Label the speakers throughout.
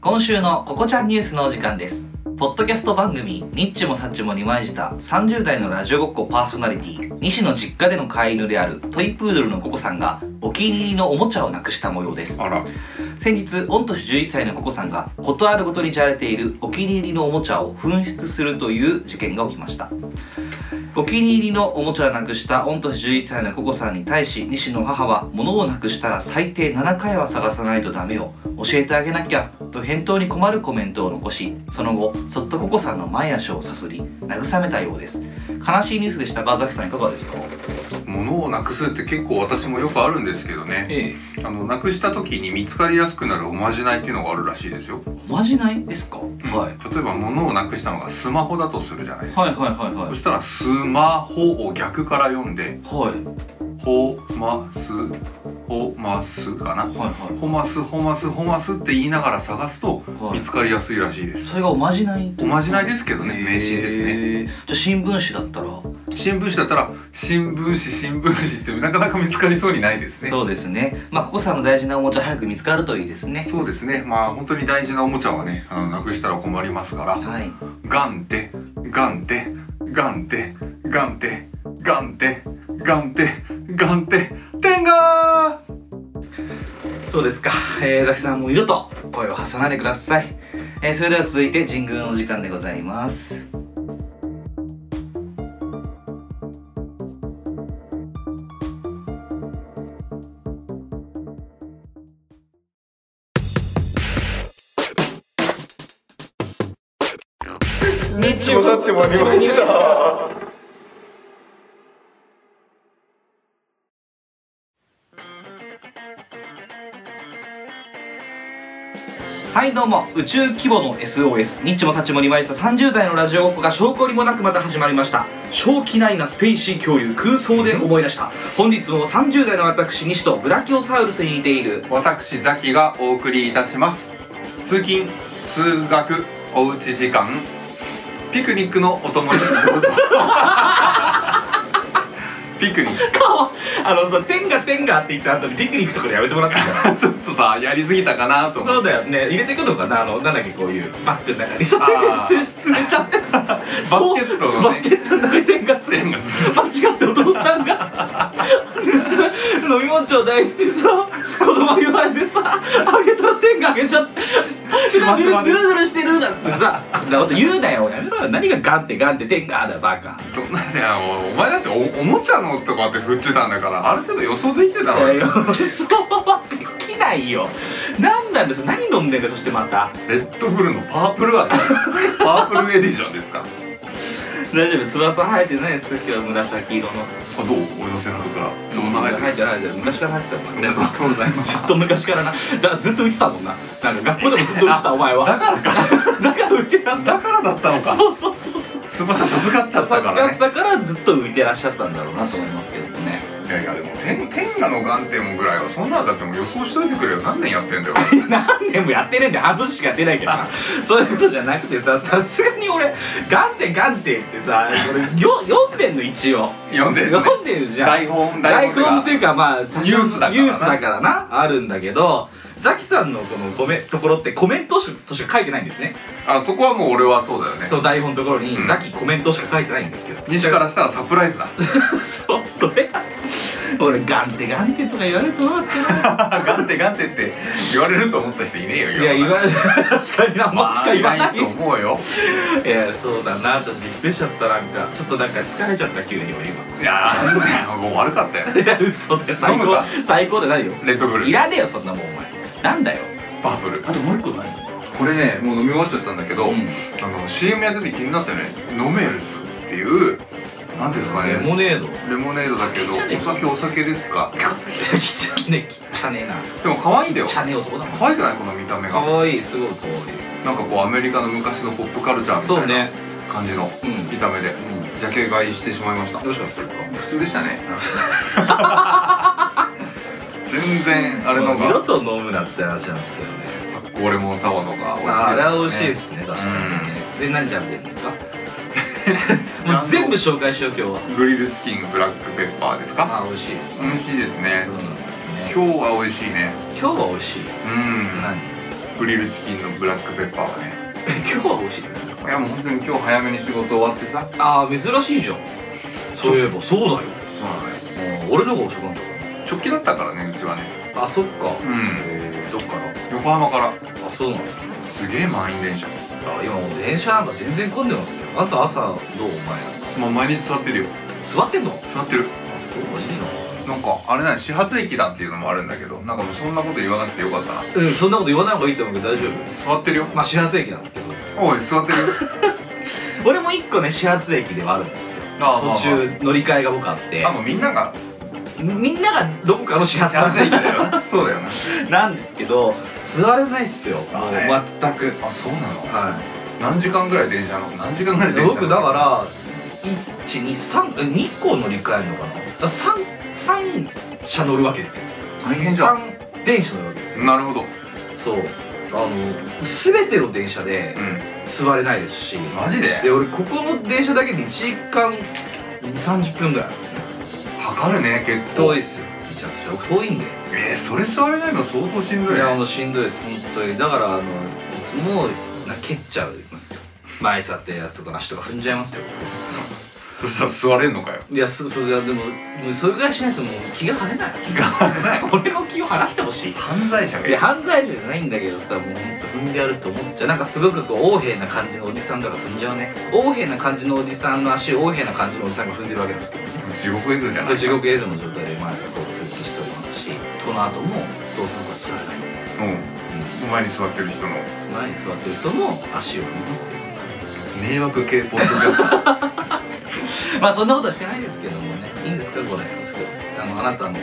Speaker 1: 今週のココちゃんニュースのお時間ですポッドキャスト番組ニッチもサッチもにまいじた30代のラジオごっこパーソナリティ西の実家での飼い犬であるトイプードルのココさんがお気に入りのおもちゃをなくした模様です
Speaker 2: あら
Speaker 1: 先日御年11歳のココさんが事あるごとにじゃれているお気に入りのおもちゃを紛失するという事件が起きましたお気に入りのおもちゃをなくした御年11歳のココさんに対し西の母は物をなくしたら最低7回は探さないとダメよ教えてあげなきゃと返答に困るコメントを残しその後そっとココさんの前足をさすり慰めたようです悲しいニュースでしたがザキさんいかがですか
Speaker 2: 物をなくすって結構私もよくあるんですけどね
Speaker 1: ええ
Speaker 2: あのなくした時に見つかりやすくなるおまじないっていうのがあるらしいですよ、
Speaker 1: おまじないですか、はい
Speaker 2: 例えば物をなくしたのがスマホだとするじゃないですか、
Speaker 1: はいはいはいは
Speaker 2: そ
Speaker 1: い
Speaker 2: したら「スマホ」を逆から読んで
Speaker 1: はい
Speaker 2: 「ほますほます」かな
Speaker 1: はい
Speaker 2: 「ほますほますほます」って言いながら探すと
Speaker 1: はいはい
Speaker 2: 見つかりやすいらしいです
Speaker 1: それがおまじない
Speaker 2: おまじないですけどね
Speaker 1: へー
Speaker 2: 迷信ですね
Speaker 1: じゃあ新聞紙だったら、
Speaker 2: 新聞紙だったら「新聞紙新聞紙」ってなかなか見つかりそうにないですね
Speaker 1: そうですねまあココさんの大事なおもちゃ早く見つかるといいですね
Speaker 2: そうですねまあ本当に大事なおもちゃはねあのなくしたら困りますから
Speaker 1: はい
Speaker 2: ガンテガンテガンテガンテガンテガンテガンテテンガー
Speaker 1: そうですか、えー、ザキさんもう二度と声を挟まないでください、えーそれでは続いて神宮のお時間でございます
Speaker 3: ニッチもサッチもありました。
Speaker 1: はいどうも宇宙規模の SOS ニッチもサッチも2枚した30代のラジオごっこが証拠にもなくまた始まりました正気ないなスペイシー恐竜空想で思い出した本日も30代の私西とブラキオサウルスに似ている
Speaker 2: 私ザキがお送りいたします通勤通学おうち時間ピクニックのお供にどうぞピクニック
Speaker 1: 顔あのさ「天が天が」って言った後にピクニックとかでやめてもらっていいか
Speaker 2: ちょっとさやりすぎたかなと思
Speaker 1: そ
Speaker 2: っ
Speaker 1: う
Speaker 2: て
Speaker 1: だよね入れていくのかなあのなんだっけこういうバッグの中にそう
Speaker 2: あー
Speaker 1: 手でつれちゃってバ
Speaker 2: スケットのね
Speaker 1: バスケットの中に天がつれ間違ってお父さんが飲み物ちょうだいっつってさ子供に言われてさあげたら天があげちゃって
Speaker 2: しましまで
Speaker 1: ドゥルドゥルしてるなんてさそんなこと言うなよやめろよ何がガンってガンって天がだバカ
Speaker 2: どんなんだよお前だっておおもちゃのとかって振ってたんだからある程度予想できてた
Speaker 1: いや
Speaker 2: ろ
Speaker 1: い
Speaker 2: よ
Speaker 1: やそうはできないよ何なんです何飲んでんだよそしてまた
Speaker 2: レッドブルのパープ ル味パープルエディションですか
Speaker 1: 大丈夫翼生えてないですか今日紫色の
Speaker 2: あどう俺の背中からつぼさ
Speaker 1: 生え
Speaker 2: 入ってて
Speaker 1: ない
Speaker 2: る
Speaker 1: じゃないじゃん昔から生えてたもんね
Speaker 2: ありがとうございます
Speaker 1: ずっと昔からなだからずっと打ってたもんななんか学校でもずっと打ってたお前は
Speaker 2: だからか
Speaker 1: だから打ってたんだ
Speaker 2: だからだったのか
Speaker 1: そうそうそうそう
Speaker 2: 翼授かっちゃった
Speaker 1: さす
Speaker 2: から
Speaker 1: が
Speaker 2: ね
Speaker 1: だからずっと浮いてらっしゃったんだろうなと思いますけどね
Speaker 2: いやいやでも天天下の眼点もぐらいはそんなんだってもう予想しといてくれよ何年やってん だよ
Speaker 1: 何年もやってねえんだよ半年しかやってないけどなそういうことじゃなくてささすがに俺ガンテガンテってさ俺よ読んでんの一応
Speaker 2: 読んでるね
Speaker 1: 読んでるじゃん
Speaker 2: 台本
Speaker 1: 台
Speaker 2: 台
Speaker 1: 本
Speaker 2: 本
Speaker 1: っていうかまあ
Speaker 2: ニュースだからな
Speaker 1: ニュースだからなあるんだけどザキさんのこのコメところってコメントしとしか書いてないんですね
Speaker 2: あそこはもう俺はそうだよね
Speaker 1: その台本のところに、
Speaker 2: うん
Speaker 1: ザキコメントしか書いてないんですけど
Speaker 2: 西からしたらサプライズだ
Speaker 1: そうどれ俺ガンテガンテとか言われると思ってな
Speaker 2: 眼点眼点って言われると思った人いねえよ世
Speaker 1: い
Speaker 2: の
Speaker 1: や
Speaker 2: 中
Speaker 1: 言われ確かにな
Speaker 2: ま
Speaker 1: もし
Speaker 2: あ
Speaker 1: か
Speaker 2: い
Speaker 1: 言わ
Speaker 2: な
Speaker 1: ない
Speaker 2: いと思うよ
Speaker 1: いやそうだな私びっくりしちゃったなみたいなちょっとなんか疲れちゃった急に俺今
Speaker 2: いやーもう悪かったよ
Speaker 1: いや 嘘で最
Speaker 2: 飲む
Speaker 1: 高
Speaker 2: か
Speaker 1: 最高でないよ
Speaker 2: レッドブル
Speaker 1: いらねえよそんなもんお前なんだよ
Speaker 2: バブル
Speaker 1: あともう一個ない
Speaker 2: これねもう飲み終わっちゃったんだけど、
Speaker 1: うん
Speaker 2: あの CM やってて気になったね飲めるスっていうなんていうんですか
Speaker 1: レ
Speaker 2: ね
Speaker 1: モ ネード
Speaker 2: レモネードだけど
Speaker 1: お酒じゃねえ
Speaker 2: お酒お酒ですか
Speaker 1: きっちゃねきっちゃねえな
Speaker 2: でも可愛いんだよ
Speaker 1: ちゃねえ男だもん
Speaker 2: 可愛くないこの見た目
Speaker 1: か
Speaker 2: が
Speaker 1: わいいすごいかわいい
Speaker 2: なんかこうアメリカの昔のポップカルチャーみ
Speaker 1: そう
Speaker 2: たい
Speaker 1: ね
Speaker 2: な感じの
Speaker 1: うん、うん、
Speaker 2: 見た目でジャケ買いしてしまいました
Speaker 1: どうしかったですか
Speaker 2: 普通でし たね全然あれ
Speaker 1: も
Speaker 2: の
Speaker 1: う二度
Speaker 2: が
Speaker 1: と飲むなって話なんですけどね
Speaker 2: 発酵レモンサワーのが
Speaker 1: ああれは美
Speaker 2: 美
Speaker 1: 味
Speaker 2: 味
Speaker 1: し
Speaker 2: し
Speaker 1: い
Speaker 2: い
Speaker 1: で
Speaker 2: です
Speaker 1: すね確かにね、で何食べてるん ですかもう全部紹介しよう今日は
Speaker 2: ねグリルチキンブラックペッパーですか
Speaker 1: ああ美味しいです
Speaker 2: 美味しいですね
Speaker 1: そうなんですね
Speaker 2: 今日は美味しいね
Speaker 1: 今日は美味しい
Speaker 2: うん
Speaker 1: 何
Speaker 2: ググリルチキンのブラックペッパーはね
Speaker 1: 今日は美味しい
Speaker 2: いやもう本当に今日早めに仕事終わってさ
Speaker 1: ああ珍しいじゃんそういえばそうだよ
Speaker 2: そうなのよ
Speaker 1: あー俺の方が遅かっ
Speaker 2: 直帰だったからねうちはね
Speaker 1: たあそっか
Speaker 2: うん
Speaker 1: えーどっから
Speaker 2: 横浜から
Speaker 1: あそうなんだ
Speaker 2: すげえ満員電車
Speaker 1: あ今もう電車なんか全然混んでますよあと朝どうお前
Speaker 2: もう毎日座ってるよ
Speaker 1: 座ってんの
Speaker 2: 座ってる
Speaker 1: あそういいな
Speaker 2: なんかあれな始発駅だっていうのもあるんだけどなんかもうそんなこと言わなくてよかったな
Speaker 1: うんそんなこと言わない方がいいと思うけど大丈夫
Speaker 2: 座ってるよ
Speaker 1: まあ始発駅なんですけど
Speaker 2: おい座ってるよ
Speaker 1: 俺も一個ね始発駅ではあるんですよ
Speaker 2: ああまあまあ
Speaker 1: 途中乗り換えが僕あって
Speaker 2: あもうみんなが
Speaker 1: みんながどこかの始発
Speaker 2: 幸せ
Speaker 1: 駅
Speaker 2: 駅だよな そうだよな
Speaker 1: なんですけど座れないっすよもう
Speaker 2: あね
Speaker 1: 全く
Speaker 2: あそうなの
Speaker 1: は
Speaker 2: 何時間ぐらい電車の何時間ぐらい
Speaker 1: い
Speaker 2: 電車の
Speaker 1: 僕だから1232個乗り換えるのかなだから三三車乗るわけですよ
Speaker 2: 大変じゃん
Speaker 1: 三電車乗るわけですよ
Speaker 2: なるほど
Speaker 1: そうあの全ての電車で
Speaker 2: う
Speaker 1: 座れないですし
Speaker 2: んマジで
Speaker 1: で俺ここの電車だけで1時間30分ぐらいあるんですね
Speaker 2: かかるね結構
Speaker 1: 遠いっすよめちゃくちゃ僕遠いんで
Speaker 2: えー、それ座れないの相当しんど
Speaker 1: い
Speaker 2: いね
Speaker 1: やもうしんどいです本当にだからあのいつもな蹴っちゃいますよ前座ってやつとか足とか踏んじゃいますよ
Speaker 2: そしたら座れんのかよ
Speaker 1: いやすそういやでももうそれぐらいしないともう気が晴れない気が
Speaker 2: ない
Speaker 1: 俺の気を晴らしてほしい
Speaker 2: 犯罪者が
Speaker 1: いや犯罪者じゃないんだけどさもうほんと踏んでやると思っちゃうなんかすごくこう横柄な感じのおじさんとか踏んじゃうね横柄な感じのおじさんの足を横柄な感じのおじさんが踏んでるわけなんですけどね
Speaker 2: 地獄絵図じゃな
Speaker 1: そう
Speaker 2: い
Speaker 1: 地獄映像の状態で毎朝こう通勤しておりますしこの後もどうせ僕は座らない
Speaker 2: うん前に座ってる人の
Speaker 1: 前に座ってる人も足を見ますよ
Speaker 2: 迷惑系ポッドキャスト
Speaker 1: まあそんなことはしてないですけどもねいいんですかこれあのあなたも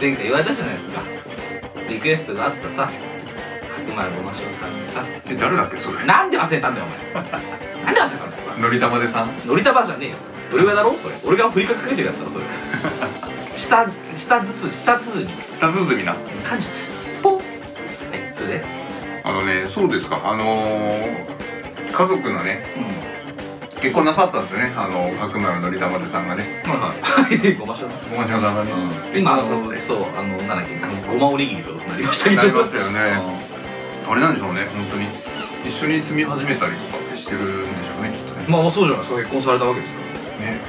Speaker 1: 前回言われたじゃないですかリクエストがあったさ白丸ごましょうさんにさ
Speaker 2: え誰だっけそれ
Speaker 1: なんで忘れたんだよお前なんで忘れたんだよお前
Speaker 2: のりたまでさん
Speaker 1: 乗りたばじゃねえよ俺がだろそれ俺が振りかけてるやつだろそれ 下下ずつ下つづみ
Speaker 2: 北涼みな
Speaker 1: 感じてポンはいそれで
Speaker 2: あのねそうですかあのー、家族のね結婚なさったんですよねあの白米のりたまでさんがね
Speaker 1: うんはいごましょう
Speaker 2: ごまちゃんさんがね、
Speaker 1: 今あ
Speaker 2: 結婚なさっ
Speaker 1: の
Speaker 2: て
Speaker 1: そうあのなんだっけあのごまおにぎりとなりましたけど
Speaker 2: なりましたよねあれなんでしょうね本当に一緒に住み始めたりとかってしてるんでしょうねきっとね
Speaker 1: まあそうじゃないですか結婚されたわけですか
Speaker 2: ね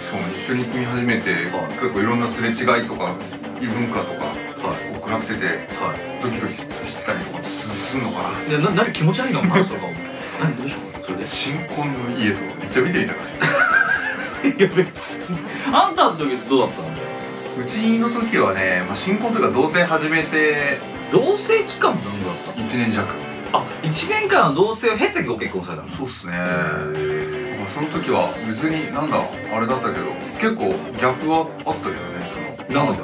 Speaker 2: しかも一緒に住み始めて
Speaker 1: はい
Speaker 2: 結構いろんなすれ違いとか異文化とから
Speaker 1: はい
Speaker 2: こう比べてて
Speaker 1: は
Speaker 2: ドキドキしてたりとかすすんのかない
Speaker 1: でな何気持ち悪いのお前その 顔何どうしたのそれで
Speaker 2: 新婚の家とかめっちゃ見てみたからね
Speaker 1: いや別にあんたの時どうだったんだよ
Speaker 2: うちの時はね、まあ、新婚というか同棲始めて
Speaker 1: 同棲期間何だったの
Speaker 2: 1年弱
Speaker 1: あ一1年間の同棲を経てご結婚されたんです
Speaker 2: そうっすねまあその時は別になんだあれだったけど結構ギャップはあったけどね
Speaker 1: なんだ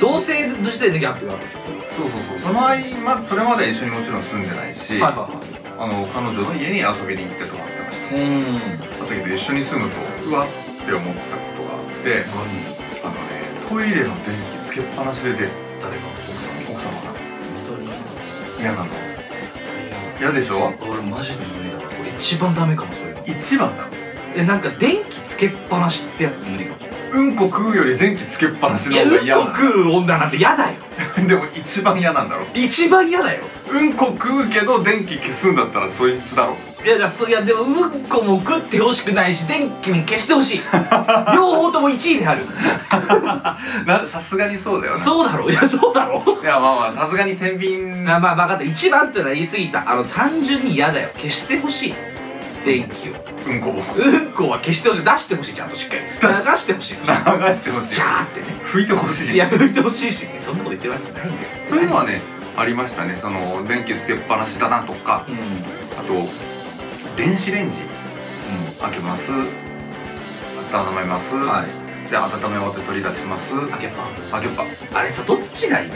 Speaker 1: 同棲の時点でギャップがあったってこと
Speaker 2: そのそうそうそうその合間それまで一緒にもちろん住んでないし、
Speaker 1: はいはいはい
Speaker 2: あの彼女の家に遊びに行って泊まってました
Speaker 1: うーん
Speaker 2: だけど一緒に住むとうわって思ったことがあってあのねトイレの電気つけっぱなしで出
Speaker 1: 誰が奥さん
Speaker 2: 奥様が
Speaker 1: 本当に
Speaker 2: 嫌なの嫌でしょ
Speaker 1: 俺マジで無理だわ俺一番ダメかもそれが
Speaker 2: 一番なの
Speaker 1: えなんか電気つけっぱなしってやつ無理かも
Speaker 2: うんこ食うより電気つけっぱなし
Speaker 1: い
Speaker 2: の
Speaker 1: や
Speaker 2: 方が
Speaker 1: うん
Speaker 2: 嫌な
Speaker 1: こ食う女なんて嫌だよ
Speaker 2: の でも一番嫌なんだろ
Speaker 1: 一番嫌だよ
Speaker 2: うんこ食うけど電気消すんだったらそいつだろ
Speaker 1: いやいやそういやでもうんこも食ってほしくないし電気も消してほし い両方とも1位である
Speaker 2: なさすがにそうだよな
Speaker 1: そうだろういやそうだろう
Speaker 2: いやまあまあさすがに 天秤
Speaker 1: あまあ分かった一番ってのは言い過ぎたあの単純に嫌だよ消してほしい電気を
Speaker 2: うんこを
Speaker 1: うんこは消してほしい出してほしいちゃんとしっかり
Speaker 2: 出
Speaker 1: 流
Speaker 2: し
Speaker 1: してほしいそ
Speaker 2: 流
Speaker 1: したら
Speaker 2: してほし
Speaker 1: シ
Speaker 2: い
Speaker 1: ャーってね
Speaker 2: 拭いてほしい
Speaker 1: いや拭いてほしいしそんなこと言ってるわけじゃないんだよ
Speaker 2: そういうのはねありましたねその電気つけっぱなしだなとか
Speaker 1: うんうん
Speaker 2: あと電子レンジ開けます温めます、
Speaker 1: はい
Speaker 2: で温め終わって取り出します
Speaker 1: 開けっぱ
Speaker 2: 開けっぱ
Speaker 1: あれさどっちがいい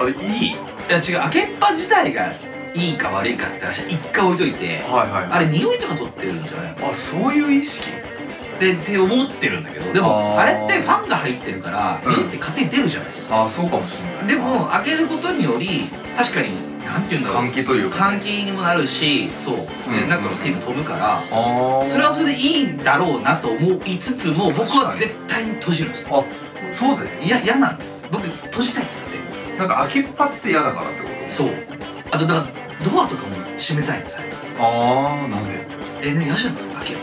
Speaker 2: あいい
Speaker 1: いや違う開けっぱ自体がいいか悪いかって話は一回置いといて
Speaker 2: はいはい
Speaker 1: あれ匂いとか取ってるんじゃない
Speaker 2: あそういう意識
Speaker 1: でって思ってるんだけどでも
Speaker 2: あ
Speaker 1: あ
Speaker 2: ー
Speaker 1: れってファンが入ってるから
Speaker 2: うん
Speaker 1: 匂いって勝手に出るじゃない、
Speaker 2: あそうかもしれない
Speaker 1: でも開けることにより確かになんて言うんだろう
Speaker 2: 換気というか
Speaker 1: 換気にもなるしそう、
Speaker 2: うん
Speaker 1: で中の水分飛ぶから、
Speaker 2: ああ
Speaker 1: それはそれでいいんだろうなと思いつつも僕
Speaker 2: 確か
Speaker 1: は
Speaker 2: に
Speaker 1: 絶対に閉じるんです
Speaker 2: あそうだよ
Speaker 1: いや嫌なんです僕閉じたいんです全部
Speaker 2: なんか開けっぱって嫌だからってこと
Speaker 1: そうあとだからドアとかも閉めたいんですよ
Speaker 2: ああなんで
Speaker 1: えね嫌じゃない開けっ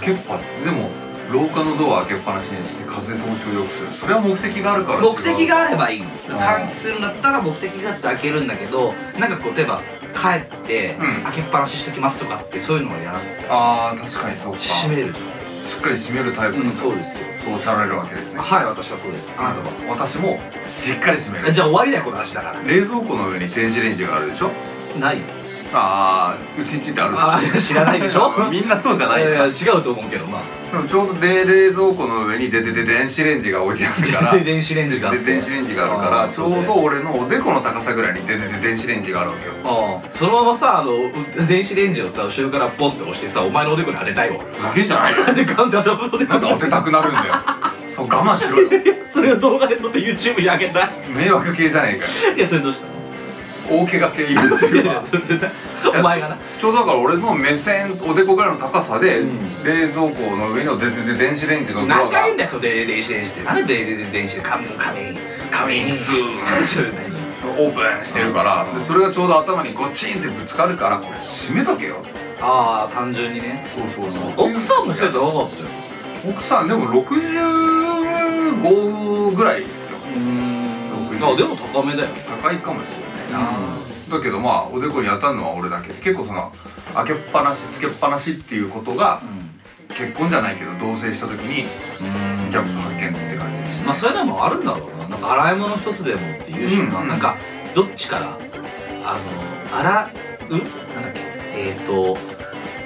Speaker 2: 開けっぱでも廊下のドア開けっぱなしにして風通しを良くするそれは目的があるから
Speaker 1: ぱ
Speaker 2: 違う
Speaker 1: 目的があればいいの
Speaker 2: ん
Speaker 1: 換気するんだったら目的があって開けるんだけどなんかこう例えば帰って
Speaker 2: うん
Speaker 1: 開けっぱなししときますとかってそういうのはやらない
Speaker 2: ああ確かにそうかし
Speaker 1: 閉める
Speaker 2: っかり閉めるタイプの
Speaker 1: そうですよ
Speaker 2: そうおっしゃられるわけですね
Speaker 1: はい私はそうですあなたは
Speaker 2: 私もしっかり閉め
Speaker 1: え
Speaker 2: る
Speaker 1: じゃあ終わりだよこの話だから
Speaker 2: 冷蔵庫の上に電子レンジがあるでしょ
Speaker 1: ない
Speaker 2: ああうちんちってあるでしょ
Speaker 1: あー知らないでし ょ
Speaker 2: みんなそうじゃないい
Speaker 1: やい
Speaker 2: か
Speaker 1: や違うと思うけどま
Speaker 2: でもちょうどで冷蔵庫の上にででで電子レンジが置いてあるか
Speaker 1: あ
Speaker 2: ら
Speaker 1: で 電子レンジがあっ
Speaker 2: で
Speaker 1: て
Speaker 2: 電子レンジがあるから
Speaker 1: あー
Speaker 2: ちょうど俺のおでこの高さぐらいにででで電子レンジがあるわけよ
Speaker 1: ああそのままさあのう電子レンジをさ後ろからポンって押してさお前のおでこに当てたいわ
Speaker 2: ふざけんじゃないよ
Speaker 1: でガンって頭のおでこ
Speaker 2: なん
Speaker 1: に
Speaker 2: で当てたくなるん だよそう我慢しろよ
Speaker 1: それを動画で撮って YouTube に上げたい
Speaker 2: 迷惑系じゃねえかよ
Speaker 1: いやそれどうしたの
Speaker 2: 大怪我系
Speaker 1: いやい
Speaker 2: YouTuber
Speaker 1: やそれ絶対お前がな
Speaker 2: ちょうどだから俺の目線おでこぐらいの高さで、
Speaker 1: うん
Speaker 2: 冷蔵庫の上のででで電子レンジのドア
Speaker 1: 何
Speaker 2: が
Speaker 1: 回言うんだよそれで電子レンジってなんででで電子でカメンカメンカメンスーンそれ何
Speaker 2: オープンしてるからでそれがちょうど頭にゴチンってぶつかるからこれ閉めとけよ
Speaker 1: ああ単純にね
Speaker 2: そうそうそう
Speaker 1: 奥さんもそうやったら分かったよ
Speaker 2: 奥さんでも65ぐらいですよ
Speaker 1: うーんあでも高めだよ
Speaker 2: 高いかもしれないな、だけどまあおでこに当たるのは俺だけで結構その開けっぱなしつけっぱなしっていうことが結婚じゃないけど同棲した時に
Speaker 1: うん
Speaker 2: ギャップ発見って感じですね
Speaker 1: まあそういうのもあるんだろうななんか洗い物一つでもっていうしな,、
Speaker 2: うん
Speaker 1: なんかどっちからあの洗うなんだっけえっ、ー、と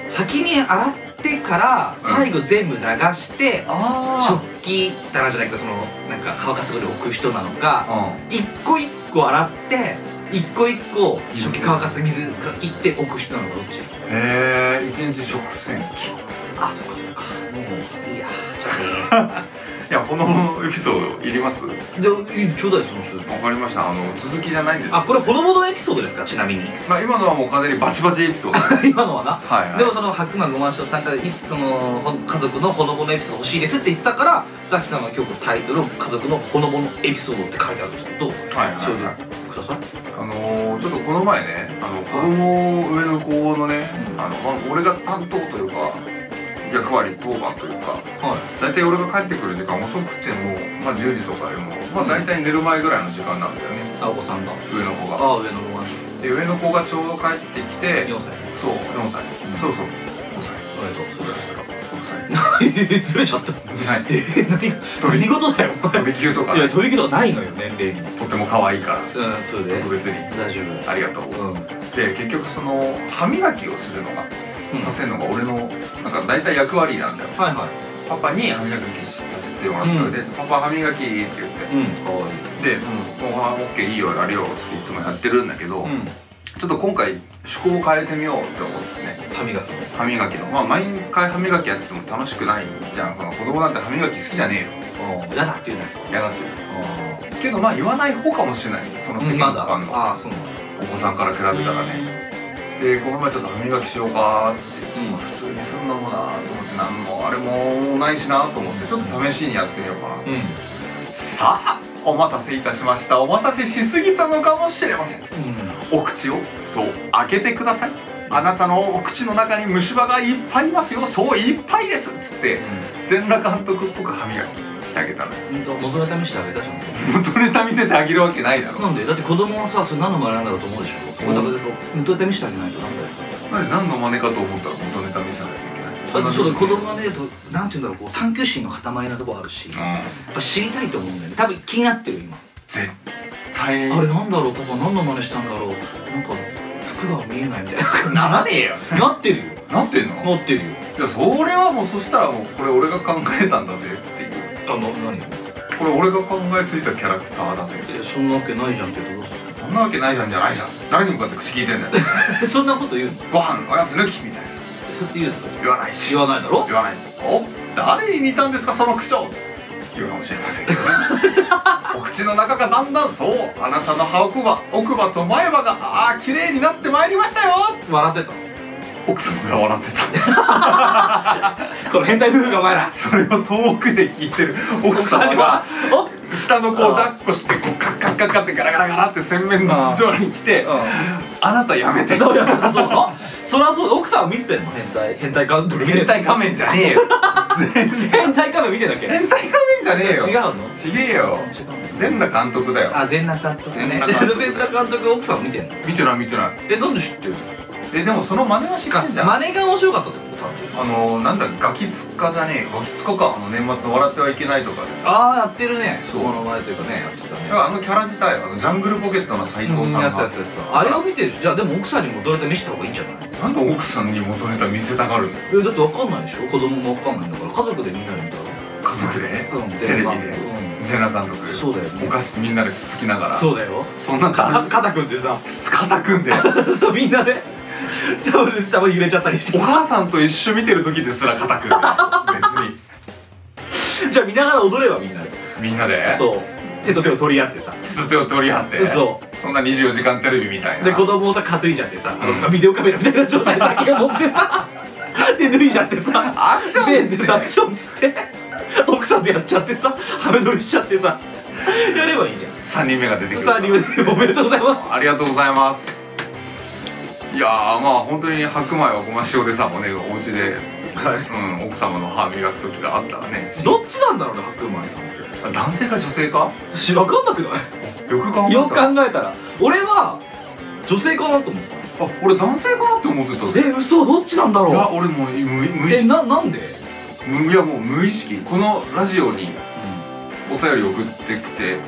Speaker 1: 先に洗ってから最後全部流して、
Speaker 2: あ
Speaker 1: 食器棚じゃないけどそのなんか乾かすとこで置く人なのか
Speaker 2: あ
Speaker 1: 一個一個洗って一個一個
Speaker 2: 水
Speaker 1: 食器乾かす水切って置く人なのかどっち
Speaker 2: うんへえ一日食洗機
Speaker 1: あそっかそっかいや
Speaker 2: いやこのエピソードいりますわ
Speaker 1: ーちょっ とねでちょうだいその人
Speaker 2: かりましたあの続きじゃないんです
Speaker 1: あこれほのぼのエピソードですかちなみに
Speaker 2: まあ、今のはもう完全にバチバチエピソード は、
Speaker 1: 今のはない
Speaker 2: はい、
Speaker 1: でもその白馬五万章さんからいつそのほ家族のほのぼのエピソード欲しいですって言ってたからザキさんは今日のタイトルを「家族のほのぼのエピソード」って書いてあるんですけど
Speaker 2: はいはい
Speaker 1: それ
Speaker 2: はい
Speaker 1: でください
Speaker 2: あのー、ちょっとこの前ねあの子供上の子のね、
Speaker 1: うん
Speaker 2: あのまあ俺が担当というか役割当番というか
Speaker 1: はい
Speaker 2: 大体俺が帰ってくる時間遅くても、まあ、10時とかでも、まあ、大体寝る前ぐらいの時間なんだよね
Speaker 1: あお子さんが
Speaker 2: 上の子が
Speaker 1: あ上の五万章
Speaker 2: で上の子がちょうど帰ってきて
Speaker 1: 4歳
Speaker 2: そう4歳、
Speaker 1: うん
Speaker 2: そうそう5歳
Speaker 1: おめでと
Speaker 2: も
Speaker 1: う
Speaker 2: しかしたら6 歳
Speaker 1: ずれちゃった
Speaker 2: はい
Speaker 1: えー 何何事だよお前
Speaker 2: 飛び級とか、
Speaker 1: いや
Speaker 2: ね、
Speaker 1: 飛び切りはないのよ年齢に
Speaker 2: とっても可愛いから
Speaker 1: うんそれで
Speaker 2: 特別に
Speaker 1: 大丈
Speaker 2: ありがとう
Speaker 1: 夫うん
Speaker 2: で結局その歯磨きをするのが
Speaker 1: うん
Speaker 2: させるのが俺のなんか大体役割なんだよ
Speaker 1: はいは
Speaker 2: パパに歯磨きさせてもらったので、パパ歯磨きって言って
Speaker 1: いうんかわいい
Speaker 2: で、もうご飯 OK いいよやるよっていつもやってるんだけど、
Speaker 1: うん
Speaker 2: ちょっと今回趣向を変えてみようって思ってね
Speaker 1: 歯磨きも
Speaker 2: 歯磨きのまあ毎回歯磨きやっても楽しくないじゃんその子供なんて歯磨き好きじゃね
Speaker 1: ああ嫌だって言うな
Speaker 2: えよ嫌だって
Speaker 1: あ
Speaker 2: るけどまあ言わない方かもしれないその
Speaker 1: あ
Speaker 2: 世
Speaker 1: ま
Speaker 2: 間一般の
Speaker 1: だああそうなんだ
Speaker 2: お子さんから比べたらねでこの前ちょっと歯磨きしようかっつって
Speaker 1: うん
Speaker 2: まあ普通にするのもなと思って何もあれもないしなと思ってちょっと試しにやってみようかな
Speaker 1: う
Speaker 2: さあお待たせいたしましたお待たせしすぎたのかもしれません
Speaker 1: んうん
Speaker 2: お口をそう開けてくださいあなたのお口の中に虫歯がいっぱいいますよそういっぱいですっつって全裸監督っぽく歯磨きしてあげたの
Speaker 1: うん元ネタ見せてあげたじゃん
Speaker 2: 元ネタ見せてあげるわけないだろ
Speaker 1: なんでだって子供はさそれ何の真似なんだろうと思うでしょ
Speaker 2: う
Speaker 1: だ
Speaker 2: ん
Speaker 1: から元ネタ見せてあげないとなんだよ
Speaker 2: なんで何の真似かと思ったら元ネタ見せなきゃいけない
Speaker 1: だってそれ子供
Speaker 2: うん
Speaker 1: がねやっぱなんて言うんだろうこう探求心の塊なとこあるしやっぱ知りたいと思うんだよね多分気になってる今
Speaker 2: 絶対
Speaker 1: あれなんだろうパパ何の真似したんだろうなんか服が見えないみたいな感じ
Speaker 2: ならねえよ
Speaker 1: な ってるよ
Speaker 2: なんていうの
Speaker 1: なってるよ
Speaker 2: いやそれはもうそしたらもうこれ俺が考えたんだぜっつって言う
Speaker 1: あの何いや
Speaker 2: これ俺が考えついたキャラクターだぜ
Speaker 1: そんなわけないじゃんって言うとどう
Speaker 2: そんなわけないじゃんじゃないじゃん誰に向かって口聞いてんだよ
Speaker 1: するそんなこと言うの
Speaker 2: ご飯おやつ抜きみたいな
Speaker 1: そうやって言うの
Speaker 2: 言わないし
Speaker 1: 言わないだろ
Speaker 2: 言わないお誰に似たんですかその口調つって言うかもしれませんけ どねお口の中がだんだんそうあなたの歯奥歯奥歯と前歯がああ綺麗になってまいりましたよ
Speaker 1: 笑って
Speaker 2: 奥様が笑ってた
Speaker 1: たこの変態夫婦がお前ら
Speaker 2: それを遠くで聞いてる奥
Speaker 1: 奥さ
Speaker 2: 様
Speaker 1: ん
Speaker 2: が
Speaker 1: がお
Speaker 2: 下の子を抱っこしてこうカッカッカッカってガラガラガラって洗面所に来て「あなたやめて」
Speaker 1: そうやそうそうあそりゃそうだ奥さんは見てたよ変態変態監督見て
Speaker 2: 変
Speaker 1: た
Speaker 2: 態仮面じゃねえよ全然
Speaker 1: 変態カメ見てたっけ
Speaker 2: 変態仮面じゃねえよ
Speaker 1: 違うの
Speaker 2: ちげえよ
Speaker 1: 違うの
Speaker 2: 全裸監督だよ
Speaker 1: あ全裸監督ね
Speaker 2: 全裸監督
Speaker 1: 全裸監督奥さん見てんの
Speaker 2: 見てない見てない
Speaker 1: えなんで知ってる
Speaker 2: えでもその真似はしかんじゃんあ
Speaker 1: 真似が面白かったってこと単純に
Speaker 2: のなんだガキつっかじゃねえガキつこかあの年末の「笑ってはいけない」とかでさ
Speaker 1: ああやってるね
Speaker 2: そう
Speaker 1: モノマネというかねやってた
Speaker 2: だ
Speaker 1: ね
Speaker 2: からあのキャラ自体あのジャングルポケットの斎藤さん
Speaker 1: やつや
Speaker 2: が
Speaker 1: つやつあれを見てじゃあでも奥さんにもどれて見せた方がいいんじゃない
Speaker 2: なんで奥さんに元ネタ見せたがるの
Speaker 1: えだってわかんないでしょ子供もわかんないんだから家族でみんなで見た
Speaker 2: 家族で
Speaker 1: らうん
Speaker 2: テレビで
Speaker 1: 全裸
Speaker 2: 全裸監督
Speaker 1: うんそうだよね
Speaker 2: お菓子みんなでつつきながら
Speaker 1: そうだよ
Speaker 2: そんな
Speaker 1: か
Speaker 2: か
Speaker 1: 肩組んでさ
Speaker 2: つ肩組んで
Speaker 1: そうみんなでタオルタオル揺れちゃったりして
Speaker 2: お母さんと一緒見てる時ですら肩組んで
Speaker 1: じゃあ見ながら踊ればみんなで
Speaker 2: 別にみんなで
Speaker 1: そう手と手を取り合ってさ
Speaker 2: 手と手を取り合って
Speaker 1: そ
Speaker 2: そんな24時間テレビみたいうな
Speaker 1: で子供をさ担いじゃってさあ
Speaker 2: う
Speaker 1: の
Speaker 2: ん
Speaker 1: ビデオカメラみたいな状態で 先が持ってさで脱いじゃってさ
Speaker 2: アクションっ
Speaker 1: 全
Speaker 2: すね
Speaker 1: 然アクションっつって奥さんとやっちゃってさハメ撮りしちゃってさやればいいじゃん
Speaker 2: 3人目が出てくる
Speaker 1: さあリ ムでおめでとうございます
Speaker 2: ありがとうございますいやーまあ本当に白米はごま塩でさもねお家で、
Speaker 1: はい
Speaker 2: うん、奥様の歯磨く時があったらね
Speaker 1: どっちなんだろうね白米さんって
Speaker 2: 男性か女性か
Speaker 1: し分かんなくな
Speaker 2: よく考え
Speaker 1: い
Speaker 2: た
Speaker 1: よく考
Speaker 2: ら
Speaker 1: えたら俺は女性かなと思ってた
Speaker 2: あ俺男性かなって思ってた
Speaker 1: え嘘どっちなんだ
Speaker 2: いや
Speaker 1: ろ
Speaker 2: 俺もう無無
Speaker 1: う
Speaker 2: 意
Speaker 1: え
Speaker 2: 識
Speaker 1: ななんで
Speaker 2: 無いやもう無意識このラジオにお便り送ってきて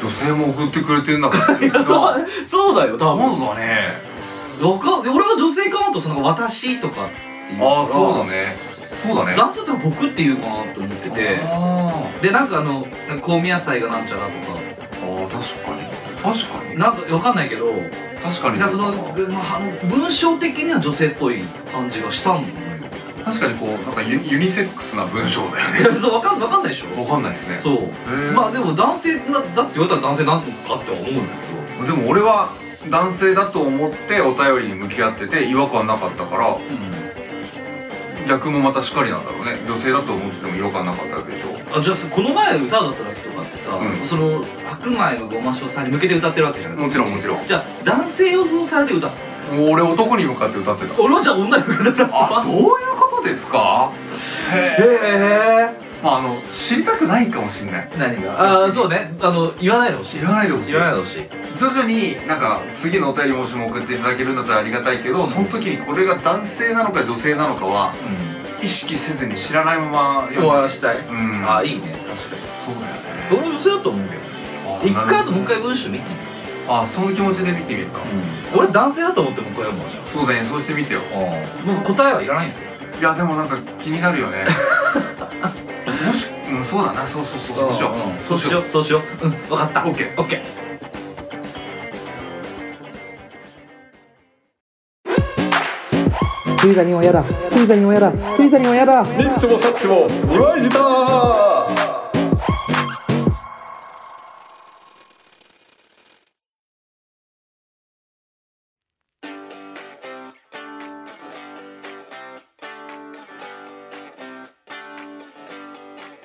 Speaker 2: 女性も送ってくれてんだか ら
Speaker 1: いやそうそうだよ多分
Speaker 2: なんだね
Speaker 1: わかん俺は女性かなとその私とかっていうから
Speaker 2: ああそうだねそうだね
Speaker 1: 男性とか僕っていうかなと思ってて
Speaker 2: あ
Speaker 1: でなんかあのなんか香味野菜がなんちゃらとか
Speaker 2: ーあー確かに確かに
Speaker 1: なんかわかんないけど
Speaker 2: 確か
Speaker 1: だ
Speaker 2: に
Speaker 1: からその、まあ、あの文章的には女性っぽい感じがしたんだよね
Speaker 2: 確かにこうなんかユユニセックスな文章だよね
Speaker 1: そうわかんわかんないでしょ
Speaker 2: わかんないですね
Speaker 1: そう
Speaker 2: へえ
Speaker 1: まあでも男性なだって言われたら男性なんかって思うんだけ
Speaker 2: でも俺は男性だと思ってお便りに向き合ってて違和感なかったから
Speaker 1: ど、
Speaker 2: 逆もまたしかりなんだろうね女性だと思ってても違和感なかったわけでしょ
Speaker 1: あじゃあそこの前歌だった時とかってさ、
Speaker 2: うん
Speaker 1: その白米のごま塩さんに向けて歌ってるわけじゃない
Speaker 2: もちろんもちろん
Speaker 1: じゃあ男性を封されて歌ってたの
Speaker 2: 俺男に向かって歌ってた
Speaker 1: 俺はじゃあ女に向けて歌ってた
Speaker 2: あそういうことですかへえ
Speaker 1: へえ
Speaker 2: まああの知りたくないかもしんない
Speaker 1: 何がああそうねあの言わないでほしい
Speaker 2: 言わないでほしい
Speaker 1: 言わないでほしい
Speaker 2: 徐々になんか次のお便りもしも送っていただけるんだったらありがたいけどその時にこれが男性なのか女性なのかは意識せずに知らないまま読んで
Speaker 1: 終わらしたい、
Speaker 2: うん
Speaker 1: ああいいね確かに
Speaker 2: そうだよね
Speaker 1: 俺も女性だと思うけど一回ともう一回文章見てみる
Speaker 2: あその気持ちで見てみるか、
Speaker 1: 俺男性だと思ってもう一回読むわじゃん
Speaker 2: そうだねそうしてみてよ
Speaker 1: もう答えはいらないんですよ
Speaker 2: いやでもなんか気になるよ ねもし、うん、そうだなそうそうそうそうしよう、
Speaker 1: んそうしようそうしよううん分かった
Speaker 2: オッケー
Speaker 1: オッケー
Speaker 3: スイザにもやだスイザにもやだスイザにもやだ
Speaker 4: ニッチもサッチも二枚舌
Speaker 2: い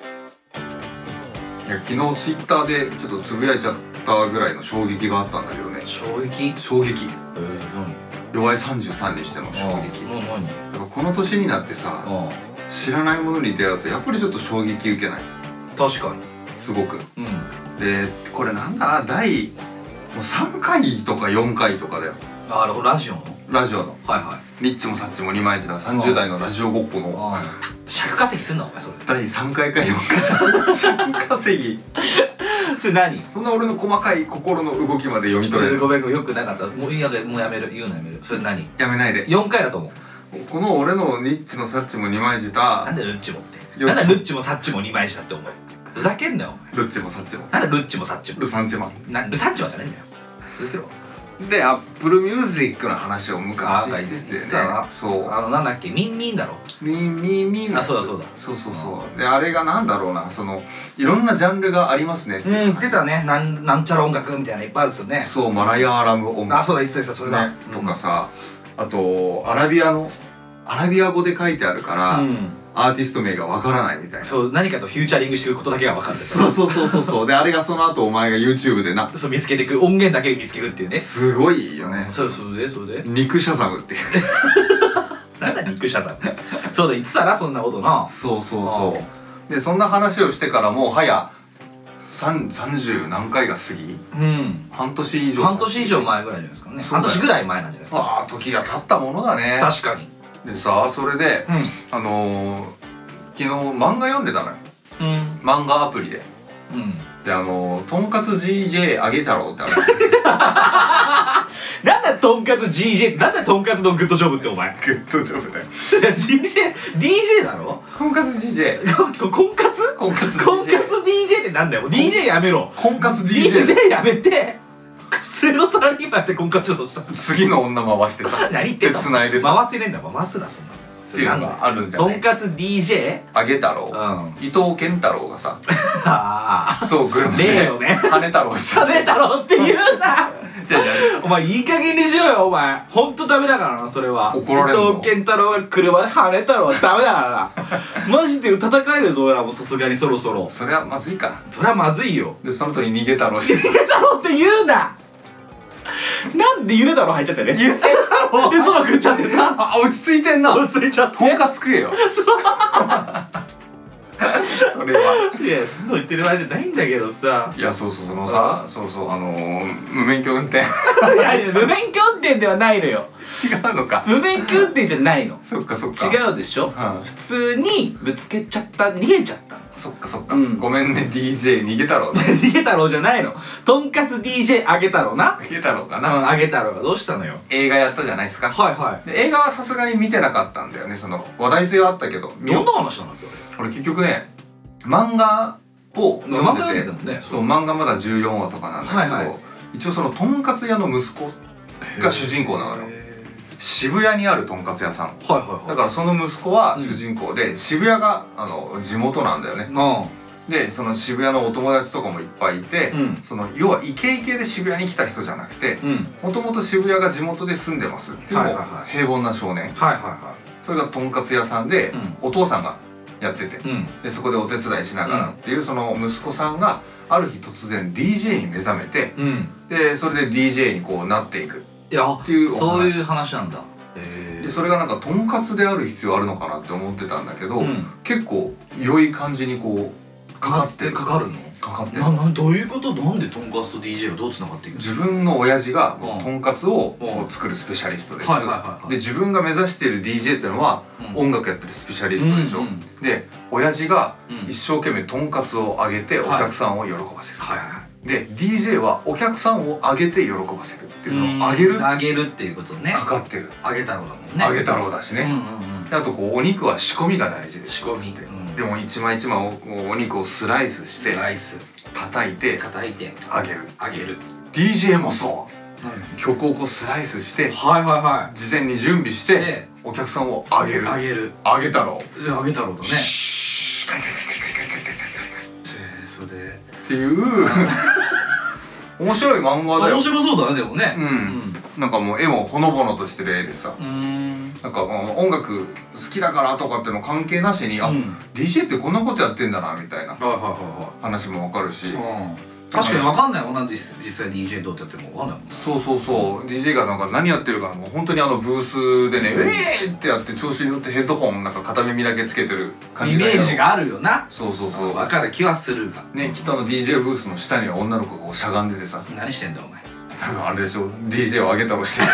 Speaker 2: や昨日ツイッターでちょっとつぶやいちゃったぐらいの衝撃があったんだけどね
Speaker 1: 衝撃
Speaker 2: 衝撃
Speaker 1: え何
Speaker 2: 弱い33にしての衝撃
Speaker 1: もう何
Speaker 2: やっぱこの年になってさ
Speaker 1: あ
Speaker 2: 知らないものに出会うとやっぱりちょっと衝撃受けない
Speaker 1: 確か
Speaker 2: すごく
Speaker 1: にうん
Speaker 2: でこれなんだ第もう3回とか4回とかだよ
Speaker 1: あれラジオの
Speaker 2: ラジオの
Speaker 1: はいはい
Speaker 2: ニッチもサッチも二枚舌30代のラジオごっこの
Speaker 1: あ尺稼ぎすんなお前それ
Speaker 2: 第3回か4回じゃん尺稼ぎ
Speaker 1: それ何
Speaker 2: そんな俺の細かい心の動きまで読み取れる
Speaker 1: ごめんごめんよくなかったもういいやでもうやめる言うのやめるそれ何
Speaker 2: やめないで
Speaker 1: 4回だと思う
Speaker 2: この俺のニッチもサッチも二
Speaker 1: な
Speaker 2: 枚
Speaker 1: ん
Speaker 2: 舌
Speaker 1: でルッチもって
Speaker 2: よ
Speaker 1: な
Speaker 2: っ
Speaker 1: ん
Speaker 2: ち
Speaker 1: でルッチもサッチも2枚したってお前ふざけんなよ
Speaker 2: ルッチもサッチも
Speaker 1: お前なんでルッチもサッチも
Speaker 2: ルサンチマ
Speaker 1: なルサッチもじゃねえんだよ続けろ
Speaker 2: でアップルミュージックの話を昔して
Speaker 1: あ言
Speaker 2: て
Speaker 1: っ
Speaker 2: ね
Speaker 1: てたな
Speaker 2: そう
Speaker 1: あのなんだっけミンミンだろ
Speaker 2: ミンミンミン
Speaker 1: あそうだそうだ
Speaker 2: そうそうそうであれがなんだろうなそのいろんなジャンルがありますねっていう
Speaker 1: 言ってたねなんなんちゃら音楽みたいなのいっぱいあるんですよね
Speaker 2: そうマライア・アラム音楽
Speaker 1: あそうだ言ってた言ってたそれだ、
Speaker 2: ねとかさあとアラビアのアラビア語で書いてあるから、
Speaker 1: うん
Speaker 2: アーティスト名がわからないみたいな
Speaker 1: そう何かとフューチャリングしてることだけが分かってた
Speaker 2: そうそうそうそうそうであれがその後お前が YouTube でな
Speaker 1: そう見つけていく音源だけ見つけるっていうね
Speaker 2: すごいよね
Speaker 1: そうそうでそうで
Speaker 2: 肉シャザムっていう
Speaker 1: なんだニックシャザムそうだ言ってたらそんなことな
Speaker 2: そうそうそうでそんな話をしてからもう早三30何回が過ぎ
Speaker 1: うん
Speaker 2: 半年以上
Speaker 1: 半年以上前ぐらいじゃないですかね
Speaker 2: そ
Speaker 1: 半
Speaker 2: うだよ
Speaker 1: 年ぐらい前なんじゃないですか
Speaker 2: ああ時が経ったものだね
Speaker 1: 確かに
Speaker 2: でさそれであのー、昨日漫画読んでたのよ
Speaker 1: うん
Speaker 2: 漫画アプリで
Speaker 1: うんうん
Speaker 2: であのー「とんかつ GJ あげ太郎」ってある
Speaker 1: なんだとんかつ GJ なんだとんかつのグッドジョブってお前
Speaker 2: グッドジョブだよ
Speaker 1: GJ DJ だろ
Speaker 2: とんかつ GJ
Speaker 1: こ婚活
Speaker 2: 婚活 DJ
Speaker 1: 婚活 DJ ってなんだよ DJ やめろ
Speaker 2: 婚活 DJ
Speaker 1: DJ やめて普通のサラリーマンって婚活どうした
Speaker 2: 次の女回してさ
Speaker 1: 何言ってん
Speaker 2: で
Speaker 1: の
Speaker 2: 繋いでさ
Speaker 1: 回せねえんだ回すなそんなの
Speaker 2: っ
Speaker 1: そ
Speaker 2: てい
Speaker 1: れな
Speaker 2: う
Speaker 1: んだ
Speaker 2: の
Speaker 1: よ
Speaker 2: があるんじゃ
Speaker 1: と
Speaker 2: なんい
Speaker 1: かつ DJ?
Speaker 2: あげ太
Speaker 1: う
Speaker 2: 郎
Speaker 1: ん。
Speaker 2: 伊藤健太郎がさ
Speaker 1: あ
Speaker 2: そうグル
Speaker 1: あ。
Speaker 2: メ
Speaker 1: 例のね。
Speaker 2: 羽太郎さ
Speaker 1: ダメだろって言うな
Speaker 2: じゃじゃ
Speaker 1: お前いい加減にしろよお前ほんとダメだからなそれは
Speaker 2: 怒られんの
Speaker 1: 伊藤健太郎が車で跳ねたろダメだからなマジで叩かれるぞ俺らもさすがにそろそろ
Speaker 2: それはまずいか
Speaker 1: そりゃまずいよ
Speaker 2: でその後に逃げ太郎して
Speaker 1: 逃げ太郎って言うななんでゆで太郎入っちゃってね
Speaker 2: 逃げ太郎
Speaker 1: でその食っちゃってさ
Speaker 2: あ落ち着いてんな
Speaker 1: 落ち着いちゃって
Speaker 2: とんかつ食 えよそれはい
Speaker 1: やそんなの言ってる場合じゃないんだけどさ
Speaker 2: いやそうそうそのさそうそうあのー、無免許運転
Speaker 1: いやいや無免許運転ではないのよ
Speaker 2: 違うのか
Speaker 1: 無免許運転じゃないの
Speaker 2: そっかそっかう、
Speaker 1: 違うでしょ
Speaker 2: ん、
Speaker 1: 普通にぶつけちゃった逃げちゃったの
Speaker 2: そっかそっか、
Speaker 1: うん
Speaker 2: ごめんね DJ 逃げ太郎
Speaker 1: 逃げ太郎じゃないのとんかつ DJ あげ太郎な
Speaker 2: 逃げ太郎か
Speaker 1: う
Speaker 2: な、
Speaker 1: んあげ太郎がどうしたのよ
Speaker 2: 映画やったじゃないですか
Speaker 1: はいは
Speaker 2: で映画はさすがに見てなかったんだよねその話題性はあったけど見
Speaker 1: ど
Speaker 2: よ
Speaker 1: んな話なんだっけ
Speaker 2: 俺結局ね漫画を
Speaker 1: 俺漫画
Speaker 2: 読ん
Speaker 1: 読んでたも
Speaker 2: でて
Speaker 1: んね
Speaker 2: そう漫画まだ14話とかなんだけど、
Speaker 1: はいは
Speaker 2: 一応そのとんかつ屋の息子が主人公なのよ渋谷にあるとんかつ屋さん
Speaker 1: はいはいは
Speaker 2: だ
Speaker 1: い
Speaker 2: からその息子は主人公で、渋谷があの地元なんだよね
Speaker 1: な
Speaker 2: でその渋谷のお友達とかもいっぱいいて、
Speaker 1: うん
Speaker 2: その要はイケイケで渋谷に来た人じゃなくて
Speaker 1: うん
Speaker 2: もともと渋谷が地元で住んでますっていう
Speaker 1: は
Speaker 2: も
Speaker 1: いうはいはい
Speaker 2: 平凡な少年
Speaker 1: はいは
Speaker 2: それがとんかつ屋さんで
Speaker 1: いはい
Speaker 2: お父さんがやってて
Speaker 1: うんうん
Speaker 2: でそこでお手伝いしながらっていうその息子さんがある日突然 DJ に目覚めて
Speaker 1: うん
Speaker 2: でそれで DJ にこうなっていく
Speaker 1: いや
Speaker 2: っていうお話
Speaker 1: そういう話なんだへ
Speaker 2: でそれがなんかとんかつである必要あるのかなって思ってたんだけど、
Speaker 1: うん
Speaker 2: 結構良い感じにこうかかってる
Speaker 1: かかるの
Speaker 2: かかってる
Speaker 1: ななんどういうことなんでとんかつと DJ はどうつながっていくの
Speaker 2: 自分の親父が
Speaker 1: うん
Speaker 2: とんかつをこ
Speaker 1: うん
Speaker 2: う作るスペシャリストです、
Speaker 1: はいはいはいはい
Speaker 2: で自分が目指している DJ っていうのは
Speaker 1: うん
Speaker 2: 音楽やってるスペシャリストでしょ、
Speaker 1: うんうん
Speaker 2: で親父が
Speaker 1: うん
Speaker 2: 一生懸命とんかつをあげてお客さんを喜ばせる、
Speaker 1: はいはい
Speaker 2: で DJ はお客さんをあげて喜ばせるっていうそのあげるか
Speaker 1: あげるっていうことね
Speaker 2: かってる
Speaker 1: あげ太郎だもんね
Speaker 2: あげ太郎だし
Speaker 1: うん
Speaker 2: ね、
Speaker 1: うんうん
Speaker 2: であとこうお肉は仕込みが大事です
Speaker 1: 仕込み
Speaker 2: つって
Speaker 1: うん
Speaker 2: でも一枚一枚おお肉をスライスして
Speaker 1: ライス
Speaker 2: 叩いて
Speaker 1: 叩いて
Speaker 2: あげる
Speaker 1: あげる
Speaker 2: DJ もそう曲をこうスライスして
Speaker 1: はいはいは
Speaker 2: 事前に準備して
Speaker 1: で
Speaker 2: お客さんをあげる
Speaker 1: あげる
Speaker 2: あげたろう
Speaker 1: であげ太郎だね
Speaker 2: シュッカリカリカリカリカリカリカリカリカリカリ
Speaker 1: へーそれで
Speaker 2: っていう面白い漫画だよ
Speaker 1: 面白そうだねでもね
Speaker 2: うんなんかもう絵もほのぼのとしてる絵でさ
Speaker 1: うんうーん
Speaker 2: なんかもう音楽好きだからとかっての関係なしに、
Speaker 1: う
Speaker 2: あ
Speaker 1: ん
Speaker 2: DJ ってこんなことやってんだなみたいな
Speaker 1: はいはいは
Speaker 2: 話もわかるし、
Speaker 1: いはいうん確かにわかんないもんな実実際 DJ どうやってやってもわかんないもんね
Speaker 2: そうそうそう DJ がなんか何やってるかもう本当にあのブースでね「うえー!」ってやって調子に乗ってヘッドホンなんか片耳だけつけてる感じ
Speaker 1: イメージ
Speaker 2: が
Speaker 1: があるよな
Speaker 2: そうそうそう
Speaker 1: わかる気はするが
Speaker 2: ね北の DJ ブースの下には女の子がこうしゃがんでてさ
Speaker 1: 何してんだよお前
Speaker 2: 多分あれでしょ DJ を上げたろうして
Speaker 1: い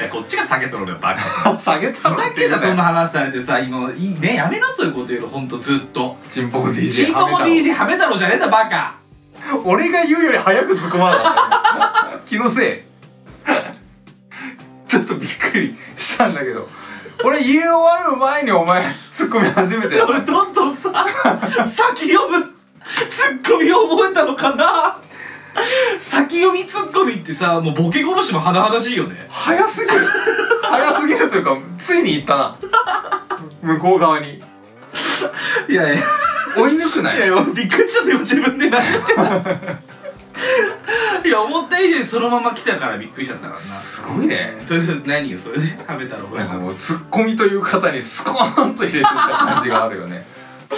Speaker 1: やこっちが下げとるのよバカ
Speaker 2: 下げた
Speaker 1: ふ
Speaker 2: ろ
Speaker 1: ざ
Speaker 2: って
Speaker 1: け
Speaker 2: 言
Speaker 1: ん
Speaker 2: うね
Speaker 1: なそんな話されてさ今いいねやめなそういうこと言うのほんとずっと
Speaker 2: チンポコ DJ
Speaker 1: チンポコ
Speaker 2: 上げ
Speaker 1: DJ はめ太郎じゃねえんだバカ
Speaker 2: たろう 俺が言うより早く突っ込まなかった 気のせいちょっとびっくりしたんだけど俺言い終わる前にお前突っ込み始 めて
Speaker 1: 俺どんど んさ先読むツッコミを覚えたのかな先読みツッコミってさもうボケ殺しも甚だしいよね
Speaker 2: 早すぎる早すぎるというかついに行ったな向こう側に
Speaker 1: いやいや
Speaker 2: 追い抜くない
Speaker 1: いやびっくりしたよ自分で何言ってんだ いや思った以上にそのまま来たからびっくりしちゃったからな
Speaker 2: すごいね
Speaker 1: とりあえず何よそれで食べたらほ
Speaker 2: な
Speaker 1: ら
Speaker 2: んかもうツッコミという型にスコーンと入れてきた感じがあるよね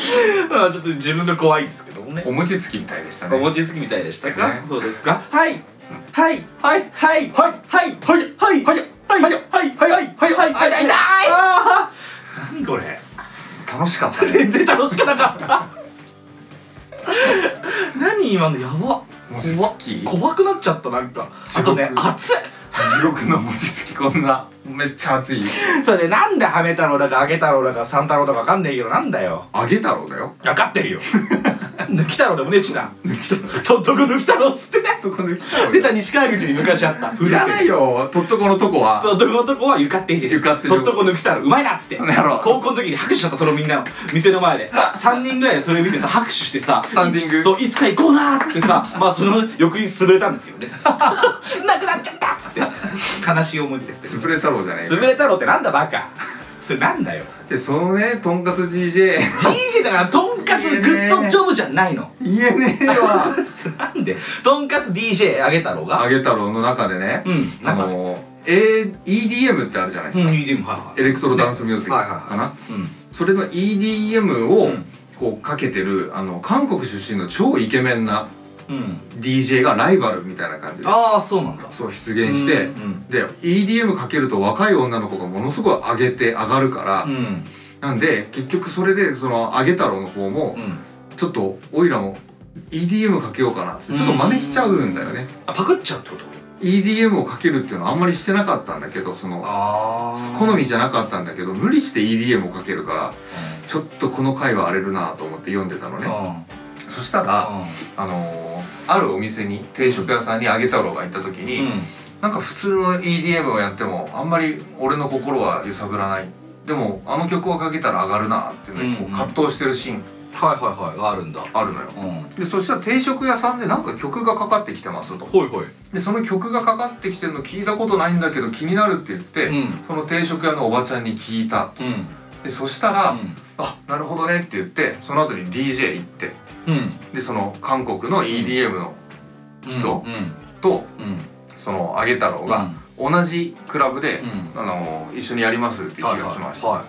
Speaker 1: まあちょっと自分が怖いですけどもね
Speaker 2: お餅つきみたいでした
Speaker 1: お
Speaker 2: ね
Speaker 1: 餅つきみたいでした
Speaker 2: ね
Speaker 1: かそうですかはいはい
Speaker 2: はい
Speaker 1: はいは
Speaker 2: はい
Speaker 1: い
Speaker 2: は
Speaker 1: はい
Speaker 2: いはい
Speaker 1: はい
Speaker 2: はいはいはいはいはいはい
Speaker 1: はい
Speaker 2: 痛い痛い
Speaker 1: あー何これ
Speaker 2: 楽しかったね
Speaker 1: 全然楽しくなかった 何今のやば
Speaker 2: 餅つき
Speaker 1: 怖くなっちゃったなんかあとね
Speaker 2: 地獄
Speaker 1: 熱い
Speaker 2: 地獄の餅つきこんなめっちゃ熱い
Speaker 1: それでなんではめ太郎だかあげ太郎だか三太郎だかわかんないけどなんだよ
Speaker 2: 揚げ太郎だよ
Speaker 1: 分かってるよ 抜き太郎でもねえしなそっとこ抜き太郎っつって
Speaker 2: どこ抜き太郎
Speaker 1: 出た西川口に昔あった
Speaker 2: いらないよとっとこのとこは
Speaker 1: そっとこのとこは床っていじです
Speaker 2: 床っていじ
Speaker 1: そっとこ抜き太郎うまいなっつって
Speaker 2: なんやろ
Speaker 1: 高校の時に拍手しちゃったそのみんなの店の 前で3人ぐらいでそれ見てさ拍手してさ
Speaker 2: スタンディング
Speaker 1: そういつか行こうなーっつって さまあその翌日潰れたんですけどねなくなっちゃったっつって悲しい思い出ですけ
Speaker 2: 潰
Speaker 1: ど
Speaker 2: れ太郎じゃない
Speaker 1: 潰れ太郎ってなんだバカそれなんだよ
Speaker 2: でそのねとんかつ DJ
Speaker 1: ジジだからとんかつグッドジョブじゃないの
Speaker 2: 言えねえわ
Speaker 1: なんでとんかつ DJ あげ太郎
Speaker 2: 揚
Speaker 1: が
Speaker 2: げ太郎の中でね
Speaker 1: うん
Speaker 2: あ
Speaker 1: なんか
Speaker 2: の A EDM ってあるじゃないですか、
Speaker 1: EDM はい
Speaker 2: エレクトロダンスミュージックかな、
Speaker 1: はいはいうん
Speaker 2: それの EDM を
Speaker 1: うん
Speaker 2: こうかけてるあの韓国出身の超イケメンな
Speaker 1: うん、
Speaker 2: DJ がライバルみたいな感じで
Speaker 1: ああそうなんだ
Speaker 2: そう出現して、
Speaker 1: うん
Speaker 2: で EDM かけると若い女の子がものすごい上げて上がるから、
Speaker 1: うん
Speaker 2: なんで結局それでその上げ太郎の方も
Speaker 1: うん
Speaker 2: ちょっとおいらも EDM かけようかなっつってちょっと真似しちゃうんだよね、
Speaker 1: あパクっちゃうってこと
Speaker 2: EDM をかけるっていうのはあんまりしてなかったんだけどその
Speaker 1: あ
Speaker 2: 好みじゃなかったんだけど無理して EDM をかけるからちょっとこの回は荒れるなと思って読んでたの
Speaker 1: うん
Speaker 2: ねそしたらあのーあるお店に定食屋さんに揚げ太郎が行った時に、なんか普通の EDM をやってもあんまり俺の心は揺さぶらないでもあの曲をかけたら上がるなっていうね、こう
Speaker 1: うんうん
Speaker 2: 葛藤してるシーン
Speaker 1: はいはいはいがあるんだ
Speaker 2: あるのよ
Speaker 1: うんはい
Speaker 2: でそしたら定食屋さんでなんか曲がかかってきてますと
Speaker 1: はい
Speaker 2: でその曲がかかってきてるの聞いたことないんだけど気になるって言って、
Speaker 1: うん
Speaker 2: その定食屋のおばちゃんに聞いた
Speaker 1: うん
Speaker 2: でそしたら、
Speaker 1: うん
Speaker 2: あなるほどねって言ってその後に DJ 行って
Speaker 1: うん
Speaker 2: でその韓国の EDM の人
Speaker 1: うん
Speaker 2: と、
Speaker 1: うん
Speaker 2: そのあげ太郎が同じクラブで、
Speaker 1: うん
Speaker 2: あの一緒にやりますって気がしました、
Speaker 1: はい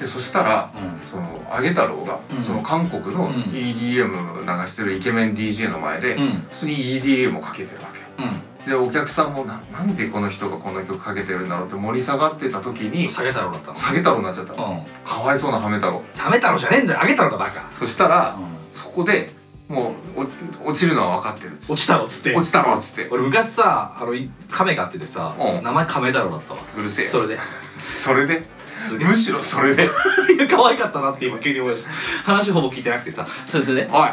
Speaker 2: でそしたら
Speaker 1: はいうん
Speaker 2: そのあげ太郎が、
Speaker 1: うん
Speaker 2: その韓国
Speaker 1: う
Speaker 2: の
Speaker 1: ん
Speaker 2: EDM を流してるイケメン DJ の前で、
Speaker 1: うん
Speaker 2: 普通に EDM をかけてるわけよ
Speaker 1: う
Speaker 2: でお客さんもななんでこの人がこの曲かけてるんだろうって盛り下がってた時に
Speaker 1: ん下げ太郎だったの
Speaker 2: 下げ太郎になっちゃった
Speaker 1: うん
Speaker 2: かわいそうなハメ太郎
Speaker 1: ダメ太郎じゃねえんだよあげ太郎がバカ
Speaker 2: そしたら、
Speaker 1: うん
Speaker 2: そこでもうお落ちるのは分かってるっつって
Speaker 1: 落ちたろっつって
Speaker 2: 落ちたろっつって
Speaker 1: 俺昔さあのい亀があっててさ、
Speaker 2: うん
Speaker 1: 名前亀太郎だったわ
Speaker 2: うるせえ
Speaker 1: それで
Speaker 2: それで
Speaker 1: すげえ
Speaker 2: むしろそれで
Speaker 1: いや可愛かったなって今急に思いました話ほぼ聞いてなくてさそうですよね
Speaker 2: おい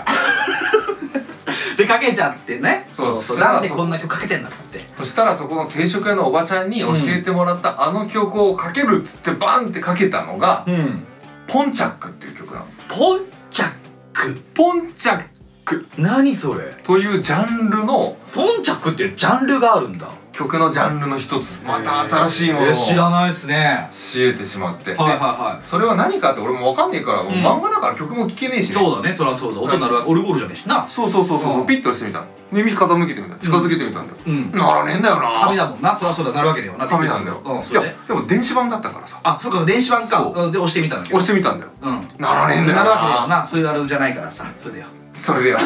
Speaker 1: でかけちゃってね
Speaker 2: そうそう
Speaker 1: なんでこんな曲かけてんだっつって
Speaker 2: そしたらそこの定食屋のおばちゃんに教えてもらった、あの曲をかけるっつってバンってかけたのが
Speaker 1: うん
Speaker 2: 「ポンチャック」っていう曲なの
Speaker 1: ポンチャック
Speaker 2: ポンチャック
Speaker 1: 何それ
Speaker 2: というジャンルの
Speaker 1: ポンチャックっていうジャンルがあるんだ
Speaker 2: 曲のジャンルの一つまた新しいもの
Speaker 1: え
Speaker 2: を
Speaker 1: ー知らないっすねは
Speaker 2: 知れてしまって、
Speaker 1: いはいは
Speaker 2: それは何かって俺も分かんねえから、もううん漫画だから曲も聴けねえし
Speaker 1: い
Speaker 2: ね
Speaker 1: そうだねそりゃそうだ音鳴るわけオルゴールじゃねえしな
Speaker 2: そうそうそうそう、
Speaker 1: うん
Speaker 2: ピッとしてみたの耳傾けてみた近づけてみたんだよ、
Speaker 1: うん
Speaker 2: ならねえんだよな
Speaker 1: 紙だもんなそりゃそうだなるわけねえよな
Speaker 2: 紙なんだよ、
Speaker 1: うんそ
Speaker 2: いや
Speaker 1: れで
Speaker 2: でも電子版だったからさ
Speaker 1: あそっか電子版か
Speaker 2: そ
Speaker 1: うんで押してみたんだけど
Speaker 2: 押してみたんだよ
Speaker 1: うん
Speaker 2: ならねえんだよ
Speaker 1: なる
Speaker 2: な
Speaker 1: わけだよなそういうあれじゃないからさそれでよ
Speaker 2: それで よ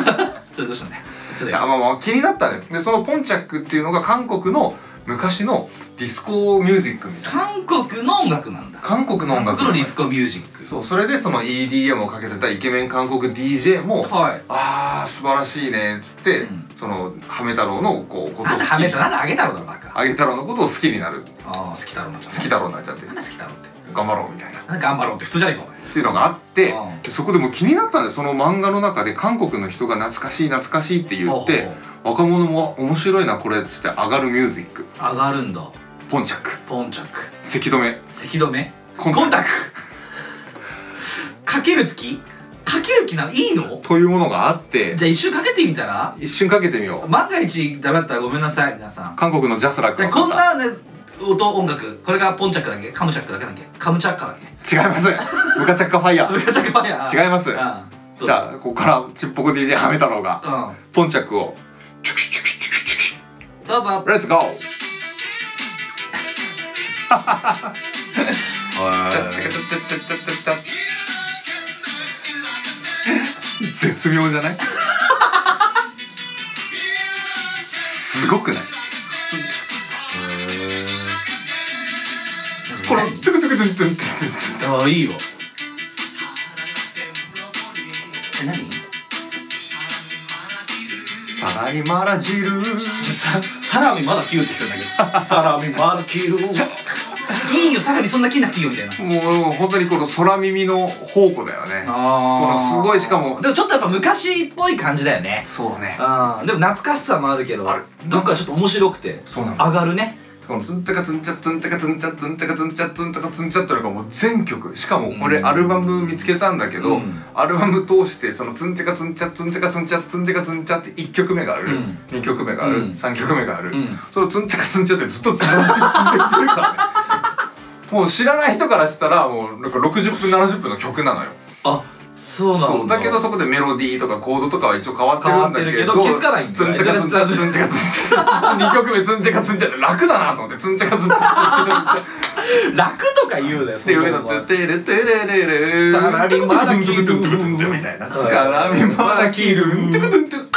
Speaker 1: それどうしたんだよそれ
Speaker 2: い
Speaker 1: で
Speaker 2: や
Speaker 1: よ
Speaker 2: まあまあ気になったねでそのポンチャックっていうのが韓国の昔のディスコミュージックみたいな
Speaker 1: 韓国の音楽なんだ
Speaker 2: 韓国の音
Speaker 1: 韓
Speaker 2: 楽
Speaker 1: 国のディスコミュージック
Speaker 2: そうそれでその EDM をかけてたイケメン韓国 DJ も
Speaker 1: はい
Speaker 2: あー素晴らしいねっつって、
Speaker 1: うん
Speaker 2: そのハメ太郎のこうこと
Speaker 1: なん
Speaker 2: を
Speaker 1: ではめた
Speaker 2: に
Speaker 1: なんであげたろだろバカ
Speaker 2: あげ太郎のことを好きになる
Speaker 1: ああ好きだろうな好
Speaker 2: 好き太郎になっちゃって
Speaker 1: なんで好きだろうって
Speaker 2: 頑張ろうみたいな
Speaker 1: なんで頑張ろうって普通じゃねえかお前
Speaker 2: っていうのがあって
Speaker 1: うん
Speaker 2: でそこでもう気になったんでその漫画の中で韓国の人が懐かしい懐かしいって言って
Speaker 1: ほうほ
Speaker 2: 若者もあ面白いなこれっつって上がるミュージック
Speaker 1: う上がるんだ
Speaker 2: ポンチャック
Speaker 1: ポンチャック
Speaker 2: 咳止め
Speaker 1: 咳止め
Speaker 2: コ
Speaker 1: コンタ
Speaker 2: ク
Speaker 1: クトかける月かける気なのいいの
Speaker 2: というものがあって
Speaker 1: じゃあ一周かけてみたら
Speaker 2: 一瞬かけてみよう
Speaker 1: 万が一ダメだったらごめんなさい皆さん
Speaker 2: 韓国のジャスラック
Speaker 1: で
Speaker 2: の
Speaker 1: こんなね音音楽これがポンチャックだっけカムチャックだけだっけカムチャッカだっけ
Speaker 2: 違います ムカチャッカファイヤー
Speaker 1: ムカチャックファイヤー
Speaker 2: 違います
Speaker 1: うんどう
Speaker 2: じゃあここからちっぽこ DJ ハメ太郎が
Speaker 1: うん
Speaker 2: ポンチャックをチュキチュキチュキチュキ
Speaker 1: どうぞ
Speaker 2: レッツゴー絶妙じゃないすごくないこのトゥクトゥクトゥントゥントゥン
Speaker 5: ああいいよ
Speaker 1: え何
Speaker 2: サラリマラ汁
Speaker 5: さサラミまだ切るって言ってたんだけどサラミまだ切る
Speaker 1: いいよさらにそんな気なくていいよみたいな
Speaker 2: もう本当にこの空耳の宝庫だよね この
Speaker 5: あ
Speaker 2: すごいしかも
Speaker 1: でもちょっとやっぱ昔っぽい感じだよね
Speaker 2: そうね
Speaker 1: あーでも懐かしさもあるけど
Speaker 2: ある
Speaker 1: どっかちょっと面白くて
Speaker 2: そうなの
Speaker 1: 上がるね
Speaker 2: このツンタカツンチャツンタカツンチャツンタカツンチャツンタカツンチャってのがもう全曲しかも俺
Speaker 1: うん
Speaker 2: アルバム見つけたんだけど、
Speaker 1: うん
Speaker 2: アルバム通してそのツンテカツンチャツンテカツンチャツンテカツンチャって1曲目がある、
Speaker 1: うん
Speaker 2: 2曲目がある、
Speaker 1: うん
Speaker 2: 3曲目がある、
Speaker 1: うん
Speaker 2: そのツンテカツンチャってずっとずっと続いてるからねもう知らない人からしたらもうなんか60分70分の曲なのよ
Speaker 1: そうなんだ
Speaker 2: そうだけどそこでメロディーとかコードとかは一応変わってるんだけど
Speaker 1: 変わってるけど気づかないんだ
Speaker 2: ツンチャカツンチャツンチャカツンチャ2曲目ツンチャカツンチャって楽だなと思ってツンチャカツンチャツンチャツンチ
Speaker 1: 楽とか言うだよ
Speaker 2: ャで上だって「テレテレレレ」
Speaker 1: サラリマラキル
Speaker 2: トゥクトゥクトゥクトゥクトゥクみたいな「
Speaker 1: はい
Speaker 2: サラリマラキルントゥクトゥクトゥク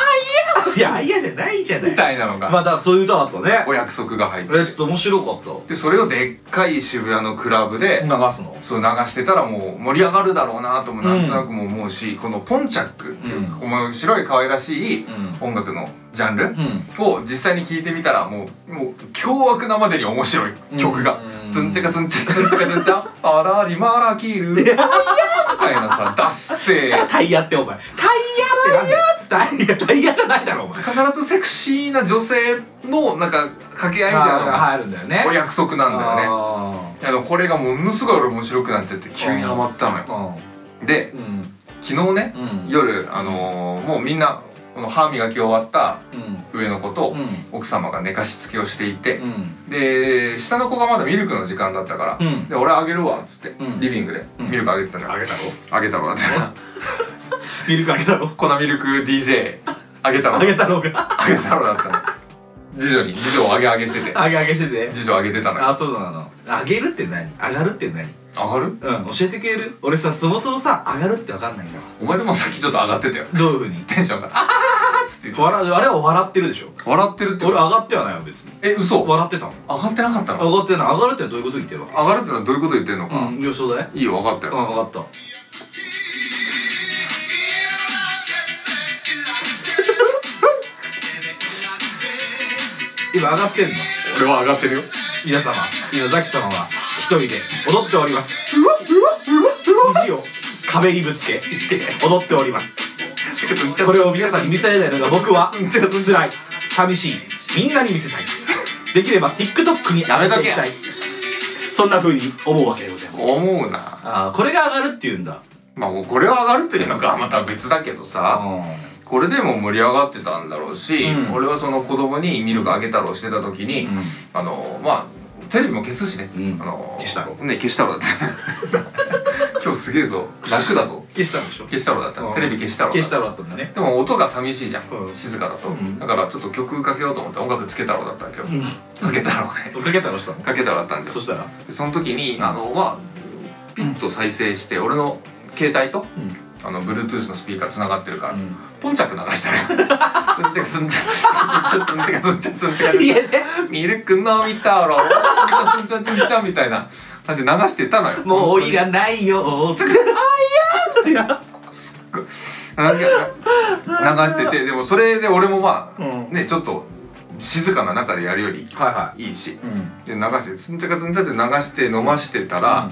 Speaker 1: いやいやじゃないじゃな
Speaker 2: み
Speaker 1: い
Speaker 2: たいな
Speaker 1: ま
Speaker 2: のが
Speaker 1: あだからそういう歌だったね
Speaker 2: お約束が入っ
Speaker 1: えちょってと面白かった
Speaker 2: でそれをでっかい渋谷のクラブで
Speaker 1: 流すの
Speaker 2: そう流してたらもう盛り上がるだろうなとも
Speaker 1: うん
Speaker 2: なんとなくも思うしこのポンチャックっていう
Speaker 1: うん
Speaker 2: 面白い可愛らしい
Speaker 1: うん
Speaker 2: 音楽のジャンル
Speaker 1: うん
Speaker 2: を実際に聴いてみたらもうもう凶悪なまでに面白い曲が
Speaker 1: うん
Speaker 2: 「ツンチャカツンチャツンチャカツンチャあらりまらきる」みたいなさ「ダッセー」
Speaker 1: タイヤってお前タイヤってなんだよタイヤタイヤじゃないだろお前
Speaker 2: 必ずセクシーな女性のなんか掛け合いみたいなのが
Speaker 1: 入るんだよね
Speaker 2: お約束なんだよね
Speaker 1: ね
Speaker 2: いやでもこれがものすごい俺面白くなっちゃって急にハマったのよで
Speaker 1: うん
Speaker 2: 昨日ね
Speaker 1: うん
Speaker 2: 夜あのーもうみんなこの歯磨き終わった
Speaker 1: うん
Speaker 2: 上の子と
Speaker 1: うん
Speaker 2: 奥様が寝かしつけをしてい
Speaker 1: うん
Speaker 2: て
Speaker 1: うん
Speaker 2: で下の子がまだミルクの時間だったから
Speaker 1: うん
Speaker 2: で俺あげるわっつって
Speaker 1: うん
Speaker 2: リビングで
Speaker 1: うん
Speaker 2: ミルクあげてたのよあげたろあげたろだって
Speaker 1: ミルクあげたろ
Speaker 2: 粉ミルク DJ あげたろ
Speaker 1: あげたろが
Speaker 2: あげたろだったの次女に次女をあげあげしてて
Speaker 1: あげあげしてて
Speaker 2: 次女あげてたのよ
Speaker 1: あそうなのあげるって何上がるって何
Speaker 2: 上がる
Speaker 1: うん教えてくれる俺さそもそもさ上がるって分かんないんだわ
Speaker 2: お前でもさっきちょっと上がってたよ
Speaker 1: どういうふうに
Speaker 2: テンションが「あははは」っつって言って
Speaker 1: 笑うあれは笑ってるでしょ
Speaker 2: 笑ってるって
Speaker 1: 俺上がってはないよ別に
Speaker 2: え嘘
Speaker 1: 笑ってたもん
Speaker 2: 上がってなかったの
Speaker 1: 上がってない上がるってどういうこと言ってるわ
Speaker 2: 上がるってのはどういうこと言ってんのか、
Speaker 1: うん予想だね
Speaker 2: いいよ分かった
Speaker 1: うん
Speaker 2: よ、
Speaker 1: 分かった 今上がってんの
Speaker 2: 俺は上がってるよ
Speaker 1: 皆様今ザキ様は一人で踊っております肘を壁にぶつけ踊っておりますこれを皆さんに見せられないのが僕は辛い寂しいみんなに見せたいできれば TikTok に上げていきたいそんな風に思うわけでございます
Speaker 2: 思うな
Speaker 1: ああこれが上がるっていうんだ
Speaker 2: まあもうこれは上がるっていうのかまた別だけどさこれでも盛り上がってたんだろうし、
Speaker 1: うん
Speaker 2: 俺はその子供にミルクあげたろうしてた時に、あのまあテレビも消すしね、
Speaker 1: うん
Speaker 2: あの
Speaker 1: 消したろ
Speaker 2: ね消したろだって 今日すげえぞ楽だぞ
Speaker 1: 消したんでしょ
Speaker 2: 消したろだった、
Speaker 1: うん
Speaker 2: テレビ消したろだ
Speaker 1: 消したらあったんだね
Speaker 2: でも音が寂しいじゃん、
Speaker 1: うん
Speaker 2: 静かだと、
Speaker 1: ん
Speaker 2: だからちょっと曲かけようと思って音楽つけたろうだったわけど、かけたろうね
Speaker 1: 追っかけたらしたの
Speaker 2: かけたろうだったんだよ
Speaker 1: そしたら
Speaker 2: でその時にあのまあピッと再生して、俺の携帯と、あの Bluetooth のスピーカーつながってるから、ポンチャク流したらよ。ツンチャクツンチャクツンチャクツンチャクツンチャクツンチャク
Speaker 1: 家で
Speaker 2: ミルク飲みたろツンチャクツンチャクツンチャクみたいな感じで流してたのよ
Speaker 1: もういらないよ
Speaker 2: なんか流しててでもそれで俺もまあ、ねちょっと静かな中でやるより
Speaker 1: はいはい
Speaker 2: いし
Speaker 1: うん
Speaker 2: で流してツンチャカツンチャって流して飲ましてたら、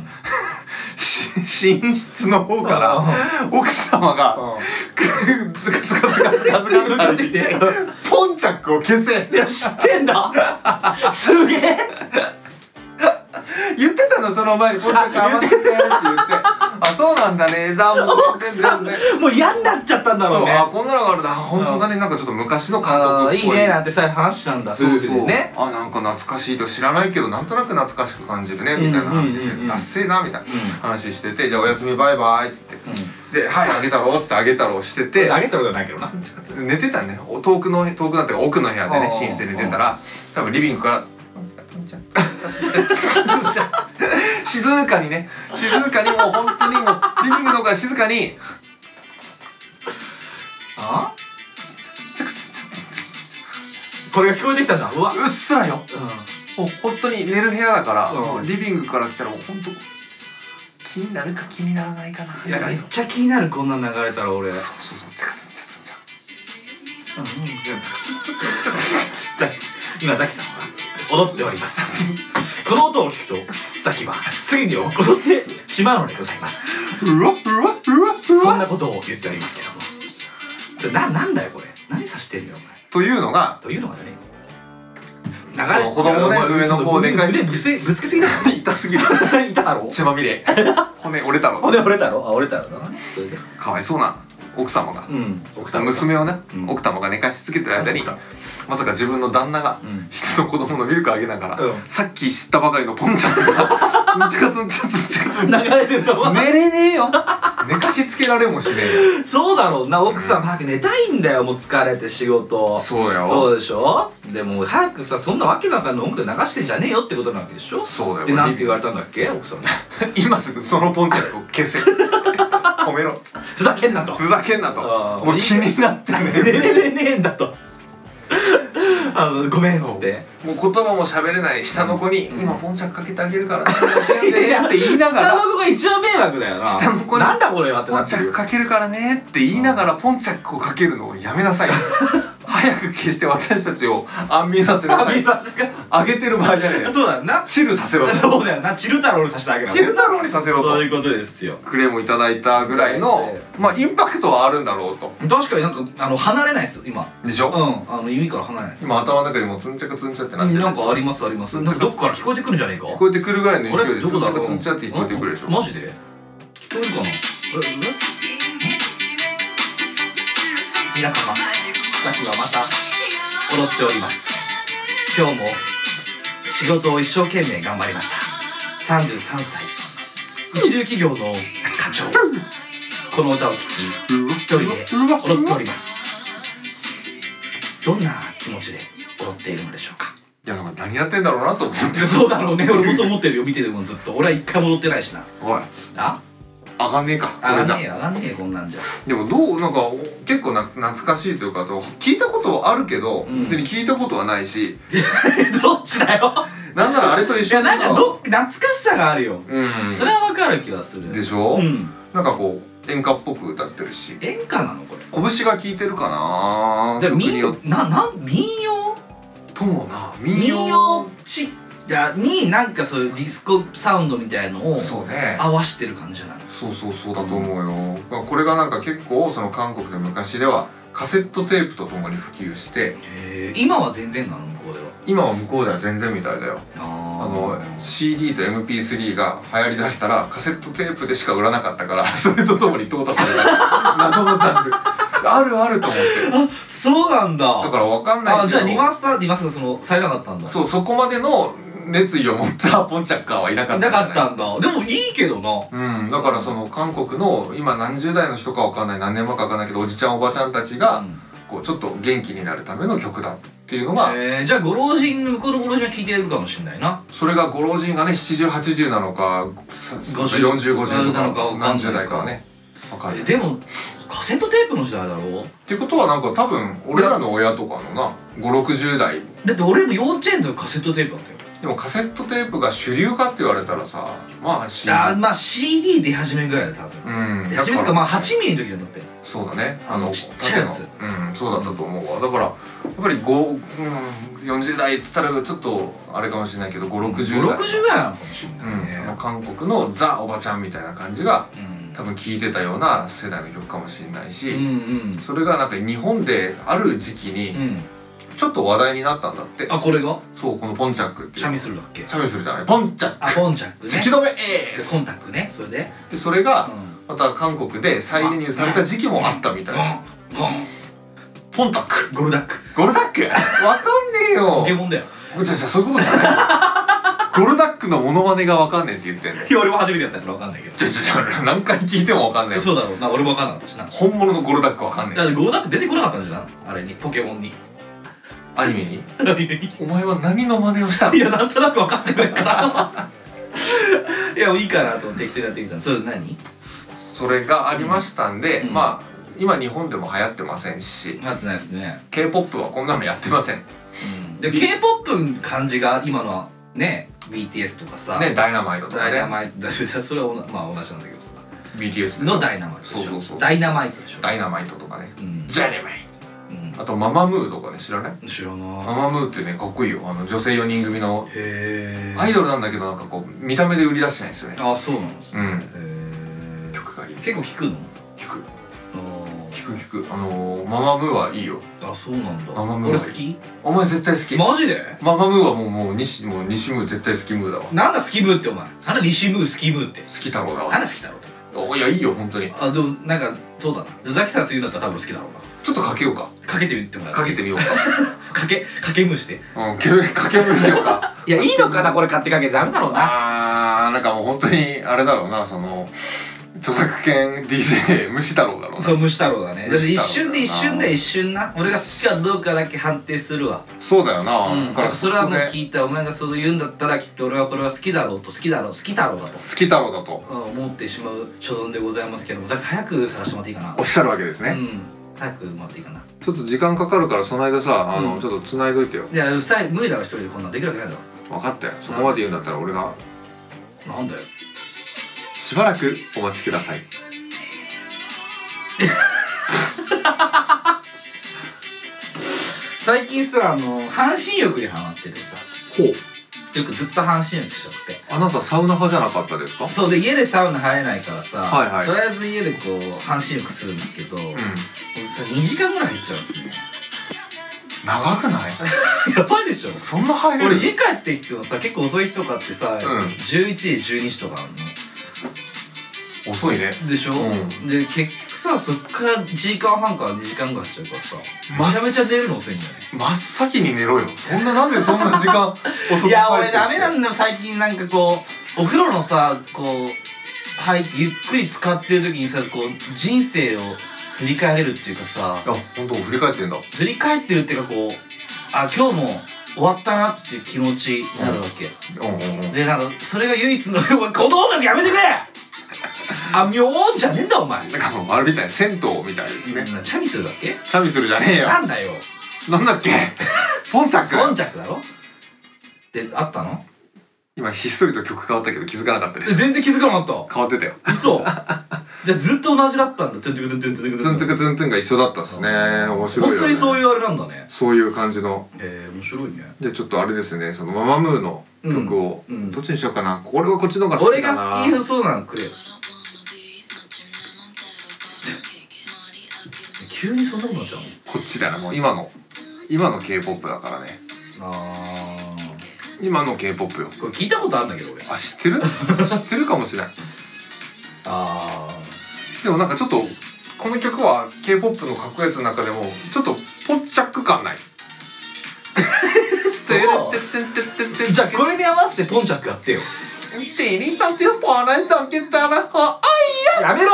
Speaker 2: し寝室の方から奥様がズカズカズカズカズカ
Speaker 1: かってきて
Speaker 2: ポンチャックを消せ
Speaker 1: いや知ってんだすげえ
Speaker 2: 言ってたのその前にポンチャック余っててって言って あそうなんだねザーも全然ね
Speaker 1: もう嫌になっちゃったんだ
Speaker 2: そ
Speaker 1: ろう
Speaker 2: う
Speaker 1: ね
Speaker 2: あこんなのがあるんだあ本当だねなんかちょっと昔の
Speaker 1: あ
Speaker 2: 感
Speaker 1: あ
Speaker 2: 覚
Speaker 1: い
Speaker 2: っ
Speaker 1: い
Speaker 2: ぽい
Speaker 1: ねなんて二人話しちゃうんだ
Speaker 2: そう
Speaker 1: 夫婦
Speaker 2: そ
Speaker 1: で
Speaker 2: う
Speaker 1: ね
Speaker 2: あなんか懐かしいと知らないけどなんとなく懐かしく感じるねみたいな話
Speaker 1: うんうんうんう
Speaker 2: で
Speaker 1: ん
Speaker 2: 「ダッセーな」みたいな話してて「じゃあおやすみバイバイ」っつって
Speaker 1: うん
Speaker 2: で「はいあげたろ」っつってあげたろうしてて
Speaker 1: あげたことはないけどな
Speaker 2: 寝てたねお遠くの遠くなんていうか奥の部屋でね
Speaker 6: あー
Speaker 2: 寝室で寝てたら多分リビングから静かにね静かにもう本当にもうリビングの方から静かに
Speaker 1: あこれが聞こえてきたんだうわ
Speaker 2: うっすらよ
Speaker 1: う
Speaker 2: もう本当に寝る部屋だから、
Speaker 1: うん
Speaker 2: もうリビングから来たらもう本当気になるか気にならないかなみ
Speaker 1: んい
Speaker 2: た
Speaker 1: や
Speaker 2: いな
Speaker 1: めっちゃ気になるこんなん流れたら俺
Speaker 2: そうそうそうちゃかちゃかちゃか
Speaker 1: 今ザキさんは踊っております この音を聞くとザキは次に踊ってしまうのでございます
Speaker 2: ちゃかうわうわうわう
Speaker 1: そん
Speaker 2: わ
Speaker 1: なことを言っておりますけどもそれななんだよこれ何指してんだよお前
Speaker 2: というのが
Speaker 1: というのがね
Speaker 2: れ子供ね上の子を寝かし
Speaker 1: でぶつぶつけすぎだろ
Speaker 2: 痛すぎる
Speaker 1: いただ ろ
Speaker 2: 血まみれ骨折れたの
Speaker 6: 俺折れたろあ折れたろだな
Speaker 1: それで
Speaker 2: かわいそうな奥様が
Speaker 1: うん
Speaker 2: 娘をね、
Speaker 1: うん
Speaker 2: 奥様が寝かしつけてる間にまさか自分の旦那が
Speaker 1: うん
Speaker 2: 下の子供のミルクあげながら、
Speaker 1: うん
Speaker 2: さっき知ったばかりのポンちゃんがうんちかつんちかつんちかつんち か
Speaker 1: 流れてると
Speaker 2: つん寝れねえよ寝かしつけられもしねえよ
Speaker 1: そうだろうな奥さん早く寝たいんだよもう疲れて仕事
Speaker 2: そうだ
Speaker 1: そ
Speaker 2: よ
Speaker 1: うでしょでも早くさそんなわけなんかの音楽流してんじゃねえよってことなわけでしょ
Speaker 2: そうだよ
Speaker 1: でなんて言われたんだっけ奥さんに
Speaker 2: 今すぐそのポンちゃんを消せ止めろ
Speaker 1: ふざけんなと
Speaker 2: ふざけんなと
Speaker 1: あー
Speaker 2: もう気になって
Speaker 1: 寝れ
Speaker 2: ね
Speaker 1: ねえねえんだと あのごめんっつって
Speaker 2: もう言葉も喋れない下の子に「
Speaker 1: うん
Speaker 2: 今ポンちゃんかけてあげるからね寝てね」って言いながら
Speaker 1: 下の子が一番迷惑だよな
Speaker 2: 下の子に
Speaker 1: なんだこれはって
Speaker 2: ポ
Speaker 1: な
Speaker 2: ン
Speaker 1: っ
Speaker 2: チ
Speaker 1: て
Speaker 2: ャ
Speaker 1: る
Speaker 2: クかけるからねって言いながらポンチャクをかけるのをやめ なさい早く消して私たちを安眠させなさい
Speaker 1: 水差しが
Speaker 2: あげてる場合じゃねえよ
Speaker 1: そうだよな
Speaker 2: 汁させろと
Speaker 1: そうだよなチル太郎にさせてあげる
Speaker 2: 汁太郎にさせろ
Speaker 1: そうい
Speaker 2: と
Speaker 1: うことですよ
Speaker 2: クレームいただいたぐらいの
Speaker 1: え
Speaker 2: まあインパクトはあるんだろうと
Speaker 1: 確かになんかあの離れないです今
Speaker 2: でし
Speaker 1: う
Speaker 2: ょ、
Speaker 1: んあの耳から離れないです
Speaker 2: 今頭の中でもうツンチャクツンチャってなってる
Speaker 1: なんかありますありますなんかどっから聞こえてくるんじゃないか
Speaker 2: 聞こえてくるぐらいの
Speaker 1: あ
Speaker 2: 勢
Speaker 1: れ
Speaker 2: いで
Speaker 1: ど
Speaker 2: ツンチ
Speaker 1: こだ
Speaker 2: ャ
Speaker 1: ろう
Speaker 2: クツンチャって聞こえてくるでしょ
Speaker 1: マジで聞こえるかなええ皆様私はまた踊っております今日も仕事を一生懸命頑張りました33歳一流企業の課長この歌を聴き一人で踊っておりますどんな気持ちで踊っているのでしょう か
Speaker 2: いやなんか何やってんだろうなと思って
Speaker 1: そうだろうね俺もそう思ってるよ見ててもずっと俺は一回戻ってないしな
Speaker 2: おい
Speaker 1: あ
Speaker 2: あがんねえか
Speaker 1: あ
Speaker 2: これじ
Speaker 1: が
Speaker 2: ゃ
Speaker 1: んねえよあがんねえよこん なんじゃ
Speaker 2: でもどうなんか結構な懐かしいというか聞いたことはあるけど、
Speaker 1: うん
Speaker 2: 別に聞いたことはないし
Speaker 1: どっちだよ
Speaker 2: なんならあれと
Speaker 1: い
Speaker 2: 一緒
Speaker 1: やなんかどっ懐かしさがあるよ
Speaker 2: うん
Speaker 1: それはわかる気はする
Speaker 2: で
Speaker 1: ょ
Speaker 2: しょ、
Speaker 1: うん
Speaker 2: なんかこう演歌っぽく歌ってるし
Speaker 1: 演歌なのこれ
Speaker 2: 拳が効いてるかな
Speaker 1: で
Speaker 2: 曲
Speaker 1: 民
Speaker 2: によ
Speaker 1: 謡
Speaker 2: っ
Speaker 1: ななん民謡
Speaker 2: ともな民謡
Speaker 1: 民謡しだになんかそういうディスコサウンドみたいのを
Speaker 2: そうね
Speaker 1: 合わしてる感じじゃない
Speaker 2: そうそうそうだと思うよ、まあこれがなんか結構その韓国で昔ではカセットテープとともに普及して
Speaker 1: へえ今は全然なの向こうでは
Speaker 2: 今は向こうでは全然みたいだよ
Speaker 1: あ
Speaker 2: あの CD と MP3 が流行りだしたらカセットテープでしか売らなかったから それとともに淘汰され た謎のジャンルあるあると思って
Speaker 1: あそうなんだ
Speaker 2: だからわかんない
Speaker 1: あ
Speaker 2: け
Speaker 1: じ
Speaker 2: ど
Speaker 1: ゃあリマスターリマスターそのされなかったんだ
Speaker 2: そうそこまでの熱意を持ったポンチャッカーはいなかった
Speaker 1: い
Speaker 2: んじ
Speaker 1: な
Speaker 2: ゃない
Speaker 1: かったんだでもいいけどな
Speaker 2: うん、だからその韓国の今何十代の人かわかんない何年前かわかんないけどおじちゃんおばちゃんたちがこうちょっと元気になるための曲だっていうのが、
Speaker 1: えー、じゃあご老人向こうのご老人は聞いてるかもしれないな
Speaker 2: それがご老人がね7080なのか
Speaker 1: 50な
Speaker 2: 4050とか
Speaker 1: のかわかんない
Speaker 2: 何十代かはねわかんない
Speaker 1: えでもカセットテープの時代だろ
Speaker 2: ってことはなんか多分俺らの親とかのな560代
Speaker 1: だって俺も幼稚園でカセットテープだったよ
Speaker 2: でもカセットテープが主流かって言われたらさまあし
Speaker 1: あーまあ CD 出始めぐらいだよ多分
Speaker 2: うん
Speaker 1: 出
Speaker 2: だ
Speaker 1: 始め
Speaker 2: か
Speaker 1: とからまあ8ミリの時だって
Speaker 2: そうだねあ
Speaker 1: あ
Speaker 2: の
Speaker 1: のちっちゃいやつ
Speaker 2: 縦のうんそうだったと思うわだからやっぱり5、うん、40代って言ったらちょっとあれかもしれないけど560
Speaker 1: 60
Speaker 2: 代
Speaker 1: ぐらいなのかもしれ
Speaker 2: うん
Speaker 1: ないです
Speaker 2: あの
Speaker 1: ね
Speaker 2: 韓国のザ・おばちゃんみたいな感じが
Speaker 1: うん
Speaker 2: 多分聴いてたような世代の曲かもしれないし、
Speaker 1: うんうん
Speaker 2: それがなんか日本である時期
Speaker 1: う
Speaker 2: に
Speaker 1: ん
Speaker 2: ちょっと話題になったんだって、
Speaker 1: あこれが
Speaker 2: そうこのポンチャックっていう
Speaker 1: チャミスルだっけ
Speaker 2: チャミスルじゃないポンチャック
Speaker 1: あポンチャックね
Speaker 2: 咳止めエー
Speaker 1: でコ
Speaker 2: ス
Speaker 1: ンタクトねそれで
Speaker 2: でそれ
Speaker 1: う
Speaker 2: が
Speaker 1: ん
Speaker 2: また韓国で再輸入された時期もあったみたいな
Speaker 1: ゴン
Speaker 2: ポンタック
Speaker 1: ゴンゴルダック
Speaker 2: ゴルダックわかんねえよ
Speaker 1: ポケモンだよ
Speaker 2: じゃあじゃあそういうことじゃないゴルダックのモノマネがわかんねえって言ってんの
Speaker 1: いや俺も初めてやったから分かんないけど
Speaker 2: ちょちょちょ何回聞いてもわかんない
Speaker 1: そうだろうな俺も分かんなかったしなだ
Speaker 2: 本物のゴルダックわかんね
Speaker 1: ってゴーダック出てこなかったんじゃんあれにポケモンに
Speaker 2: えアニメにお前は何の真似をしたの
Speaker 1: いやなんとなく分かってくれっからいやもういいかなと思って適当にやってみたのそれ何
Speaker 2: それがありましたんで、
Speaker 1: うん
Speaker 2: まあ今日本でも流行ってませんし
Speaker 1: なってないですね
Speaker 2: k p o p はこんなのやってませんね
Speaker 1: うんで K-POP の感じが今のね BTS とかさ、
Speaker 2: ダイナマイトと
Speaker 1: ダ
Speaker 2: か
Speaker 1: イナ
Speaker 2: ね
Speaker 1: マイトだしそれはおなまあ同じなんだけどさ
Speaker 2: BTS
Speaker 1: のダイナマイトでしょ
Speaker 2: そうそうそう
Speaker 1: ダイナマイトでしょ
Speaker 2: ダイナマイトとかね
Speaker 1: うん
Speaker 2: ジャニマイ
Speaker 1: うん
Speaker 2: あとママムーとかね知らない
Speaker 1: 知ら
Speaker 2: マ
Speaker 1: な
Speaker 2: マムーってねかっこいいよあの女性4人組の
Speaker 1: いへえ
Speaker 2: アイドルなんだけどなんかこう見た目で売り出してないですよね
Speaker 1: あそうなんです
Speaker 2: う
Speaker 1: ね
Speaker 2: ん
Speaker 1: へ
Speaker 2: 曲がいい
Speaker 1: え結構聞くの
Speaker 2: 聞く聞く聞くあのー、ママムーはいいよ
Speaker 1: あそうなんだ
Speaker 2: ママムー
Speaker 1: 俺好き
Speaker 2: お前絶対好き、
Speaker 1: マジで
Speaker 2: ママムーはもうもう西もう西ムー絶対好きムーだわ好
Speaker 1: なんだ好きムーってお前あの西ムー好きムーって
Speaker 2: き太郎だ
Speaker 1: あん
Speaker 2: わ
Speaker 1: だ好きだろう
Speaker 2: おいやいいよ本当に
Speaker 1: あでもなんかそうだなでザキさんそういうんだったら多分好きだろう
Speaker 2: ちょっとかけようか
Speaker 1: なかけてみてもらう
Speaker 2: かけてみよう
Speaker 1: かけかけムーして
Speaker 2: かうんけ かけむしようか
Speaker 1: いやいいのかなこれ買ってかけてダメだろうな
Speaker 2: あーなんかもう本当にあれだろうなその著作権 DJ 虫太郎だろうな
Speaker 1: そう虫太郎だねだって
Speaker 2: 虫
Speaker 1: 一
Speaker 2: 太
Speaker 1: 瞬
Speaker 2: 郎だな
Speaker 1: で一瞬で一瞬な俺が好きかどうかだけ判定するわ
Speaker 2: そうだよな、
Speaker 1: うん、
Speaker 2: だから
Speaker 1: それはもう
Speaker 2: ね
Speaker 1: 聞いたお前がそう言うんだったらきっと俺はこれは好きだろうと好きだろう好きだろうだと
Speaker 2: 好き太郎だと
Speaker 1: うん思ってしまう所存でございますけどもザキさん早く探してもらっていいかな
Speaker 2: おっしゃるわけですね、
Speaker 1: うん早くもらっていいかな
Speaker 2: ちょっと時間かかるからその間さあの、
Speaker 1: うん
Speaker 2: ちょっと繋いどいてよ
Speaker 1: いやうさい無理だろ一人でこんなんできるわけないだ
Speaker 2: 分かったよそこまで言うんだったら俺が
Speaker 1: ろなんだよ
Speaker 2: しばらくお待ちください
Speaker 1: 最近さあの半身浴にハマっててさ
Speaker 2: ほう
Speaker 1: よくずっと半身浴しちゃって
Speaker 2: あなたサウナ派じゃなかったですか
Speaker 1: そうで家でサウナ入れないからさ、
Speaker 2: はいはい
Speaker 1: とりあえず家でこう半身浴するんですけど、僕
Speaker 2: ん
Speaker 1: さ2時間ぐらい入っちゃうんですね
Speaker 2: 長くない
Speaker 1: やばいでしょ
Speaker 2: そんな入
Speaker 1: 俺家帰ってきてもさ結構遅い日とかってさ、
Speaker 2: ん
Speaker 1: 11時12時とかある
Speaker 2: 遅いね
Speaker 1: のでしょ、
Speaker 2: う
Speaker 1: で結局さそっから1時間半から2時間ぐらい入っちゃうからさ
Speaker 2: ま
Speaker 1: めちゃめちゃ寝るの遅いんだよね
Speaker 2: 真っ先に寝ろよそんななんでそんな時間遅く
Speaker 1: いや俺ダメなんんだよ最近なんかこうお風呂のさこう入ってゆっくり使ってる時にさこう人生を振り返れるっていうかさ
Speaker 2: あ本当振り返ってんだ
Speaker 1: 振り返ってるっていうかこうあ今日も終わったなっていう気持ちになるわけ、
Speaker 2: うんうんうん
Speaker 1: でなんかそれが唯一の おいこの音楽やめてくれあみょーんじゃねえんだお前
Speaker 2: なんかもうあれみたい銭湯みたいですね
Speaker 1: なチャミするだっけ
Speaker 2: チャビするじゃねえよ
Speaker 1: なんだよ
Speaker 2: なんだっけポンチャック
Speaker 1: ゴンチャクだろであったの
Speaker 2: 今ひっそりと曲変わったけど気づかなかったでしょ
Speaker 1: 全然気づかなかっ
Speaker 2: 変わってたよ
Speaker 1: た嘘 じゃあずっと同じだったんだトゥントゥクトゥントゥントゥント
Speaker 2: ツ
Speaker 1: ゥント
Speaker 2: ンツ
Speaker 1: ゥク
Speaker 2: クツンツンが一緒だったっすね面白いよ、ね、
Speaker 1: 本当にそういううあれなんだね
Speaker 2: そういう感じの
Speaker 1: えー、面白いね
Speaker 2: じゃあちょっとあれですねそのママムーの曲を、
Speaker 1: うんうん
Speaker 2: どっちにしようかな俺はこっちの方が好
Speaker 1: 俺
Speaker 2: きだ
Speaker 1: が
Speaker 2: な
Speaker 1: 好きそうなのくれよ 急にそんなことになっちゃうの
Speaker 2: こっちだなもう今の今の k p o p だからね
Speaker 1: あ
Speaker 2: 今の k p o p よ
Speaker 1: ーこれ聞いたことあるんだけど俺
Speaker 2: あ知ってる知ってるかもしれない
Speaker 1: あー
Speaker 2: でもなんかちょっとこの曲は k p o p のかっこいいやつの中でもちょっとポッチャック感ない
Speaker 1: そうじゃあこれに合わせてポンチャックやってよ
Speaker 2: テリタテポアランタケタラハ
Speaker 1: やめろ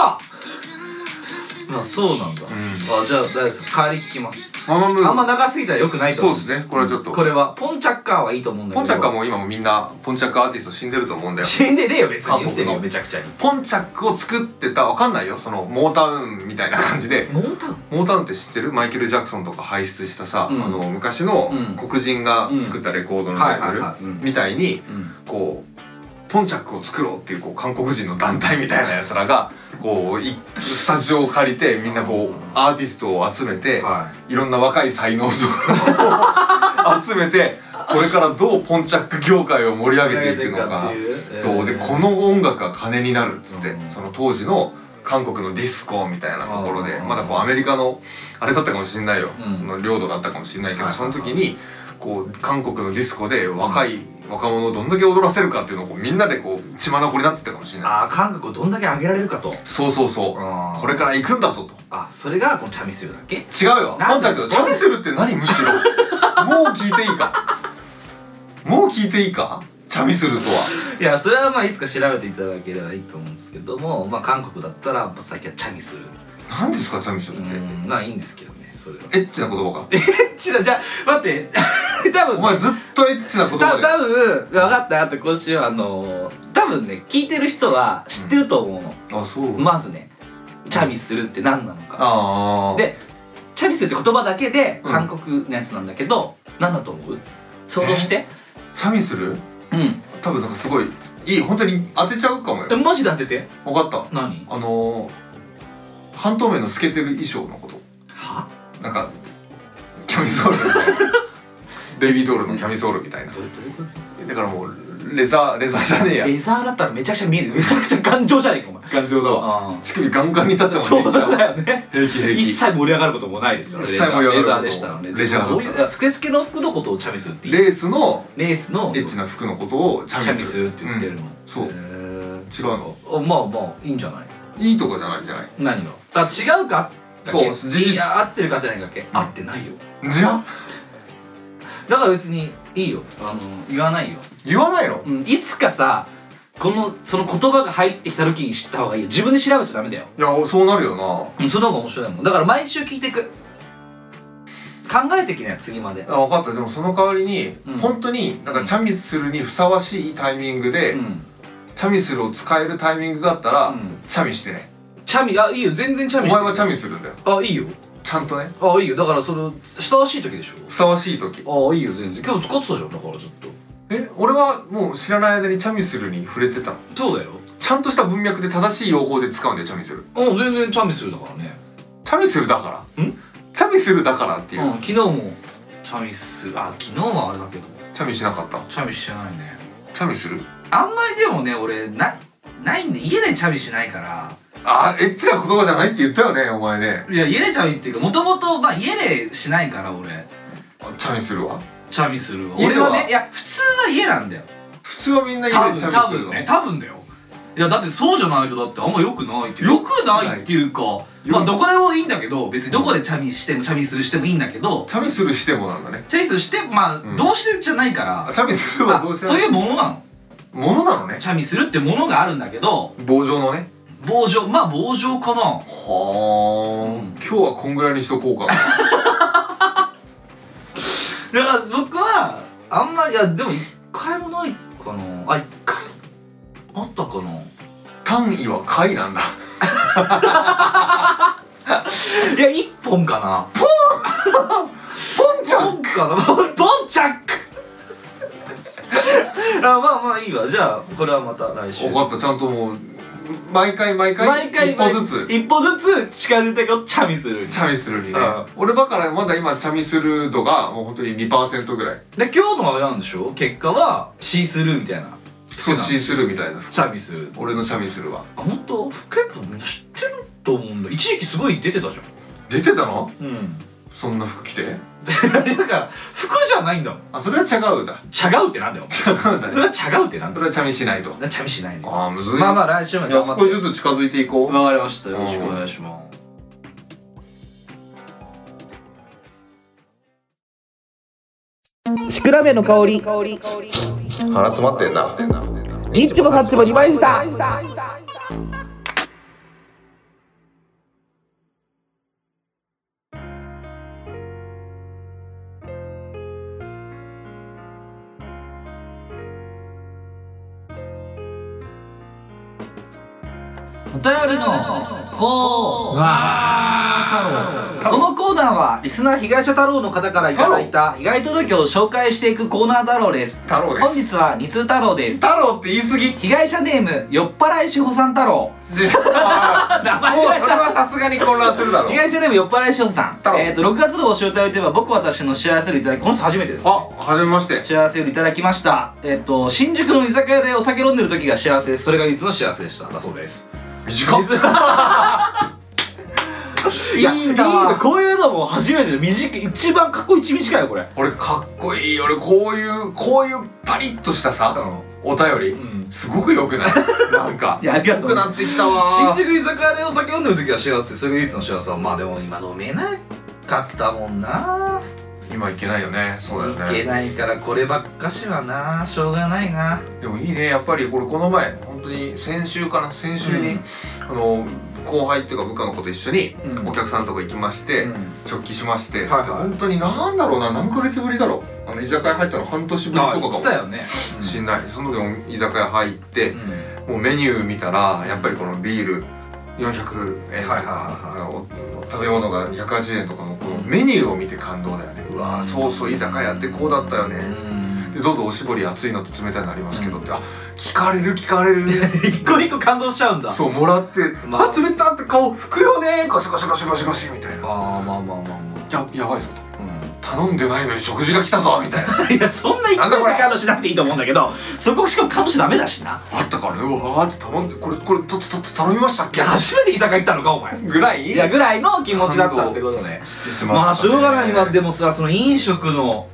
Speaker 1: まあそうなんだ、
Speaker 2: ん
Speaker 1: あじゃあ大丈夫です代わり聞きます、
Speaker 2: ママム
Speaker 1: あんま
Speaker 2: ー
Speaker 1: 長すぎたら良くないと
Speaker 2: そう
Speaker 1: 思う
Speaker 2: ですねこれはちょっと
Speaker 1: これはポンチャッカーはいいと思うんだけ
Speaker 2: ポ
Speaker 1: ど
Speaker 2: ンチャックはもう今もみんなポンチャックアーティスト死んでると思うんだよ
Speaker 1: 死んでねえよ別に
Speaker 2: 韓
Speaker 1: 生き
Speaker 2: 国
Speaker 1: てるよ
Speaker 2: の
Speaker 1: めちゃくちゃに
Speaker 2: ポンチャックを作ってたわかんないよそのモータウンみたいな感じで
Speaker 1: モータウン
Speaker 2: モータウンって知ってるマイケル・ジャクソンとか輩出したさ、
Speaker 1: うん
Speaker 2: あの昔の
Speaker 1: うん
Speaker 2: 黒人が作ったレコードの
Speaker 1: は
Speaker 2: レ
Speaker 1: い
Speaker 2: ー
Speaker 1: はい
Speaker 2: ベル
Speaker 1: はい、うん
Speaker 2: みたいに
Speaker 1: うん
Speaker 2: こうポンチャックを作ろうっていうこう韓国人の団体みたいなやつらがこういスタジオを借りてみんなこうアーティストを集めて
Speaker 1: はい
Speaker 2: ろんな若い才能とかを集めてこれからどうポンチャック業界を盛り上げていくのか。そうでこの音楽が金になるっつって、
Speaker 1: うん
Speaker 2: その当時の韓国のディスコみたいなところで
Speaker 1: あー
Speaker 2: まだこうアメリカのあれだったかもしれないよ、
Speaker 1: うん
Speaker 2: の領土だったかもしれないけど、
Speaker 1: はいはい
Speaker 2: そ
Speaker 1: は
Speaker 2: の
Speaker 1: い
Speaker 2: 時にこう韓国のディスコで若い若者をどんだけ踊らせるかっていうのをこうみんなでこう血まなこになってたかもしれない
Speaker 1: ああ韓国をどんだけ上げられるかと
Speaker 2: そうそうそう
Speaker 1: あ
Speaker 2: これから行くんだぞと
Speaker 1: あそれがこのチャミスルだっけ
Speaker 2: 違うよ
Speaker 1: な
Speaker 2: なんん
Speaker 1: だ
Speaker 2: だけどチャミスルって何むしろもう聞いていいかもう聞いていいかチチャミスルとはい
Speaker 1: やそれはまあいつか調べていただければいいと思うんですけども、まあ、韓国だったらもう先はチャミする
Speaker 2: 何ですかチャミスル
Speaker 1: う
Speaker 2: って
Speaker 1: んまあいいんですけどねそれは
Speaker 2: エッチな言葉か
Speaker 7: ちだじゃあ待って 多分
Speaker 2: お前ずっとエッチな言葉
Speaker 1: た
Speaker 2: で
Speaker 1: 多分分かったあと今週はあのー多分ね聞いてる人は知ってると思うの、
Speaker 2: あそう
Speaker 1: まずねチャミするって何なのか
Speaker 2: ああ
Speaker 1: でチャミするって言葉だけで
Speaker 2: うん
Speaker 1: 韓国のやつなんだけど、何だと思う想像して
Speaker 2: チャミスル
Speaker 1: う
Speaker 2: 多分なんかすごいいい本当に当てちゃうかもよ
Speaker 1: んマジで当てて
Speaker 2: 分かった
Speaker 1: 何
Speaker 2: あのー、半透明の透けてる衣装のこと
Speaker 1: は
Speaker 2: なんかキャミ ソールみたいなベビードールのキャミソールみたいな
Speaker 1: どれどれどれ
Speaker 2: だからもうレザーレザーじゃねえや
Speaker 1: レザーだったらめちゃくちゃ見えるめちゃくちゃ頑丈じゃねえかお前
Speaker 2: 頑丈だわ
Speaker 1: あ
Speaker 2: 乳首ガンガンに立って
Speaker 1: あ
Speaker 2: も
Speaker 1: そう
Speaker 2: 平気だわ
Speaker 1: だよね
Speaker 2: 平気平
Speaker 1: 一
Speaker 2: 気
Speaker 1: 切盛り上がることもないですから
Speaker 2: 一切盛り上がる
Speaker 1: レザーでしたのね
Speaker 2: レジャーだった
Speaker 1: どういうあふけすけの服のことをチャミするって言う
Speaker 2: レースの
Speaker 1: レースの
Speaker 2: エッチな服のことをチ
Speaker 1: チャ
Speaker 2: ャ
Speaker 1: ミ
Speaker 2: ミ
Speaker 1: す
Speaker 2: ス
Speaker 1: る
Speaker 2: ル
Speaker 1: って言ってるの、
Speaker 2: そう
Speaker 1: へー
Speaker 2: 違うの
Speaker 1: あまあまあいいんじゃない
Speaker 2: いいとこじゃないじゃない
Speaker 1: 何がだから違うかだけ
Speaker 2: そう事実
Speaker 1: いや合ってるか合ってないかだけ、合ってないよ
Speaker 2: じゃ
Speaker 1: だから別にいいよあの言わないよ、
Speaker 2: 言わないの
Speaker 1: うん、いつかさこのその言葉が入ってきた時に知った方がいいよ自分で調べちゃダメだよ、
Speaker 2: いやそうなるよな
Speaker 1: うん、その方が面白いもんだから毎週聞いてく考えてきなよ次まで
Speaker 2: あ分かったでもその代わりに、
Speaker 1: うん
Speaker 2: 本当になんかチャミスルにふさわしいタイミングで、
Speaker 1: うん、
Speaker 2: チャミスルを使えるタイミングがあったら、
Speaker 1: うん、
Speaker 2: チャミしてね
Speaker 1: チャミあいいよ全然チ
Speaker 2: お
Speaker 1: ャミ
Speaker 2: 前
Speaker 1: して
Speaker 2: はチャミするんだよ
Speaker 1: あいいよ
Speaker 2: ちゃんとね
Speaker 1: あいいよだからそのふさわしい時でし
Speaker 2: ふさわしい時
Speaker 1: ょあいいよ全然今日使ってたじゃんだからずっと
Speaker 2: え俺はもう知らない間にチャミスルに触れてたの
Speaker 1: そうだよ
Speaker 2: ちゃんとした文脈で正しい用法で使うんだよチャミスル
Speaker 1: うん全然チャミするだからね
Speaker 2: チャミスルだから
Speaker 1: ん
Speaker 2: チャミスルだからっていう、
Speaker 1: うん昨日もチャミするあ昨日はあれだけど
Speaker 2: チャミしなかった
Speaker 1: チャミしてないね
Speaker 2: チャミする
Speaker 1: あんまりでもね俺なないんで家でチャミしないから
Speaker 2: あーエッチな言葉じゃないって言ったよねお前ね
Speaker 1: いや家でチャミっていうかもともとまあ家でしないから俺
Speaker 2: あチャミするわ
Speaker 1: チャミするわ
Speaker 2: 家
Speaker 1: 俺
Speaker 2: では
Speaker 1: はねいや普通は家なんだよ
Speaker 2: 普通はみんな
Speaker 1: 多
Speaker 2: 家でチ
Speaker 1: 分
Speaker 2: ャミ
Speaker 1: 多
Speaker 2: するの
Speaker 1: 分ね多分だよいやだってそうじゃないとだってあんま良くないって良くないっていうかまあどこでもいいんだけど別にどこでチャミしてもチャミするしてもいいんだけど
Speaker 2: チャミするしてもなんだね
Speaker 1: チャミするしてまあ
Speaker 2: うん
Speaker 1: どうしてじゃないか
Speaker 2: あ
Speaker 1: ら、
Speaker 2: チャミするは
Speaker 1: あ
Speaker 2: どうして
Speaker 1: そういうものなの
Speaker 2: ものなのね
Speaker 1: チャミするってものがあるんだけど
Speaker 2: 棒状のね
Speaker 1: 棒状まあ棒状かな
Speaker 2: はあ、
Speaker 1: うん
Speaker 2: 今日はこんぐらいにしとこ うか
Speaker 1: だから僕はあんまりいやでも一回もないかなあ一回あったかな
Speaker 2: 単位は回なんだ
Speaker 1: いや一本かな
Speaker 2: ポンちゃん
Speaker 1: 本かな ボンチャック あまあまあいいわじゃあこれはまた来週
Speaker 2: 分かったちゃんともう毎回毎回
Speaker 1: 毎回
Speaker 2: 一歩ずつ
Speaker 1: 一歩ずつ近づいてこうチャミする
Speaker 2: チャミスルにね
Speaker 1: うん
Speaker 2: 俺だからまだ今チャミスル度がもう本当に2%ぐらい
Speaker 1: で今日のあれなんでしょ結果はシースルーみたいな
Speaker 2: 阻止するみたいな
Speaker 1: チャミする
Speaker 2: 俺のチャミスルは
Speaker 1: あ本当結構みんな知ってると思うんだ一時期すごい出てたじゃ
Speaker 2: 出てたの
Speaker 1: んうん
Speaker 2: そんな服着て
Speaker 1: だから服じゃないんだもん
Speaker 2: あそれは違うだ
Speaker 1: チャガウってなんだよ
Speaker 2: 違うんだ
Speaker 1: そ
Speaker 2: ね
Speaker 1: れはチャガウってなんだ
Speaker 2: それ
Speaker 1: よ
Speaker 2: はチャミしないと
Speaker 1: なチャミしないねま
Speaker 2: ああむずい
Speaker 1: あまあ来週ま
Speaker 2: い
Speaker 1: で
Speaker 2: や
Speaker 1: 頑張っ
Speaker 2: 少
Speaker 1: て
Speaker 2: しずつ近づいていこう
Speaker 1: わかりましたよろしくお願いします
Speaker 3: シクラメンの香り
Speaker 8: 鼻詰まってんな
Speaker 3: 一丁も八丁も二倍した
Speaker 1: お便りのコーナー太郎このコーナーはリスナー被害者太郎の方からいただいた被害届を紹介していくコーナー太郎です
Speaker 2: 太郎で
Speaker 1: 本
Speaker 2: す
Speaker 1: 日は二通太郎です
Speaker 2: 太郎って言い 過ぎ
Speaker 1: 被害者ネーム酔っ払い志保さん太郎
Speaker 2: あ
Speaker 1: 名
Speaker 2: ーもう
Speaker 1: 前
Speaker 2: それはさすがに混乱するだろ
Speaker 1: 被害者ネーム酔っ払い志保さん
Speaker 2: 太郎
Speaker 1: えっ、と6月のお仕事をいては僕私の幸せをいただきこの人初めてです
Speaker 2: あはじめまして
Speaker 1: 幸せをいただきましたえっ、と新宿の居酒屋でお酒飲んでる時が幸せですそれが唯一の幸せでしただそうです
Speaker 2: 短っい
Speaker 1: や
Speaker 2: いんだ わ
Speaker 1: いいこういうのも初めてで短い一番過去一短いよこれ
Speaker 2: 俺かっこいい俺こういうこういうパリッとしたさお便り
Speaker 1: ん
Speaker 2: すごく 良くないなんか
Speaker 1: いやありが
Speaker 2: 良
Speaker 1: と
Speaker 2: く
Speaker 1: う
Speaker 2: なってきた
Speaker 1: 新
Speaker 2: わー
Speaker 1: 宿居酒屋でお酒飲んでる時は幸せそれが唯一の幸せはまあでも今飲めなかったもんな
Speaker 2: 今いけないよねそうだよ
Speaker 1: いけ
Speaker 2: ね
Speaker 1: ないからこればっかしはなしょうがないな
Speaker 2: でもいいねやっぱり俺この前本当に先週かな先週に、
Speaker 1: うん
Speaker 2: あの後輩っていうか部下の子と一緒に
Speaker 1: うん
Speaker 2: お客さんとか行きまして、直帰しまして、
Speaker 1: はいはい
Speaker 2: 本当に何だろうな何ヶ月ぶりだろうあの居酒屋入ったの半年ぶりとかかも
Speaker 1: 来たよね
Speaker 2: しんないその時も居酒屋入って、もうメニュー見たらやっぱりこのビール
Speaker 1: はい
Speaker 2: 400円とか、
Speaker 1: はい
Speaker 2: お食べ物が280円とかのこのメニューを見て感動だよねうわーそうそう居酒屋ってこうだったよね、でどうぞおしぼり熱いのと冷たいのありますけどって、あ聞かれる聞かれる
Speaker 1: 一個一個感動しちゃうんだ
Speaker 2: そうもらって、
Speaker 1: まあ
Speaker 2: あ冷たって顔拭くよねゴシゴシゴシゴシゴシみたいな
Speaker 1: あーまあまあまあま
Speaker 2: ややばいぞと頼んでないのに食事が来たぞみたいな
Speaker 1: あいやそんな一回も感動しなくていいと思うんだけどそこしかも感動しちゃダメだしな
Speaker 2: あったからねうわーって頼んでこれこれとととと頼みましたっ
Speaker 1: い
Speaker 2: け
Speaker 1: や初めて居酒屋行ったのかお前
Speaker 2: ぐらい
Speaker 1: いやぐらいの気持ちだったってことね
Speaker 2: してし
Speaker 1: ま
Speaker 2: ま
Speaker 1: あ
Speaker 2: った
Speaker 1: し
Speaker 2: ね、
Speaker 1: ょうがないなでもさその飲食の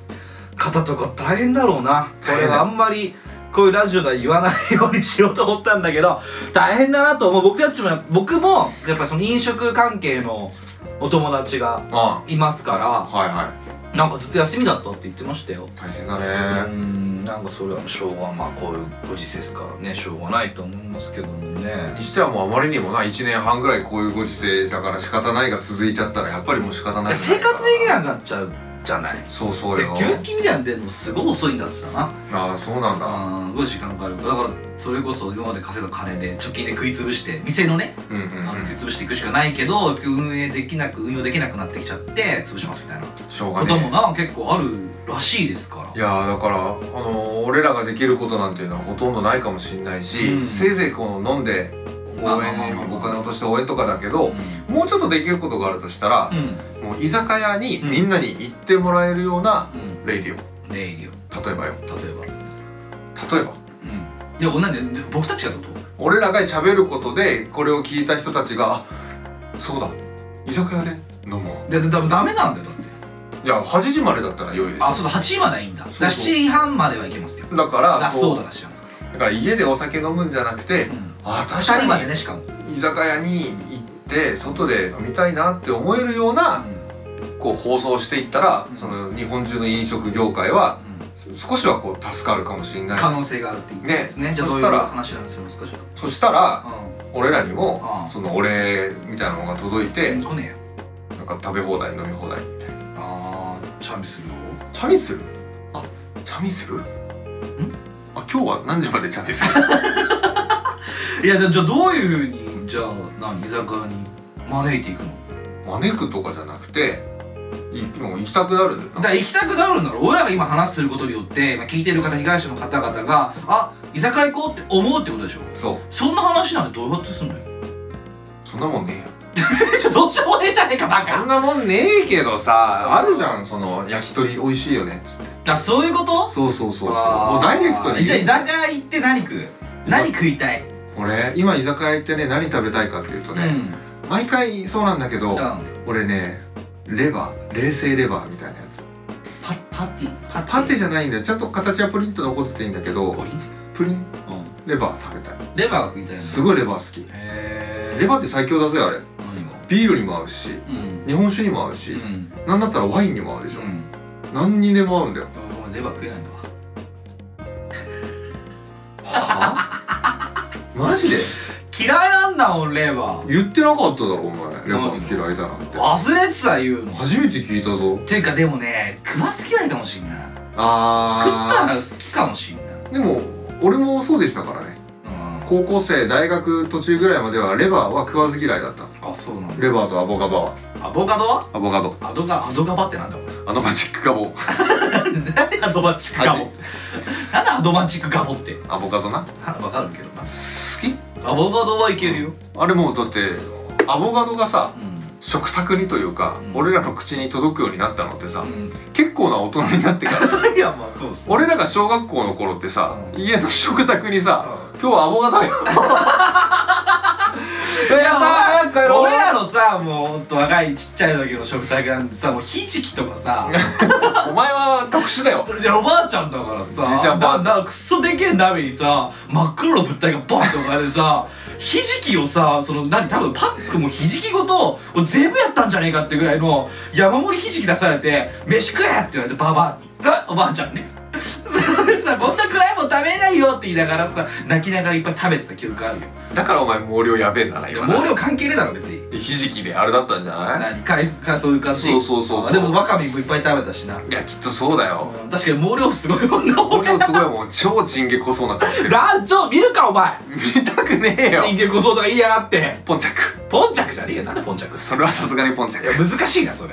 Speaker 1: 方とか大変だろうなこ
Speaker 2: 大
Speaker 1: れ
Speaker 2: 変だ
Speaker 1: はあんまりこういうラジオでは言わないようにしようと思ったんだけど大変だなと思う僕たちも僕もやっぱりその飲食関係のお友達が
Speaker 2: うんはい
Speaker 1: ますか
Speaker 2: は
Speaker 1: らなんかずっと休みだったって言ってましたよ
Speaker 2: い大変
Speaker 1: う
Speaker 2: だね
Speaker 1: んなんかそれはしょうがまあこういうご時世ですからねしょうがないと思いますけどもね
Speaker 2: にしてはもうあまりにもな1年半ぐらいこういうご時世だから仕方ないが続いちゃったらやっぱりもう仕方ないんじゃ
Speaker 1: 生
Speaker 2: ないかな
Speaker 1: 活できなくなっちゃうじゃない
Speaker 2: そうそう
Speaker 1: で
Speaker 2: よ
Speaker 1: 給付金みたいなの出るのすごい遅いんだってさな
Speaker 2: ああそうなんだ
Speaker 1: あーすごい時間かかるだからそれこそ今まで稼いだ金で貯金で食いつぶして店のね、
Speaker 2: うんうんう
Speaker 1: あの食い
Speaker 2: ん
Speaker 1: つぶしていくしかないけど運営できなく運用できなくなってきちゃって潰しますみたいなこ
Speaker 2: しょうが
Speaker 1: とも
Speaker 2: ね
Speaker 1: な結構あるらしいですから
Speaker 2: いやーだから、あのー俺らができることなんていうのはほとんどないかもしれないし、
Speaker 1: うん
Speaker 2: せいぜいこの飲んで
Speaker 1: まあ
Speaker 2: 応
Speaker 1: まあまあ
Speaker 2: 援
Speaker 1: まあ
Speaker 2: お金落として応援とかだけどもうちょっとできることがあるとしたら
Speaker 1: う、ん
Speaker 2: もう居酒屋にみんなに行ってもらえるような
Speaker 1: うん
Speaker 2: レイディ
Speaker 1: ネイリオ
Speaker 2: オ例えばよ
Speaker 1: 例えば
Speaker 2: 例えば
Speaker 1: うんでもなんで僕たちがってこと
Speaker 2: 俺らが喋ることでこれを聞いた人たちが「あそうだ居酒屋で飲も
Speaker 1: ででだダメなんだよだって
Speaker 2: う」いや8時までだったら良いです
Speaker 1: あそうだ8時まではいいんだだ
Speaker 2: そう
Speaker 1: から7時半まではいけますよ
Speaker 2: だから
Speaker 1: ラストオーダー
Speaker 2: こ
Speaker 1: だしちゃうんですか
Speaker 2: うだから家でお酒飲むんじゃなくて
Speaker 1: ら、うん
Speaker 2: あ確
Speaker 1: 2人ま
Speaker 2: か
Speaker 1: でねしかも、
Speaker 2: に居酒屋に行って外で飲みたいなって思えるようなこう放送していったら、
Speaker 1: うん
Speaker 2: その日本中の飲食業界は少しはこう助かるかもしれ
Speaker 1: 可
Speaker 2: ない
Speaker 1: 能性があるっていうことですね
Speaker 2: ね
Speaker 1: じゃあど
Speaker 2: そう
Speaker 1: い
Speaker 2: し
Speaker 1: う
Speaker 2: たら
Speaker 1: 話なんですよ少し
Speaker 2: そしたら
Speaker 1: うん
Speaker 2: 俺らに
Speaker 1: あ
Speaker 2: も
Speaker 1: あ
Speaker 2: そのお礼みたいなのが届いて
Speaker 1: 来ねえよ
Speaker 2: なんか食べ放題飲み放題みたいな
Speaker 1: ああチャミするよ
Speaker 2: チャミするあチャミするんあ今日は何時までチャミする
Speaker 1: いやじゃあどういうふうにじゃあ何居酒屋に招いていくの
Speaker 2: 招くとかじゃなくていもう行きたくなるんだよな
Speaker 1: だから行きたくなるんだろう俺らが今話することによって、まあ、聞いてる方被害者の方々があ居酒屋行こうって思うってことでしょ
Speaker 2: そう
Speaker 1: そんな話なんてどうやって すんのよ
Speaker 2: そんなもんね
Speaker 1: じゃあどうしようもねえじゃねえかバ
Speaker 2: えよそ
Speaker 1: カ
Speaker 2: んなもんねえけどさあるじゃんその焼き鳥美味しいよねっつって
Speaker 1: だそういうこと
Speaker 2: そうそうそうそう
Speaker 1: あー
Speaker 2: もうダイレクトに
Speaker 1: じゃあ居酒屋行って何食う何食いたい
Speaker 2: 俺今居酒屋行ってね何食べたいかっていうとね、毎回そうなんだけ
Speaker 1: う
Speaker 2: ど
Speaker 1: ん、
Speaker 2: 俺ねレバー冷製レバーみたいなやつ
Speaker 1: パパティパ
Speaker 2: パテ
Speaker 1: ィ
Speaker 2: じゃないんだよちゃんと形はプリンと残ってていいんだけど
Speaker 1: ポリン
Speaker 2: プリンレバー食べたい
Speaker 1: レバーが食いたいの
Speaker 2: すごいレバー好き
Speaker 1: へえ
Speaker 2: レバーって最強だぜあれ
Speaker 1: 何が
Speaker 2: ビールにも合うし
Speaker 1: うん
Speaker 2: 日本酒にも合う
Speaker 1: う
Speaker 2: し、
Speaker 1: ん
Speaker 2: なんだったらワインにも合うでしょ、何にでも合うんだよ
Speaker 1: ごめんレバー食えないんだわ
Speaker 2: は ぁマジで
Speaker 1: 嫌いなんだもんレバー
Speaker 2: 言ってなかっただろお前レバ
Speaker 1: 何
Speaker 2: ー嫌いだなんて
Speaker 1: 忘れてた言うの
Speaker 2: 初めて聞いたぞ
Speaker 1: ていうかでもね食わず嫌いかもしんない食った
Speaker 2: あ
Speaker 1: ら好きかもしんない
Speaker 2: ーでも俺もそうでしたからね
Speaker 1: うん
Speaker 2: 高校生大学途中ぐらいまではレバーは食わず嫌いだった
Speaker 1: あそうなんだ
Speaker 2: レバーとアボカバは
Speaker 1: アボカドは
Speaker 2: アボカド
Speaker 1: アドガアドガバってなんだよ
Speaker 2: アノマチックガボ
Speaker 1: なんでアドマチックガボなんでアドマチックガボって
Speaker 2: アボカドな
Speaker 1: なんかわかるけどな
Speaker 2: 好き
Speaker 1: アボカドはいけるよ
Speaker 2: あれもうだってアボカドがさ
Speaker 1: うん
Speaker 2: 食卓にというか、
Speaker 1: うん
Speaker 2: 俺らの口に届くようになったのってさ、
Speaker 1: うん
Speaker 2: 結構な大人になってから
Speaker 1: いやまあそうっすね
Speaker 2: 俺らが小学校の頃ってさ、
Speaker 1: うん
Speaker 2: 家の食卓にさ
Speaker 1: うん
Speaker 2: 「今日はアボ カドよ」やったー早く帰ろう
Speaker 1: 俺らのさもうほんと若いちっちゃい時の食卓なんてさもうひじきとかさ
Speaker 2: お前は特殊だよ
Speaker 1: でおばあちゃんだからさ
Speaker 2: じいちゃんばあちゃん
Speaker 1: ななクソでけえ鍋にさ真っ黒の物体がバンと置かれてさひじきをさその何多分パックもひじきごとこれ全部やったんじゃねえかってぐらいの山盛りひじき出されて「飯食え!」って言われてばばあおばあちゃんねそれでさこんな暗いもん食べないよって言いながらさ泣きながらいっぱい食べてた記憶があるよ
Speaker 2: だからお前毛量やべえんだな
Speaker 1: で
Speaker 2: 今
Speaker 1: も
Speaker 2: な
Speaker 1: 毛量関係ねえだろ別に
Speaker 2: ひじきであれだったんじゃない
Speaker 1: 何かいかそういう感じ
Speaker 2: そうそうそうそう
Speaker 1: あでもわかめもいっぱい食べたしない
Speaker 2: やきっとそうだ よ
Speaker 1: 確かに毛量すごいもんな
Speaker 2: 毛量すごいもん超チンゲこそうな顔してる
Speaker 1: ラジオ見るかお前
Speaker 2: 見たくねえよ
Speaker 1: 人間こそとか言いやがって
Speaker 2: ポンチャク
Speaker 1: ポンチャクじゃねえよなんでポンチャク
Speaker 2: それはさすがにポンチャ
Speaker 1: いや
Speaker 2: ク
Speaker 1: 難しいなそ れ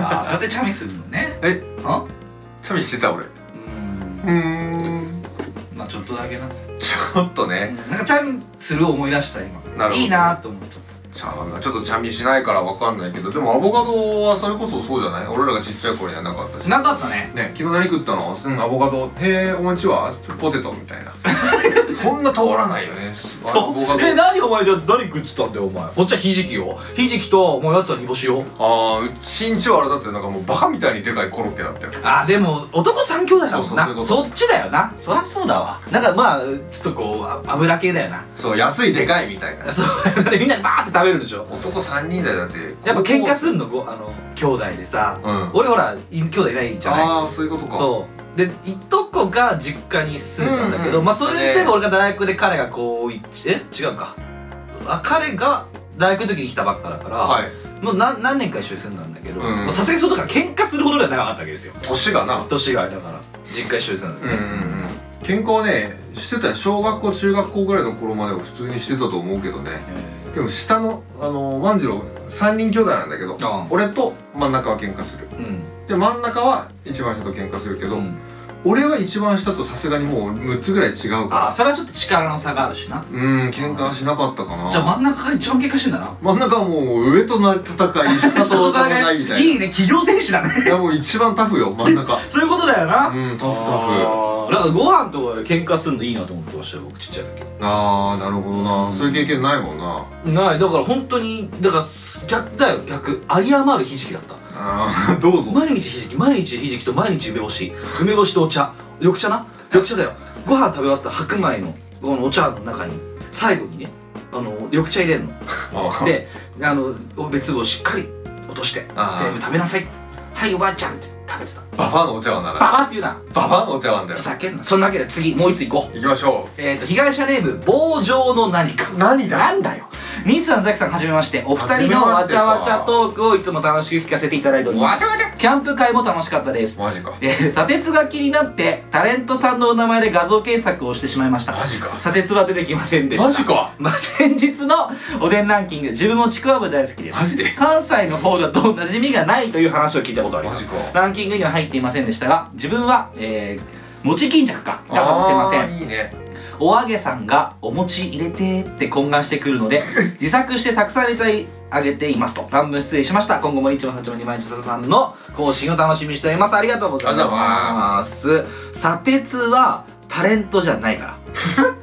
Speaker 1: ああそうやってチャミするのね
Speaker 2: え
Speaker 1: あ
Speaker 2: チャミしてた俺う
Speaker 1: うーん
Speaker 2: ーん
Speaker 1: まあちょっとだけな
Speaker 2: ちょっとね
Speaker 1: なんかチャミするを思い出した今
Speaker 2: なるほど
Speaker 1: いいなと思っちゃっ
Speaker 2: ちゃちょっとチャミしないからわかんないけどでもアボカドはそれこそそうじゃない俺らがちっちゃい頃にはなかったした
Speaker 1: なかったね
Speaker 2: ね昨日何食ったのうんアボカドへえお前んちはポテト みたいなそんな通らないよねアボカド
Speaker 1: え何お前じゃあ何食ってたんだよお前こっちはひじきよひじきとお前やつは煮干しよ
Speaker 2: ああうちんちはあれだってなんかもうバカみたいにでかいコロッケだったよ
Speaker 1: あーでも男三兄弟だもんな
Speaker 2: そうそうそういうこ
Speaker 1: そ
Speaker 2: と
Speaker 1: っちだよなそりゃそうだわなんかまあちょっとこうあ油系だよな
Speaker 2: そう安いでかいみたいな
Speaker 1: そう でみんなでバーって食べるでしょ
Speaker 2: 男3人でだって
Speaker 1: やっぱ喧嘩す
Speaker 2: る
Speaker 1: んのごあの兄弟でさ
Speaker 2: うん
Speaker 1: 俺ほらい兄弟いないじゃない
Speaker 2: ああそういうことか
Speaker 1: そうでいとこが実家に住んでたんだけど、
Speaker 2: うんうん
Speaker 1: まあそれでも俺が大学で彼がこういえ違うかあ彼が大学の時に来たばっかだから、
Speaker 2: はい
Speaker 1: もう何何年か一緒に住んだんだけど
Speaker 2: うん
Speaker 1: もうさすがにその時から喧嘩するほどではなかったわけですよ
Speaker 2: 年がな
Speaker 1: 年があれだから実家一緒に住んだ
Speaker 2: うんん
Speaker 1: だ
Speaker 2: う
Speaker 1: け
Speaker 2: ん
Speaker 1: ど、
Speaker 2: うん喧嘩はねしてたよ小学校中学校ぐらいの頃までは普通にしてたと思うけどね
Speaker 1: え
Speaker 2: でも下のあの万次郎3人兄弟なんだけど
Speaker 1: ー
Speaker 2: 俺と真ん中は喧嘩する
Speaker 1: うん
Speaker 2: で真ん中は一番下と喧嘩するけど、
Speaker 1: うん
Speaker 2: 俺は一番下とさすがにもう6つぐらい違う
Speaker 1: あ
Speaker 2: か
Speaker 1: あそれはちょっと力の差があるしな
Speaker 2: らうん喧嘩はしなかったかな
Speaker 1: じゃあ真ん中が一番喧嘩してんだな
Speaker 2: 真ん中はもう上との戦い下との戦いみたいな
Speaker 1: いいね企業戦士だね
Speaker 2: いやもう一番タフよ真ん 中
Speaker 1: そういうことだよな、
Speaker 2: うんタフタフ
Speaker 1: あーなんかご飯とかで喧嘩するのいいなと思ってましたよ僕ちっちゃい時
Speaker 2: ああなるほどな、
Speaker 1: うん
Speaker 2: そういう経験ないもんな
Speaker 1: ないだから本当にだからす逆だよ逆有り余るひじきだった
Speaker 2: ああ どう
Speaker 1: 毎日ひじき毎日ひじきと毎日梅干し梅干しとお茶緑茶な緑茶だよご飯食べ終わった白米のこのお茶の中に最後にねあの緑茶入れるのであの別部をしっかり落として
Speaker 2: あー
Speaker 1: 全部食べなさいはいおばあちゃんって食べてた
Speaker 2: ババアのお茶碗だ
Speaker 1: バ
Speaker 2: な
Speaker 1: バって言うな
Speaker 2: ババアのお茶碗だよ
Speaker 1: ふざけんなそんなわけで次もう一つ行こう
Speaker 2: 行きましょ
Speaker 1: えー、と被害者ネーム棒状の何か
Speaker 2: 何だ
Speaker 1: なんだよ西さんザキさんはじめましてお二人の
Speaker 2: は
Speaker 1: わ
Speaker 2: じ
Speaker 1: ち
Speaker 2: め
Speaker 1: ゃ
Speaker 2: まし
Speaker 1: わ
Speaker 2: てか
Speaker 1: ちゃトークをいつも楽しく聞かせていただいてお
Speaker 2: う
Speaker 1: りま
Speaker 2: わ
Speaker 1: す
Speaker 2: ちゃわちゃ
Speaker 1: キャンプ会も楽しかったです
Speaker 2: マジか
Speaker 1: えー、砂鉄が気になってタレントさんのお名前で画像検索をしてしまいました
Speaker 2: マジか
Speaker 1: 砂鉄は出てきませんでした
Speaker 2: マジか
Speaker 1: まあ、先日のおでんランキング自分もちくわぶ大好きです
Speaker 2: マジで
Speaker 1: 関西の方だと馴染みがないという話を聞いたことあり
Speaker 2: マ
Speaker 1: ます
Speaker 2: ジか
Speaker 1: ランキングには入っていませんでしたが自分はえー、餅巾着かが外せません
Speaker 2: あーいいね
Speaker 1: お揚げさんがお餅入れてって懇願してくるの で自作してたくさん入れてあげていますと乱文失礼しました今後も日も社も二枚千さんの更新を楽しみにしておりますありがとうございます砂鉄はタレントじゃないから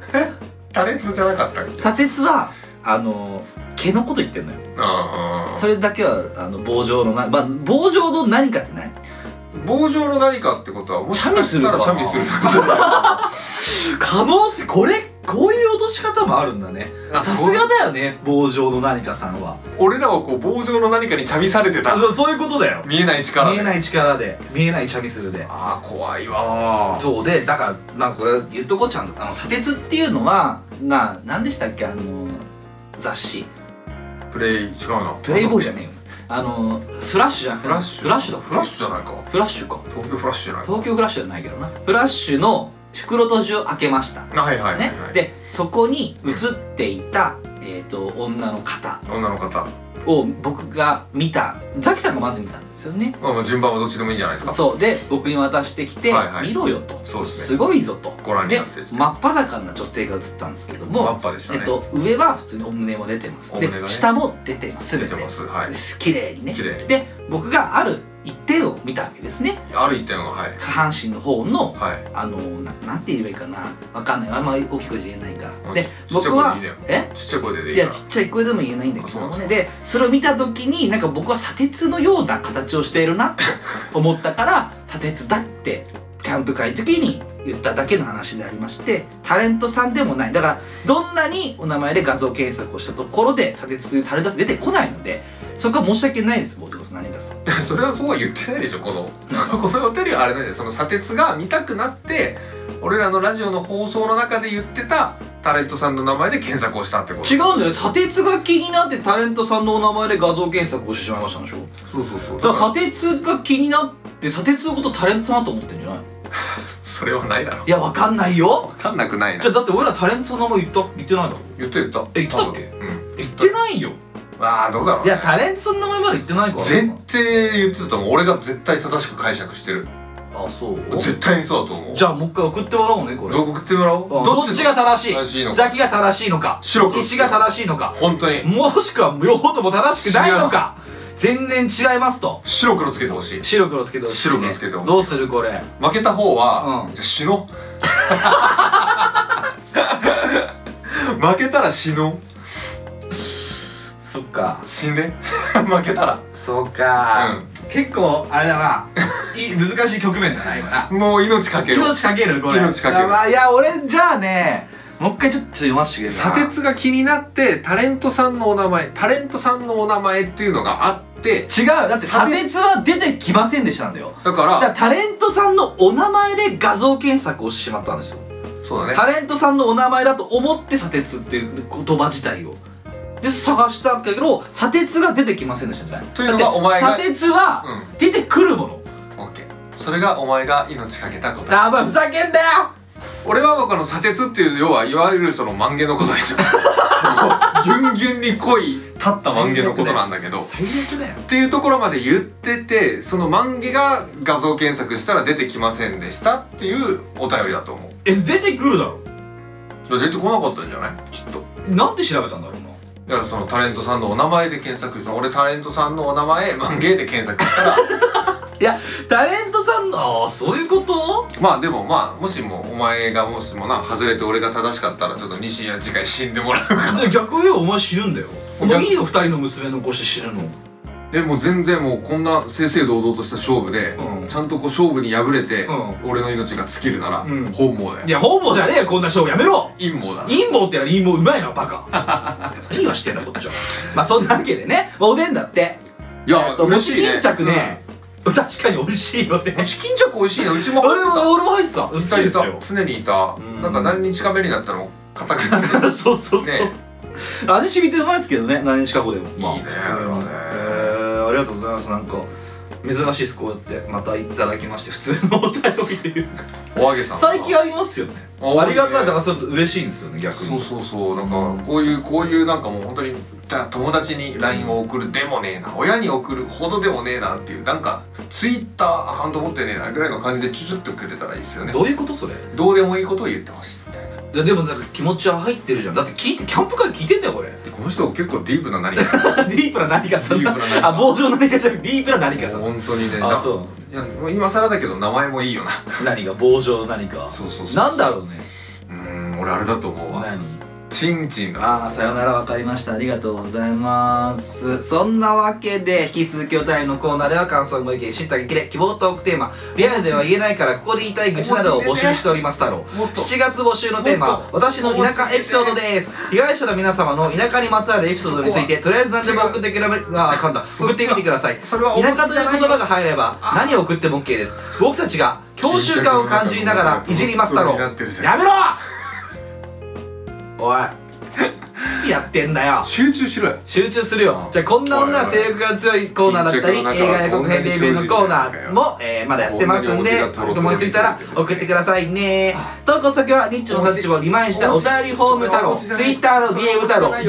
Speaker 2: タレントじゃなかったっけ
Speaker 1: 砂鉄はあの毛のこと言ってんのよ
Speaker 2: あ
Speaker 1: それだけはあの棒状のなまあ棒状の何かって何
Speaker 2: ー棒状の何かってことはもしかしたら
Speaker 1: チ
Speaker 2: シ
Speaker 1: ャ
Speaker 2: ャ
Speaker 1: ミ
Speaker 2: ミ
Speaker 1: す
Speaker 2: す
Speaker 1: る
Speaker 2: る
Speaker 1: の
Speaker 2: かもしれない
Speaker 1: 可能性これこういう落とし方もあるんだね
Speaker 2: あ
Speaker 1: さすがだよね棒状の何かさんは
Speaker 2: 俺らはこう棒状の何かにチャミされてた
Speaker 1: あそうそういうことだよ
Speaker 2: 見えない力で
Speaker 1: 見えない力で見えないチャミスルで
Speaker 2: ああ怖いわー
Speaker 1: そうでだからまあこれ言っとこうちゃんとあの砂鉄っていうのはな何でしたっけあの雑誌
Speaker 2: プレイ違うな
Speaker 1: プレイボーイじゃねえよあのスラッシュじゃなくて
Speaker 2: フラッシュ
Speaker 1: フラッシュだ
Speaker 2: フラッシュじゃないか
Speaker 1: フラッシュか
Speaker 2: 東京フラッシュじゃない
Speaker 1: 東京フラッシュじゃないけどなフラッシュの袋閉じを開けました
Speaker 2: はいはいはい
Speaker 1: ね
Speaker 2: はい、
Speaker 1: でそこに映っていた、えー、と女の方
Speaker 2: 女の方
Speaker 1: を僕が見たザキさんがまず見たんですよね
Speaker 2: まあまあ順番はどっちでもいいんじゃないですか
Speaker 1: そうで僕に渡してきて、
Speaker 2: はいはい
Speaker 1: 見ろよと
Speaker 2: そうです
Speaker 1: す
Speaker 2: ね
Speaker 1: ごいぞと
Speaker 2: ご覧に
Speaker 1: で
Speaker 2: なってですね
Speaker 1: 真っ裸な女性が映ったんですけど
Speaker 2: マ
Speaker 1: も、
Speaker 2: ッパでした
Speaker 1: え
Speaker 2: ね、
Speaker 1: っと、上は普通にお胸も出てます、
Speaker 2: お
Speaker 1: で
Speaker 2: 胸がね
Speaker 1: 下も出てます
Speaker 2: 出
Speaker 1: 全
Speaker 2: て
Speaker 1: て
Speaker 2: ますはい
Speaker 1: 綺麗にね
Speaker 2: 綺麗に
Speaker 1: で僕がある一点を見たわけですね
Speaker 2: 歩いたよはい
Speaker 1: 下半身の方の
Speaker 2: はい
Speaker 1: あのななんて言えばいいかなわかんないあんまり大きく言えないから
Speaker 2: うん
Speaker 1: で
Speaker 2: ちちっちゃい
Speaker 1: 僕
Speaker 2: 声
Speaker 1: は
Speaker 2: でいいね
Speaker 1: え
Speaker 2: ちっちゃい声ででい
Speaker 1: い
Speaker 2: いか
Speaker 1: や
Speaker 2: ら
Speaker 1: ちっちゃい声でも言えないんだけ
Speaker 2: そ
Speaker 1: ど
Speaker 2: うなんです
Speaker 1: ね
Speaker 2: か
Speaker 1: でそれを見た時になんか僕は砂鉄のような形をしているなと思ったから砂鉄だってキャンプ会の時に言っただけの話でありましてタレントさんでもないだからどんなにお名前で画像検索をしたところで砂鉄というタレントさん出てこないのでそこは申し訳ないです僕こそ何かさん
Speaker 2: それはそうは言ってないでしょこの このお便りはあれなんですよその砂鉄が見たくなって俺らのラジオの放送の中で言ってたタレントさんの名前で検索をしたってこと
Speaker 1: 違うんだよね砂鉄が気になってタレントさんのお名前で画像検索をしてしまいましたんでしょ
Speaker 2: そうそうそう
Speaker 1: だから
Speaker 2: だから
Speaker 1: 砂鉄が気になって砂鉄のことタレントさんだと思ってんじゃないの
Speaker 2: それはないだろ
Speaker 1: いやわかんないよ
Speaker 2: 分かんなくないな
Speaker 1: じゃあだって俺らタレントさんの名前言った言ってないだろ
Speaker 2: 言って言った
Speaker 1: え言ってたっけ
Speaker 2: うん
Speaker 1: 言ってないよ
Speaker 2: ああどうだろ
Speaker 1: い
Speaker 2: う、ね、
Speaker 1: やタレントさんの名前まで言ってないから
Speaker 2: 絶対言ってたと思う俺が絶対正しく解釈してる
Speaker 1: あそう
Speaker 2: 絶対にそうだと思う
Speaker 1: じゃあもう一回送ってもらおうねこれ
Speaker 2: どこ食ってもらおう
Speaker 1: うんどっちが正しい
Speaker 2: 正しいのか
Speaker 1: ザキが正しいのか
Speaker 2: 白黒
Speaker 1: 石が正しいのか
Speaker 2: 本当に
Speaker 1: もしくは両方とも正しくないのか全然違いますと
Speaker 2: 白黒つけてほしい
Speaker 1: 白黒つけてほしい、ね、
Speaker 2: 白黒つけてほしい
Speaker 1: どうするこれ
Speaker 2: 負けた方は、
Speaker 1: うん
Speaker 2: じゃあ死のう負けたら死の
Speaker 1: そっか
Speaker 2: う死んで 負けたら
Speaker 1: そうか、結構あれだない難しい局面だな今な
Speaker 2: もう命かける
Speaker 1: 命かけるこれ
Speaker 2: 命かけ
Speaker 1: い
Speaker 2: る
Speaker 1: や,、まあ、いや俺じゃあねもう一回ちょっと読ませてくれるか
Speaker 2: 砂
Speaker 1: な
Speaker 2: 鉄が気になってタレントさんのお名前タレントさんのお名前っていうのがあって
Speaker 1: 違うだって砂鉄は出てきませんでしたんだよ
Speaker 2: だか
Speaker 1: だかららタレントさんのお名前で画像検索をしてしまったんですよ
Speaker 2: そうだね
Speaker 1: タレントさんのお名前だと思って砂鉄っていう言葉自体をで探したけど砂鉄が出てきませんでしたんじゃない
Speaker 2: というのがお前が
Speaker 1: だって砂鉄は
Speaker 2: う
Speaker 1: 出てくるもの
Speaker 2: んオッケーそれがお前が命かけたこと
Speaker 1: ああふざけんだよ
Speaker 2: 俺はこの砂鉄っていう要はいわゆるその万華のことでしょもうギュンギュンに濃い立った万華のことなんだけど
Speaker 1: 最悪だよ
Speaker 2: っていうところまで言っててその万華が画像検索したら出てきませんでしたっていうお便りだと思う
Speaker 1: え出てくるだろ
Speaker 2: いや出てこなかったんじゃないきっと
Speaker 1: なんで調べたんだろうな
Speaker 2: だからそのタレントさんのお名前で検索した俺タレントさんのお名前万華で検索したら
Speaker 1: タレントさんのああそういう こと
Speaker 2: まあでもまあもしもお前がもしもな外れて俺が正しかったらちょっと西谷次回死んでもらうから
Speaker 1: 逆に言えばお前死ぬんだよお
Speaker 2: 逆
Speaker 1: 前いいよ二人の娘残して死ぬの
Speaker 2: でもう 全然もうこんな正々堂々とした勝負で、
Speaker 1: うん
Speaker 2: ちゃんとこう勝負に敗れて、
Speaker 1: う
Speaker 2: 俺の命が尽きるなら、
Speaker 1: うん
Speaker 2: 本望だよ
Speaker 1: いや方々じゃねえよこんな勝負やめろ
Speaker 2: 陰謀だな
Speaker 1: 陰謀ってやら陰謀うまいなバカ 何はしてんだこっちはまあそんなわけでね、まあ、おでんだって
Speaker 2: いや、
Speaker 1: えっと
Speaker 2: 嬉しいね
Speaker 1: 餅巾着ね、確かに美味しいよ
Speaker 2: うん
Speaker 1: ね
Speaker 2: 餅巾着美味しいねうちも入っ
Speaker 1: 俺
Speaker 2: てた
Speaker 1: も俺も入ってた好き
Speaker 2: い
Speaker 1: で
Speaker 2: た
Speaker 1: すよ
Speaker 2: 常にいた
Speaker 1: うん
Speaker 2: なんか何日か目になったらもう硬くなっ て
Speaker 1: そう そうそう、
Speaker 2: ね
Speaker 1: 味染みてうまいですけどね何日か後でも
Speaker 2: いいね
Speaker 1: それはね
Speaker 2: あれはね
Speaker 1: えーありがとうございますなんか珍しいですこうやってまたいただきまして普通のお便りというか
Speaker 2: お揚げさん
Speaker 1: 最近ありますよね
Speaker 2: あ
Speaker 1: ありがたいだから
Speaker 2: ら
Speaker 1: それ嬉しいんですよね逆に
Speaker 2: そうそうそうなんかこういうこういうなんかもう本当にだ友達に LINE を送るでもねえな親に送るほどでもねえなっていうなんか Twitter アカウント持ってねえなぐらいの感じでチュチュっとくれたらいいですよね
Speaker 1: どういうことそれ
Speaker 2: どうでもいいことを言ってほしいみたいない
Speaker 1: やでもなんか気持ちは入ってるじゃんだって聞いてキャンプ会聞いてんだよこ れ
Speaker 2: でこの人結構ディープな何かデ
Speaker 1: ディープな何かさん
Speaker 2: ィープな何か
Speaker 1: あ棒状の何かじゃなくてディープな何かさん
Speaker 2: 本当にね
Speaker 1: あ
Speaker 2: な
Speaker 1: そうなんですね
Speaker 2: いやもう今更だけど名前もいいよな
Speaker 1: 何が棒状の何か
Speaker 2: そうそうそう
Speaker 1: なんだろうね
Speaker 2: うーん俺あれだと思うわ
Speaker 1: 何
Speaker 2: チンチンだ
Speaker 1: ああさよならわかりましたありがとうございますそんなわけで引き続きお便りのコーナーでは感想ご意見知った激励希望トークテーマリアルでは言えないからここで言いたい愚痴などを募集しております太郎
Speaker 2: もっと
Speaker 1: 7月募集のテーマ
Speaker 2: もっ
Speaker 1: は
Speaker 2: と
Speaker 1: 私の田舎エピソードです被害者の皆様の田舎にまつわるエピソードについてとりあえず何でも送ってくれあー噛んだ送ってみてください
Speaker 2: それはお
Speaker 1: 田
Speaker 2: 餅
Speaker 1: 舎と
Speaker 2: じ
Speaker 1: い
Speaker 2: ゃ
Speaker 1: う
Speaker 2: ない
Speaker 1: 言葉が入れば何を送っても OK です僕たちが教習感を感じながらいじります太郎
Speaker 2: なってるじゃ
Speaker 1: や
Speaker 2: ん
Speaker 1: めろ おい何 やってんだよ
Speaker 2: 集中しろよ
Speaker 1: 集中するよじゃあこんな女は性欲が強いコーナーだったり
Speaker 2: おい
Speaker 1: 映
Speaker 2: おい
Speaker 1: 画や国編レビューのコーナーも、えー、まだやってますんで
Speaker 2: こんなにお餅がとろとろ
Speaker 1: 思いついたら送ってくださいね投稿先はニッチもサッチも2枚したお便りフォーム太
Speaker 2: お
Speaker 1: 郎
Speaker 2: 餅じゃない
Speaker 1: Twitter の DM 太郎
Speaker 2: お餅
Speaker 1: GML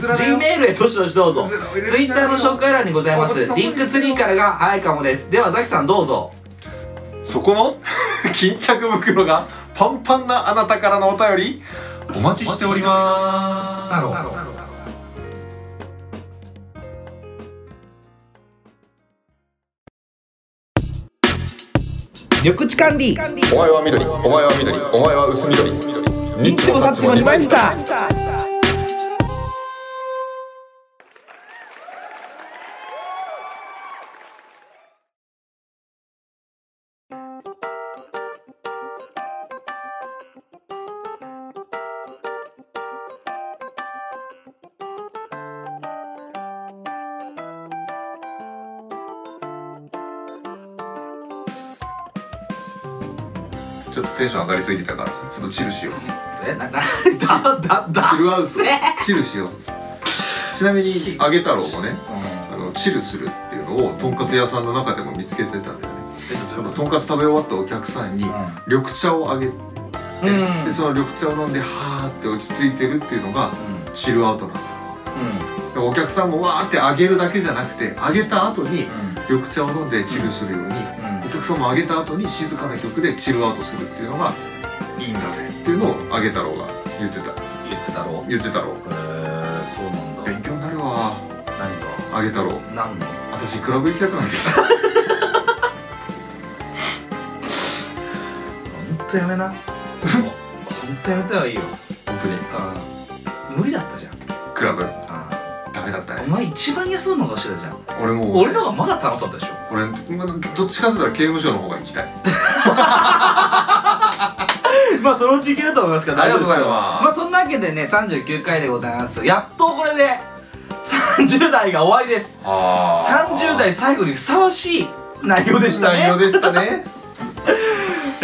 Speaker 2: 知らないよ
Speaker 1: Gmail へどしどしどうぞ
Speaker 2: 知らないよ
Speaker 1: Twitter の紹介欄にございます
Speaker 2: お餅の方
Speaker 1: リンクツリーからが早いかもですではザキさんどうぞ
Speaker 2: そこの 巾着袋がパンパンなあなたからのお便りお待ちしております
Speaker 1: 太郎
Speaker 3: 緑地管理
Speaker 9: お前は緑お前は緑お前は薄緑ニッチもサッチも二
Speaker 3: 二
Speaker 9: 枚
Speaker 3: 枚
Speaker 9: 舌
Speaker 3: 舌
Speaker 2: ちょっとテンション上がりすぎたからちょっとチルしよう
Speaker 1: えななだだだ
Speaker 2: チルアウトチルしようちなみにあげ太郎もねあのチルするっていうのをとんかつ屋さんの中でも見つけてたんだよねでもとんかつ食べ終わったお客さんに緑茶をあげて、
Speaker 1: うん
Speaker 2: でその緑茶を飲んではーって落ち着いてるっていうのがチルアウトなんだでお客さんもわーってあげるだけじゃなくてあげた後に緑茶を飲んでチルするように、お客さんもあげた後に静かな曲でチルアウトするっていうのがいいんだぜっていうのをあげ太郎が言ってた
Speaker 1: 言ってたろう
Speaker 2: 言ってたろ
Speaker 1: へえそうなん
Speaker 2: 勉強になるわ
Speaker 1: 何が
Speaker 2: あげ太郎
Speaker 1: 何の
Speaker 2: 私クラブ行きたくなってきた
Speaker 1: ほんとやめなもうほんとやめたらいいよ
Speaker 2: 本当に
Speaker 1: うん無理だったじゃん
Speaker 2: クラブ
Speaker 1: う
Speaker 2: ダメだった
Speaker 1: んお
Speaker 2: ね
Speaker 1: 前一番休むのがしてたじゃん
Speaker 2: 俺もう
Speaker 1: 俺の方がまだ楽しかったでしょ
Speaker 2: 俺どっちかって言ったら刑務所の方が行きたい
Speaker 1: まあそのうちいけると思いますから
Speaker 2: ありがとうございます
Speaker 1: まあそんなわけでね39回でございますやっとこれで30代が終わりです
Speaker 2: あ
Speaker 1: 30代最後にふさわしい内容でしたね
Speaker 2: 内容でしたね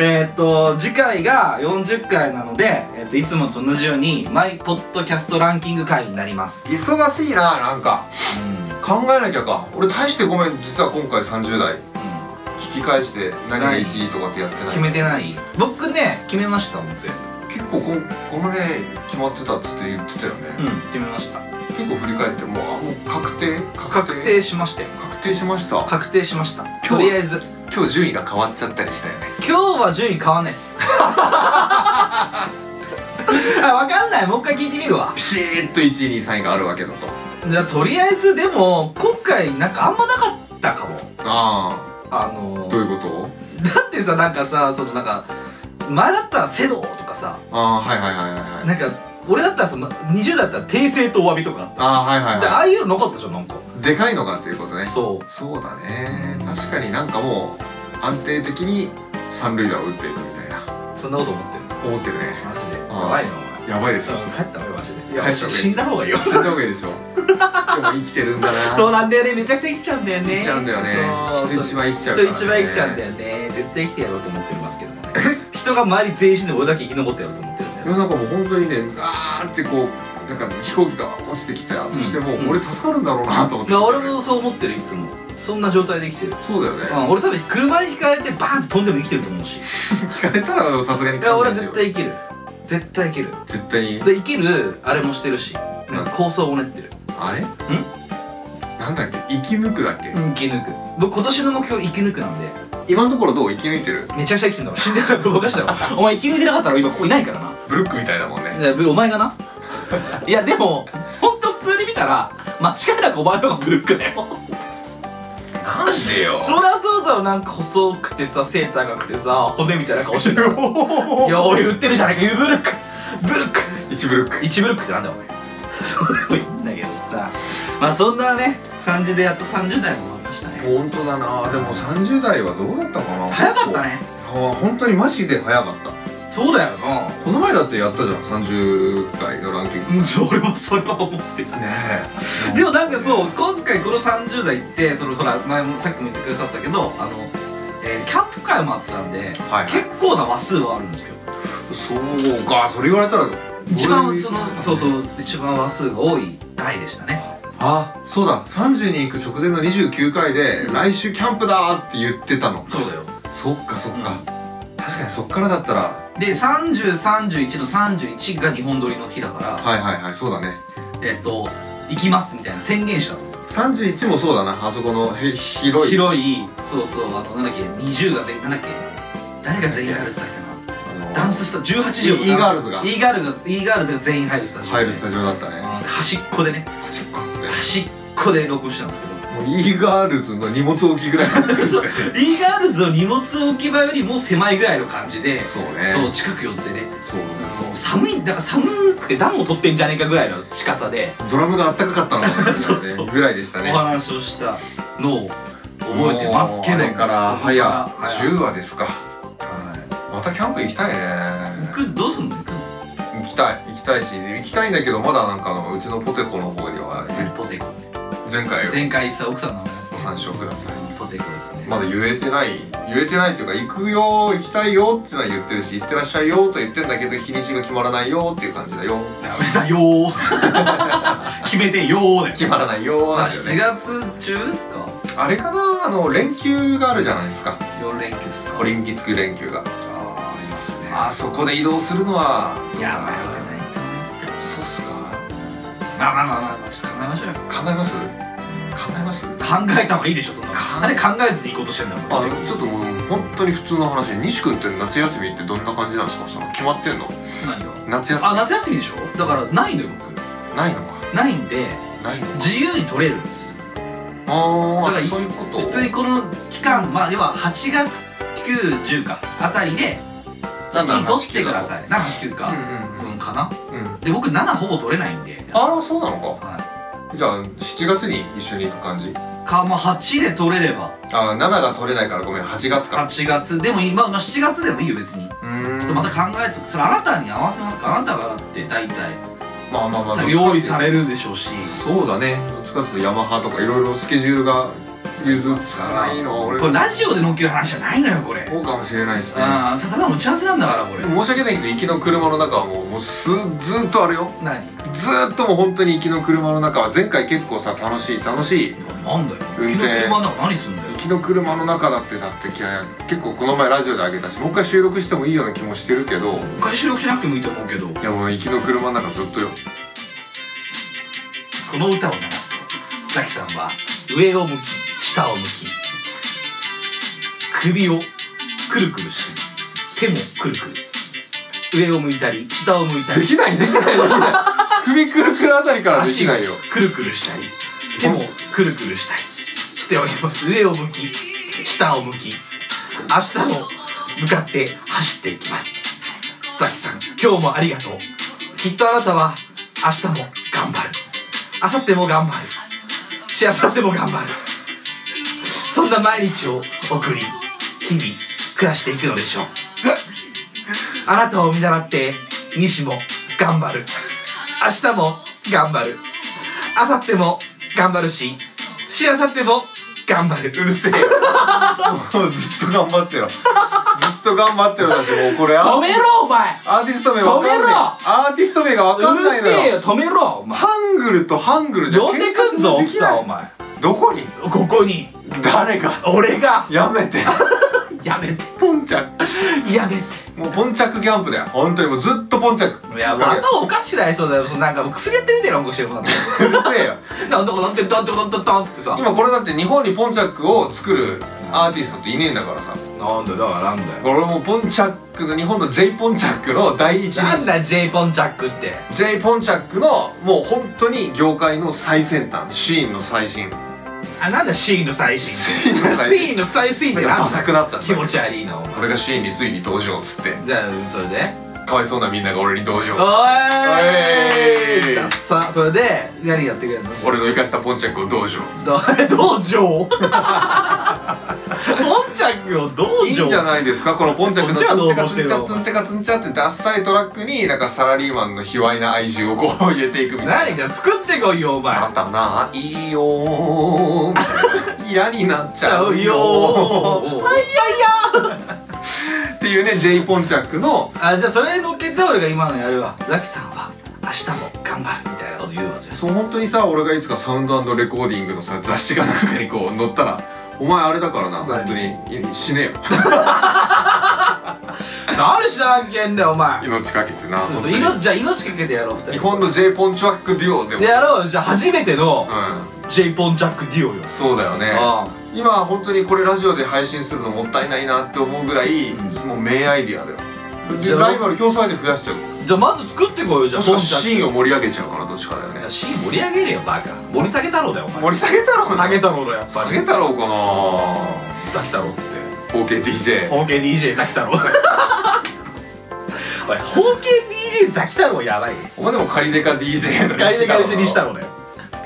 Speaker 1: えーっと次回が40回なので、えーっといつもと同じようにマイポッドキャストランキング回になります
Speaker 2: 忙しいななんか考えなきゃか俺大してごめん実は今回30代聞き返して何が1位とかってやってない
Speaker 1: 決めてない僕ね決めましたもん全
Speaker 2: 結構ここのね決まってたっつって言ってたよね、
Speaker 1: 部うん決めました
Speaker 2: 結構振り返ってもうあもう確定確
Speaker 1: 確定しましたよ
Speaker 2: 確定しました
Speaker 1: 確定しました
Speaker 2: 日
Speaker 1: とりあえず
Speaker 2: 今日順位が変わっちゃったりしたよね
Speaker 1: 今日は順位変わんないっ すあわかんないもう一回聞いてみるわ
Speaker 2: ピシーッと1位2位3位があるわけだと
Speaker 1: じゃあとりあえずでも今回なんかあんまなかったかも
Speaker 2: あ
Speaker 1: あの
Speaker 2: あ
Speaker 1: ー
Speaker 2: どういうこと
Speaker 1: だってさなんかさそのなんか前だったら「セド」とかさ
Speaker 2: ああはいはいはいはいはい
Speaker 1: なんか俺だったらその20だったら「訂正とお詫び」とか
Speaker 2: ああはいはい
Speaker 1: で
Speaker 2: は
Speaker 1: ああいうのなかったじゃんなんか
Speaker 2: いでかいのかっていうことね
Speaker 1: そう
Speaker 2: そうだね確かになんかもう安定的に三塁打を打っていくみたいな
Speaker 1: そんなこと思ってるの
Speaker 2: 思ってるね
Speaker 1: マジで
Speaker 2: あ
Speaker 1: や
Speaker 2: ー
Speaker 1: ばいなお前
Speaker 2: やばいでしょ
Speaker 1: うん帰った方がいいマジで
Speaker 2: いや
Speaker 1: いや死んだ方がいいよ
Speaker 2: 死んだ方がいいでしょでも生きてるんだ な
Speaker 1: そうなんだよねめちゃくちゃ生きちゃうんだよね
Speaker 2: 生きちゃうんだよね
Speaker 1: そう
Speaker 2: 人一倍生きちゃう
Speaker 1: 人
Speaker 2: から、ね、
Speaker 1: 一番生きちゃうんだよね絶対生きてやろうと思ってますけどもね 人が周り全員死んで俺だけ生き残ってやろうと思ってるんだよ
Speaker 2: いやなんかもう本当にねあーってこうなんか飛行機が落ちてきたとしても、
Speaker 1: うんうん
Speaker 2: 俺助かるんだろうなと思っ
Speaker 1: い
Speaker 2: て
Speaker 1: や俺もそう思ってるいつもそんな状態で生きてる、
Speaker 2: そうだよね
Speaker 1: うん、俺多分車にひかれてバーンって飛んでも生きてると思うし
Speaker 2: 聞かれたらさすがに
Speaker 1: いや
Speaker 2: 勘
Speaker 1: 俺
Speaker 2: 弁
Speaker 1: は
Speaker 2: しよ
Speaker 1: 絶対
Speaker 2: う
Speaker 1: 生きる絶対生きる
Speaker 2: 絶対に
Speaker 1: で生きるあれもしてるしなんか構想も練ってる
Speaker 2: あれんなんだっけ生き抜くだっけ、
Speaker 1: 生き抜く僕今年の目標生き抜くなんで
Speaker 2: 今のところどう生き抜いてる
Speaker 1: めちゃくちゃ生きてんだろ死んでたから動かしたらお前生き抜いてなかったら今ここいないからな
Speaker 2: ブルックみたいだもんね
Speaker 1: いやお前がないやでもほんと普通に見たら間違いなくお前の方がブルックだよ
Speaker 2: なんでよ
Speaker 1: そりゃそうだろなんか細くてさ背高くてさ骨みたいな顔してるいや俺売ってるじゃないかブルックブルック
Speaker 2: 一ブルック
Speaker 1: 1ブロックってなんだよお前そうでもいいんだけどさまあそんなね感じでやっと30代も終わりましたね
Speaker 2: 本当だなでも30代はどうだったかな
Speaker 1: 早かったね
Speaker 2: ああ本当にマジで早かった
Speaker 1: そうだよな
Speaker 2: この前だってやったじゃん30回のランキング
Speaker 1: うんそう俺もそれは思ってた
Speaker 2: ねえ
Speaker 1: でもなんかそう今回この30代ってそのほら前もさっきも言ってくださってたけどあの、えーキャンプ会もあったんで
Speaker 2: はい
Speaker 1: 結構な話数はあるんですよ
Speaker 2: そうかそれ言われたら
Speaker 1: 一番そ
Speaker 2: ゴールデンウィーク
Speaker 1: のそうそう一番話数が多い回でしたね
Speaker 2: あそうだ30に行く直前の29回で、
Speaker 1: うん
Speaker 2: 来週キャンプだーって言ってたの
Speaker 1: そうだよ
Speaker 2: そっかそっか、確かにそっからだったら
Speaker 1: で3031の31が日本撮りの日だから、
Speaker 2: はいはいはいそうだね
Speaker 1: えっと行きますみたいな宣言したの
Speaker 2: 31もそうだなあそこのへ広い
Speaker 1: 広いそうそうあのなんだっけ20が全員なんだっけ誰が全員入るって言ったっけ
Speaker 2: あの
Speaker 1: なダンススタ18時
Speaker 2: イイーガールズが
Speaker 1: E ガールが E ガールズが全員入るスタジオ
Speaker 2: 入るスタジオだったね
Speaker 1: あー端っこでね
Speaker 2: 端っこって
Speaker 1: 端っこで録音したんですけど
Speaker 2: もうイーガールズの荷物置きぐらいのスペースで
Speaker 1: E ガールズの荷物置き場よりも狭いぐらいの感じで
Speaker 2: そ う
Speaker 1: そう
Speaker 2: ね
Speaker 1: 近く寄ってね
Speaker 2: そう
Speaker 1: あの寒いだから寒くて暖も取ってんじゃねえかぐらいの近さで
Speaker 2: ドラムがあったかかったのかな
Speaker 1: そうそう
Speaker 2: ぐらいでした
Speaker 1: お
Speaker 2: ね
Speaker 1: 話をしたのを覚えてますけど
Speaker 2: もう
Speaker 1: そ
Speaker 2: あれから
Speaker 1: こから
Speaker 2: 早
Speaker 1: 早
Speaker 2: 10話ですか
Speaker 1: はい
Speaker 2: またキャンプ行きたいね
Speaker 1: 行くどうすんの行くの
Speaker 2: 行きたい行きたいし行きたいんだけどまだなんかあのうちのポテコの方には
Speaker 1: ポテコ
Speaker 2: 前回
Speaker 1: 前回さ奥さんの名前
Speaker 2: ご参照ください
Speaker 10: ポテトですね
Speaker 2: まだ言えてない言えてないっていうか行くよ行きたいよってのは言ってるし行ってらっしゃいよと言ってんだけど日にちが決まらないよっていう感じだよ
Speaker 1: ダメだよー 決めてよーだよ
Speaker 2: 決まらないよ
Speaker 10: ま
Speaker 2: な
Speaker 10: あ
Speaker 2: んだよ
Speaker 10: 7
Speaker 2: ね
Speaker 10: 月中ですか
Speaker 2: あれかなあの連休があるじゃないですか
Speaker 10: 4連休ですか
Speaker 2: オリンピック連休が
Speaker 10: あーありますね
Speaker 2: あそこで移動するのは
Speaker 10: やばいわけないか
Speaker 2: そうっすか
Speaker 10: なまあまあまあまあまあちょっと考えましょうよ
Speaker 2: 考えます考えます
Speaker 1: 考えた方がいいでしょそんなのあれ考えずに行こうとしてんだもん
Speaker 2: あちょっともう本当に普通の話西君って夏休みってどんな感じなんですかその決まってんの
Speaker 1: 何が
Speaker 2: 夏休
Speaker 1: あ夏休みでしょだからないのよ
Speaker 2: みないのか
Speaker 1: 僕ないんで
Speaker 2: ないのか
Speaker 1: 自由に取れるんですよだ
Speaker 2: あ
Speaker 1: から
Speaker 2: あそういうこと
Speaker 1: 普通にこの期間まあ要は8月910かあたりで
Speaker 2: なんだ
Speaker 1: に取ってください7 8 9
Speaker 2: う
Speaker 1: か
Speaker 2: ん
Speaker 1: うんかな
Speaker 2: うんうんうん
Speaker 1: で僕7ほぼ取れないんで
Speaker 2: あらそうなのか
Speaker 1: は
Speaker 2: じゃあ7月に一緒に行く感じ
Speaker 1: いかまあ8で取れれば
Speaker 2: あ7が取れないからごめん8月か
Speaker 1: 8月でも今、まあ、7月でもいいよ別にち
Speaker 2: う
Speaker 1: ょ
Speaker 2: ー
Speaker 1: っ
Speaker 2: ん
Speaker 1: とまた考えてそれあなたに合わせますかあなたがだって大体
Speaker 2: まあまあま
Speaker 1: 多分
Speaker 2: あどっちかって
Speaker 1: 用意されるでしょうし
Speaker 2: そうだねどっちかっていうとヤマハとかいろいろスケジュールが譲つかないのは俺
Speaker 1: これラジオでのっける話じゃないのよこれ
Speaker 2: そうかもしれないですね
Speaker 1: ああただの打ち合わせなんだからこれ
Speaker 2: でも申し訳ないけど行きの車の中はもうもうすずーっとあれよ
Speaker 1: 何
Speaker 2: ずーっともう本当に行きの車の中は前回結構さ楽しい楽しい
Speaker 1: なんだよ
Speaker 2: 運
Speaker 1: 昨日
Speaker 2: 転
Speaker 1: 車の中何すんだよ
Speaker 2: 行きの車の中だってだってきゃ結構この前ラジオであげたしもう一回収録してもいいような気もしてるけど
Speaker 1: 一回収録しなくてもいいと思うけどこ
Speaker 2: いやもう行きの車の中ずっとよ
Speaker 1: の歌を流すとザキさんは上を向き下を向き首をくるくるし手もくるくる上を向いたり下を向いた
Speaker 2: で
Speaker 1: り
Speaker 2: きないできないできない首くるくるあたりからでき
Speaker 1: 足を
Speaker 2: ないよ
Speaker 1: くるくるしたり手もくるくるしたりしております上を向き下を向き明日も向かって走っていきますザキさん今日もありがとうきっとあなたは明日も頑張る明後日も頑張るし明後日も頑張るそんな毎日を送り日々暮らしていくのでしょうあなたを見習って西も頑張る明日も頑張る明後日も頑張るししあさっても頑張る
Speaker 2: うるせえよもうずっと頑張ってよずっと頑張ってよだしもうこれ
Speaker 1: 止
Speaker 2: ア
Speaker 1: めろお前
Speaker 2: アーティスト名わかん
Speaker 1: 止め
Speaker 2: ない
Speaker 1: ろ
Speaker 2: アーティスト名がわかん
Speaker 1: う
Speaker 2: ない
Speaker 1: る
Speaker 2: の
Speaker 1: せえ
Speaker 2: よ
Speaker 1: よ止めろお前
Speaker 2: ハングルとハングルじゃ
Speaker 1: 呼んでくんぞ奥
Speaker 2: 検索
Speaker 1: さんお
Speaker 2: もで
Speaker 1: 前
Speaker 2: きないどこに
Speaker 1: ここに
Speaker 2: 誰か
Speaker 1: 俺が
Speaker 2: やめて
Speaker 1: やめて
Speaker 2: ポンチャ
Speaker 1: やめて
Speaker 2: クもうポンチャクキャンプだよ本当にもうずっとポンチャク
Speaker 1: いや
Speaker 2: わかるよ
Speaker 1: 頭おかしくなりそうだよそのなんかもう薬やってるんだよもうしてるもんなんだ
Speaker 2: うるせえよ
Speaker 1: なんだかなんてなんてなんてなんつってさ
Speaker 2: 今これだって日本にポンチャックを作るアーティストっていねえんだからさ
Speaker 1: なんだよだからなんだよ
Speaker 2: 俺もうポンチャックの日本の J ポンチャックの第一
Speaker 1: なん
Speaker 2: 人
Speaker 1: だ J ポンチャックって
Speaker 2: J ポンチャックのもう本当に業界の最先端シーンの最新
Speaker 1: あなんだシーンの最新
Speaker 2: シーンの最新
Speaker 1: シーンの最新ってな
Speaker 2: ダ
Speaker 1: んだ
Speaker 2: サくなっちゃった
Speaker 1: 気持ち悪いなお前
Speaker 2: 俺がシーンについに登場っつって
Speaker 1: じゃあそれで
Speaker 2: かわいそうなみんなが俺に登場
Speaker 1: お
Speaker 2: おい
Speaker 1: いダッサそれで何やってくれるの
Speaker 2: 俺の生かしたポンチャックを道場
Speaker 1: ど道場ポンちゃんを道場
Speaker 2: いいんじゃないですかこのポンチャックの
Speaker 1: こ
Speaker 2: ツ
Speaker 1: っちはどう
Speaker 2: ンチャ
Speaker 1: 思
Speaker 2: カ
Speaker 1: っ
Speaker 2: ツ
Speaker 1: て
Speaker 2: ン
Speaker 1: る
Speaker 2: チ
Speaker 1: の
Speaker 2: ャツンチャカツンチャってダッサいトラックになんかサラリーマンの卑猥な哀愁をこう入れていくみたいな
Speaker 1: 何じゃ作ってこいよお前
Speaker 2: あんたないよーみたいな嫌になっち
Speaker 1: ちゃ
Speaker 2: ゃう
Speaker 1: う
Speaker 2: よ
Speaker 1: よ
Speaker 2: ー
Speaker 1: はいやいや
Speaker 2: っていうね J ポンチャックの
Speaker 1: あじゃあそれに乗っけて俺が今のやるわザキさんは明日も頑張るみたいなこと言うわじゃ
Speaker 2: そう本当にさ俺がいつかサウンドレコーディングのさ雑誌がなんかにこう載ったら「お前あれだからな本当にい死ねよ
Speaker 1: あ何しなきゃいけんだよお前
Speaker 2: 命かけてな」
Speaker 1: そうそ
Speaker 2: 本当
Speaker 1: う
Speaker 2: に
Speaker 1: 命じゃあ命かけてやろう二
Speaker 2: 日
Speaker 1: 人
Speaker 2: 本の J ポンチャックデュオでも
Speaker 1: でやろうじゃあ初めての
Speaker 2: う
Speaker 1: J ポンチャックデュオよ
Speaker 2: んそうだよね
Speaker 1: あ
Speaker 2: 今本当にこれラジオで配信するのもったいないなって思うぐらい、もう名アイディアだよでライバル競争相手増やしちゃう
Speaker 1: あじゃあまず作ってこいよじゃあ
Speaker 2: もしか
Speaker 1: ポン
Speaker 2: し
Speaker 1: チャック
Speaker 2: たらシーンを盛り上げちゃうからどっちかだよ
Speaker 1: い
Speaker 2: ね
Speaker 1: やシーン盛り上げれよバカ盛り下げ太郎だよお前
Speaker 2: 盛り下げたろうな
Speaker 1: 下げ太郎だよやっ
Speaker 2: 下
Speaker 1: ぱ
Speaker 2: げ
Speaker 1: り
Speaker 2: 太郎か な
Speaker 1: ザキ太郎っつって
Speaker 2: OKDJ
Speaker 1: 本家 DJ ザキ 太郎おい本家 DJ ザキ太郎やばいね
Speaker 2: お前でも仮デカ DJ の
Speaker 1: カリデカ DJ 西太
Speaker 2: ろ
Speaker 1: 郎だよ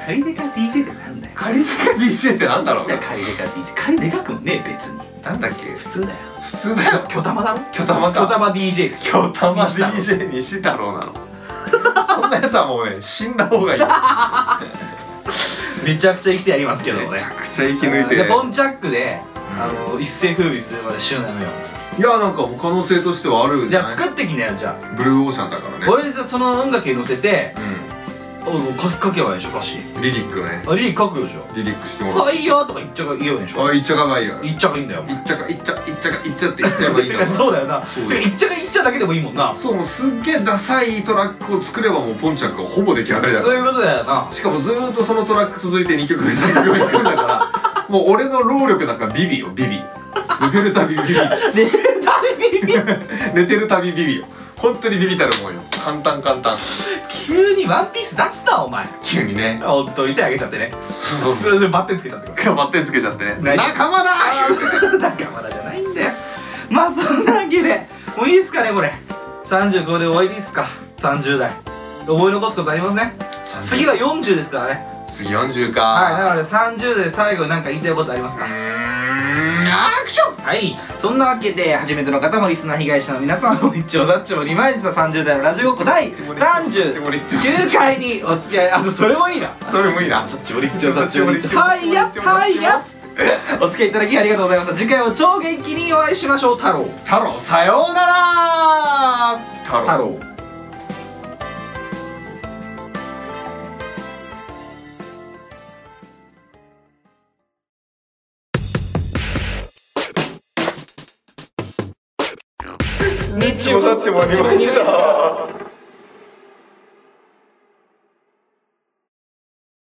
Speaker 1: カリデカ DJ ってなんだよ
Speaker 2: 仮デカ DJ ってなんだろう
Speaker 1: いや
Speaker 2: ね
Speaker 1: カリデカ DJ カリデカくんね別に
Speaker 2: なんだっけ
Speaker 1: 普通だよ
Speaker 2: 普通だよ
Speaker 1: 巨玉だろ
Speaker 2: 巨玉
Speaker 1: 巨
Speaker 2: か
Speaker 1: 玉 DJ
Speaker 2: 巨玉
Speaker 1: 西太郎
Speaker 2: DJ 西太郎なのそんなやつはもうね死んだ方がいいよ
Speaker 1: めちゃくちゃ生きてやりますけどね
Speaker 2: めちゃくちゃ息抜いて
Speaker 1: で
Speaker 2: る
Speaker 1: ボンチャックであの一世風靡するまで週なのよ
Speaker 2: いやなんかもう可能性としてはあるん
Speaker 1: じ
Speaker 2: じゃ
Speaker 1: ゃ
Speaker 2: な
Speaker 1: あ
Speaker 2: い
Speaker 1: 作ってきなよじゃ
Speaker 2: ブルーオーシャンだから
Speaker 1: あ
Speaker 2: ね
Speaker 1: これでその音楽に乗せてお書き書けばいいでしょ歌詞
Speaker 2: うんリリックね
Speaker 1: あリリー書くでしょ
Speaker 2: リリックしてもらう
Speaker 1: はいよとか言っちゃう言うでしょ
Speaker 2: あいっちゃかばいいよ
Speaker 1: 言っちゃういいんだよお
Speaker 2: い
Speaker 1: 前
Speaker 2: っちゃかいっちゃいっちゃかいっちゃっていっちゃえばいいんだから
Speaker 1: そうだよな
Speaker 2: そうだよ
Speaker 1: 言っちゃが言っちゃだけでもいいもんな
Speaker 2: そうもうすっげえダサいトラックを作ればもうポンチャックはほぼ出来上がりだ
Speaker 1: そういうことだよな
Speaker 2: しかもずーっとそのトラック続いて2曲目3曲目いくんだからもう俺の労力なんかビビよビビ寝てるたびビビ寝てるたびビビよ本当にビビたるもんよ簡単簡単
Speaker 1: 急にワンピース出すなお前
Speaker 2: 急にね
Speaker 1: おっと手あげちゃってね
Speaker 2: そう
Speaker 1: すいませんバッテンつけちゃって
Speaker 2: バッテンつけちゃってね
Speaker 1: ない
Speaker 2: 仲間だ ー言うてね
Speaker 1: だからまだじゃないんだよまあそんなわけでもういいですかねこれ35で終わりでいいですか30代思い残すことありません次は40ですからね
Speaker 2: 次40か
Speaker 1: はいなので30で最後に何か言いたいことありますか
Speaker 2: うーんアクション
Speaker 1: はいそんなわけで初めての方もリスナー被害者の皆様も一応ザッチもリマイズの30代のラジオごっこ第39回にお付き合いあそれもいいな
Speaker 2: それもいいな
Speaker 1: サッチモリッチョサッチモリッチョはいやはいやお付き合いいただきありがとうございました次回も超元気にお会いしましょう太郎
Speaker 2: 太郎さようなら太郎
Speaker 1: 太郎
Speaker 2: ニッチもサッチもありました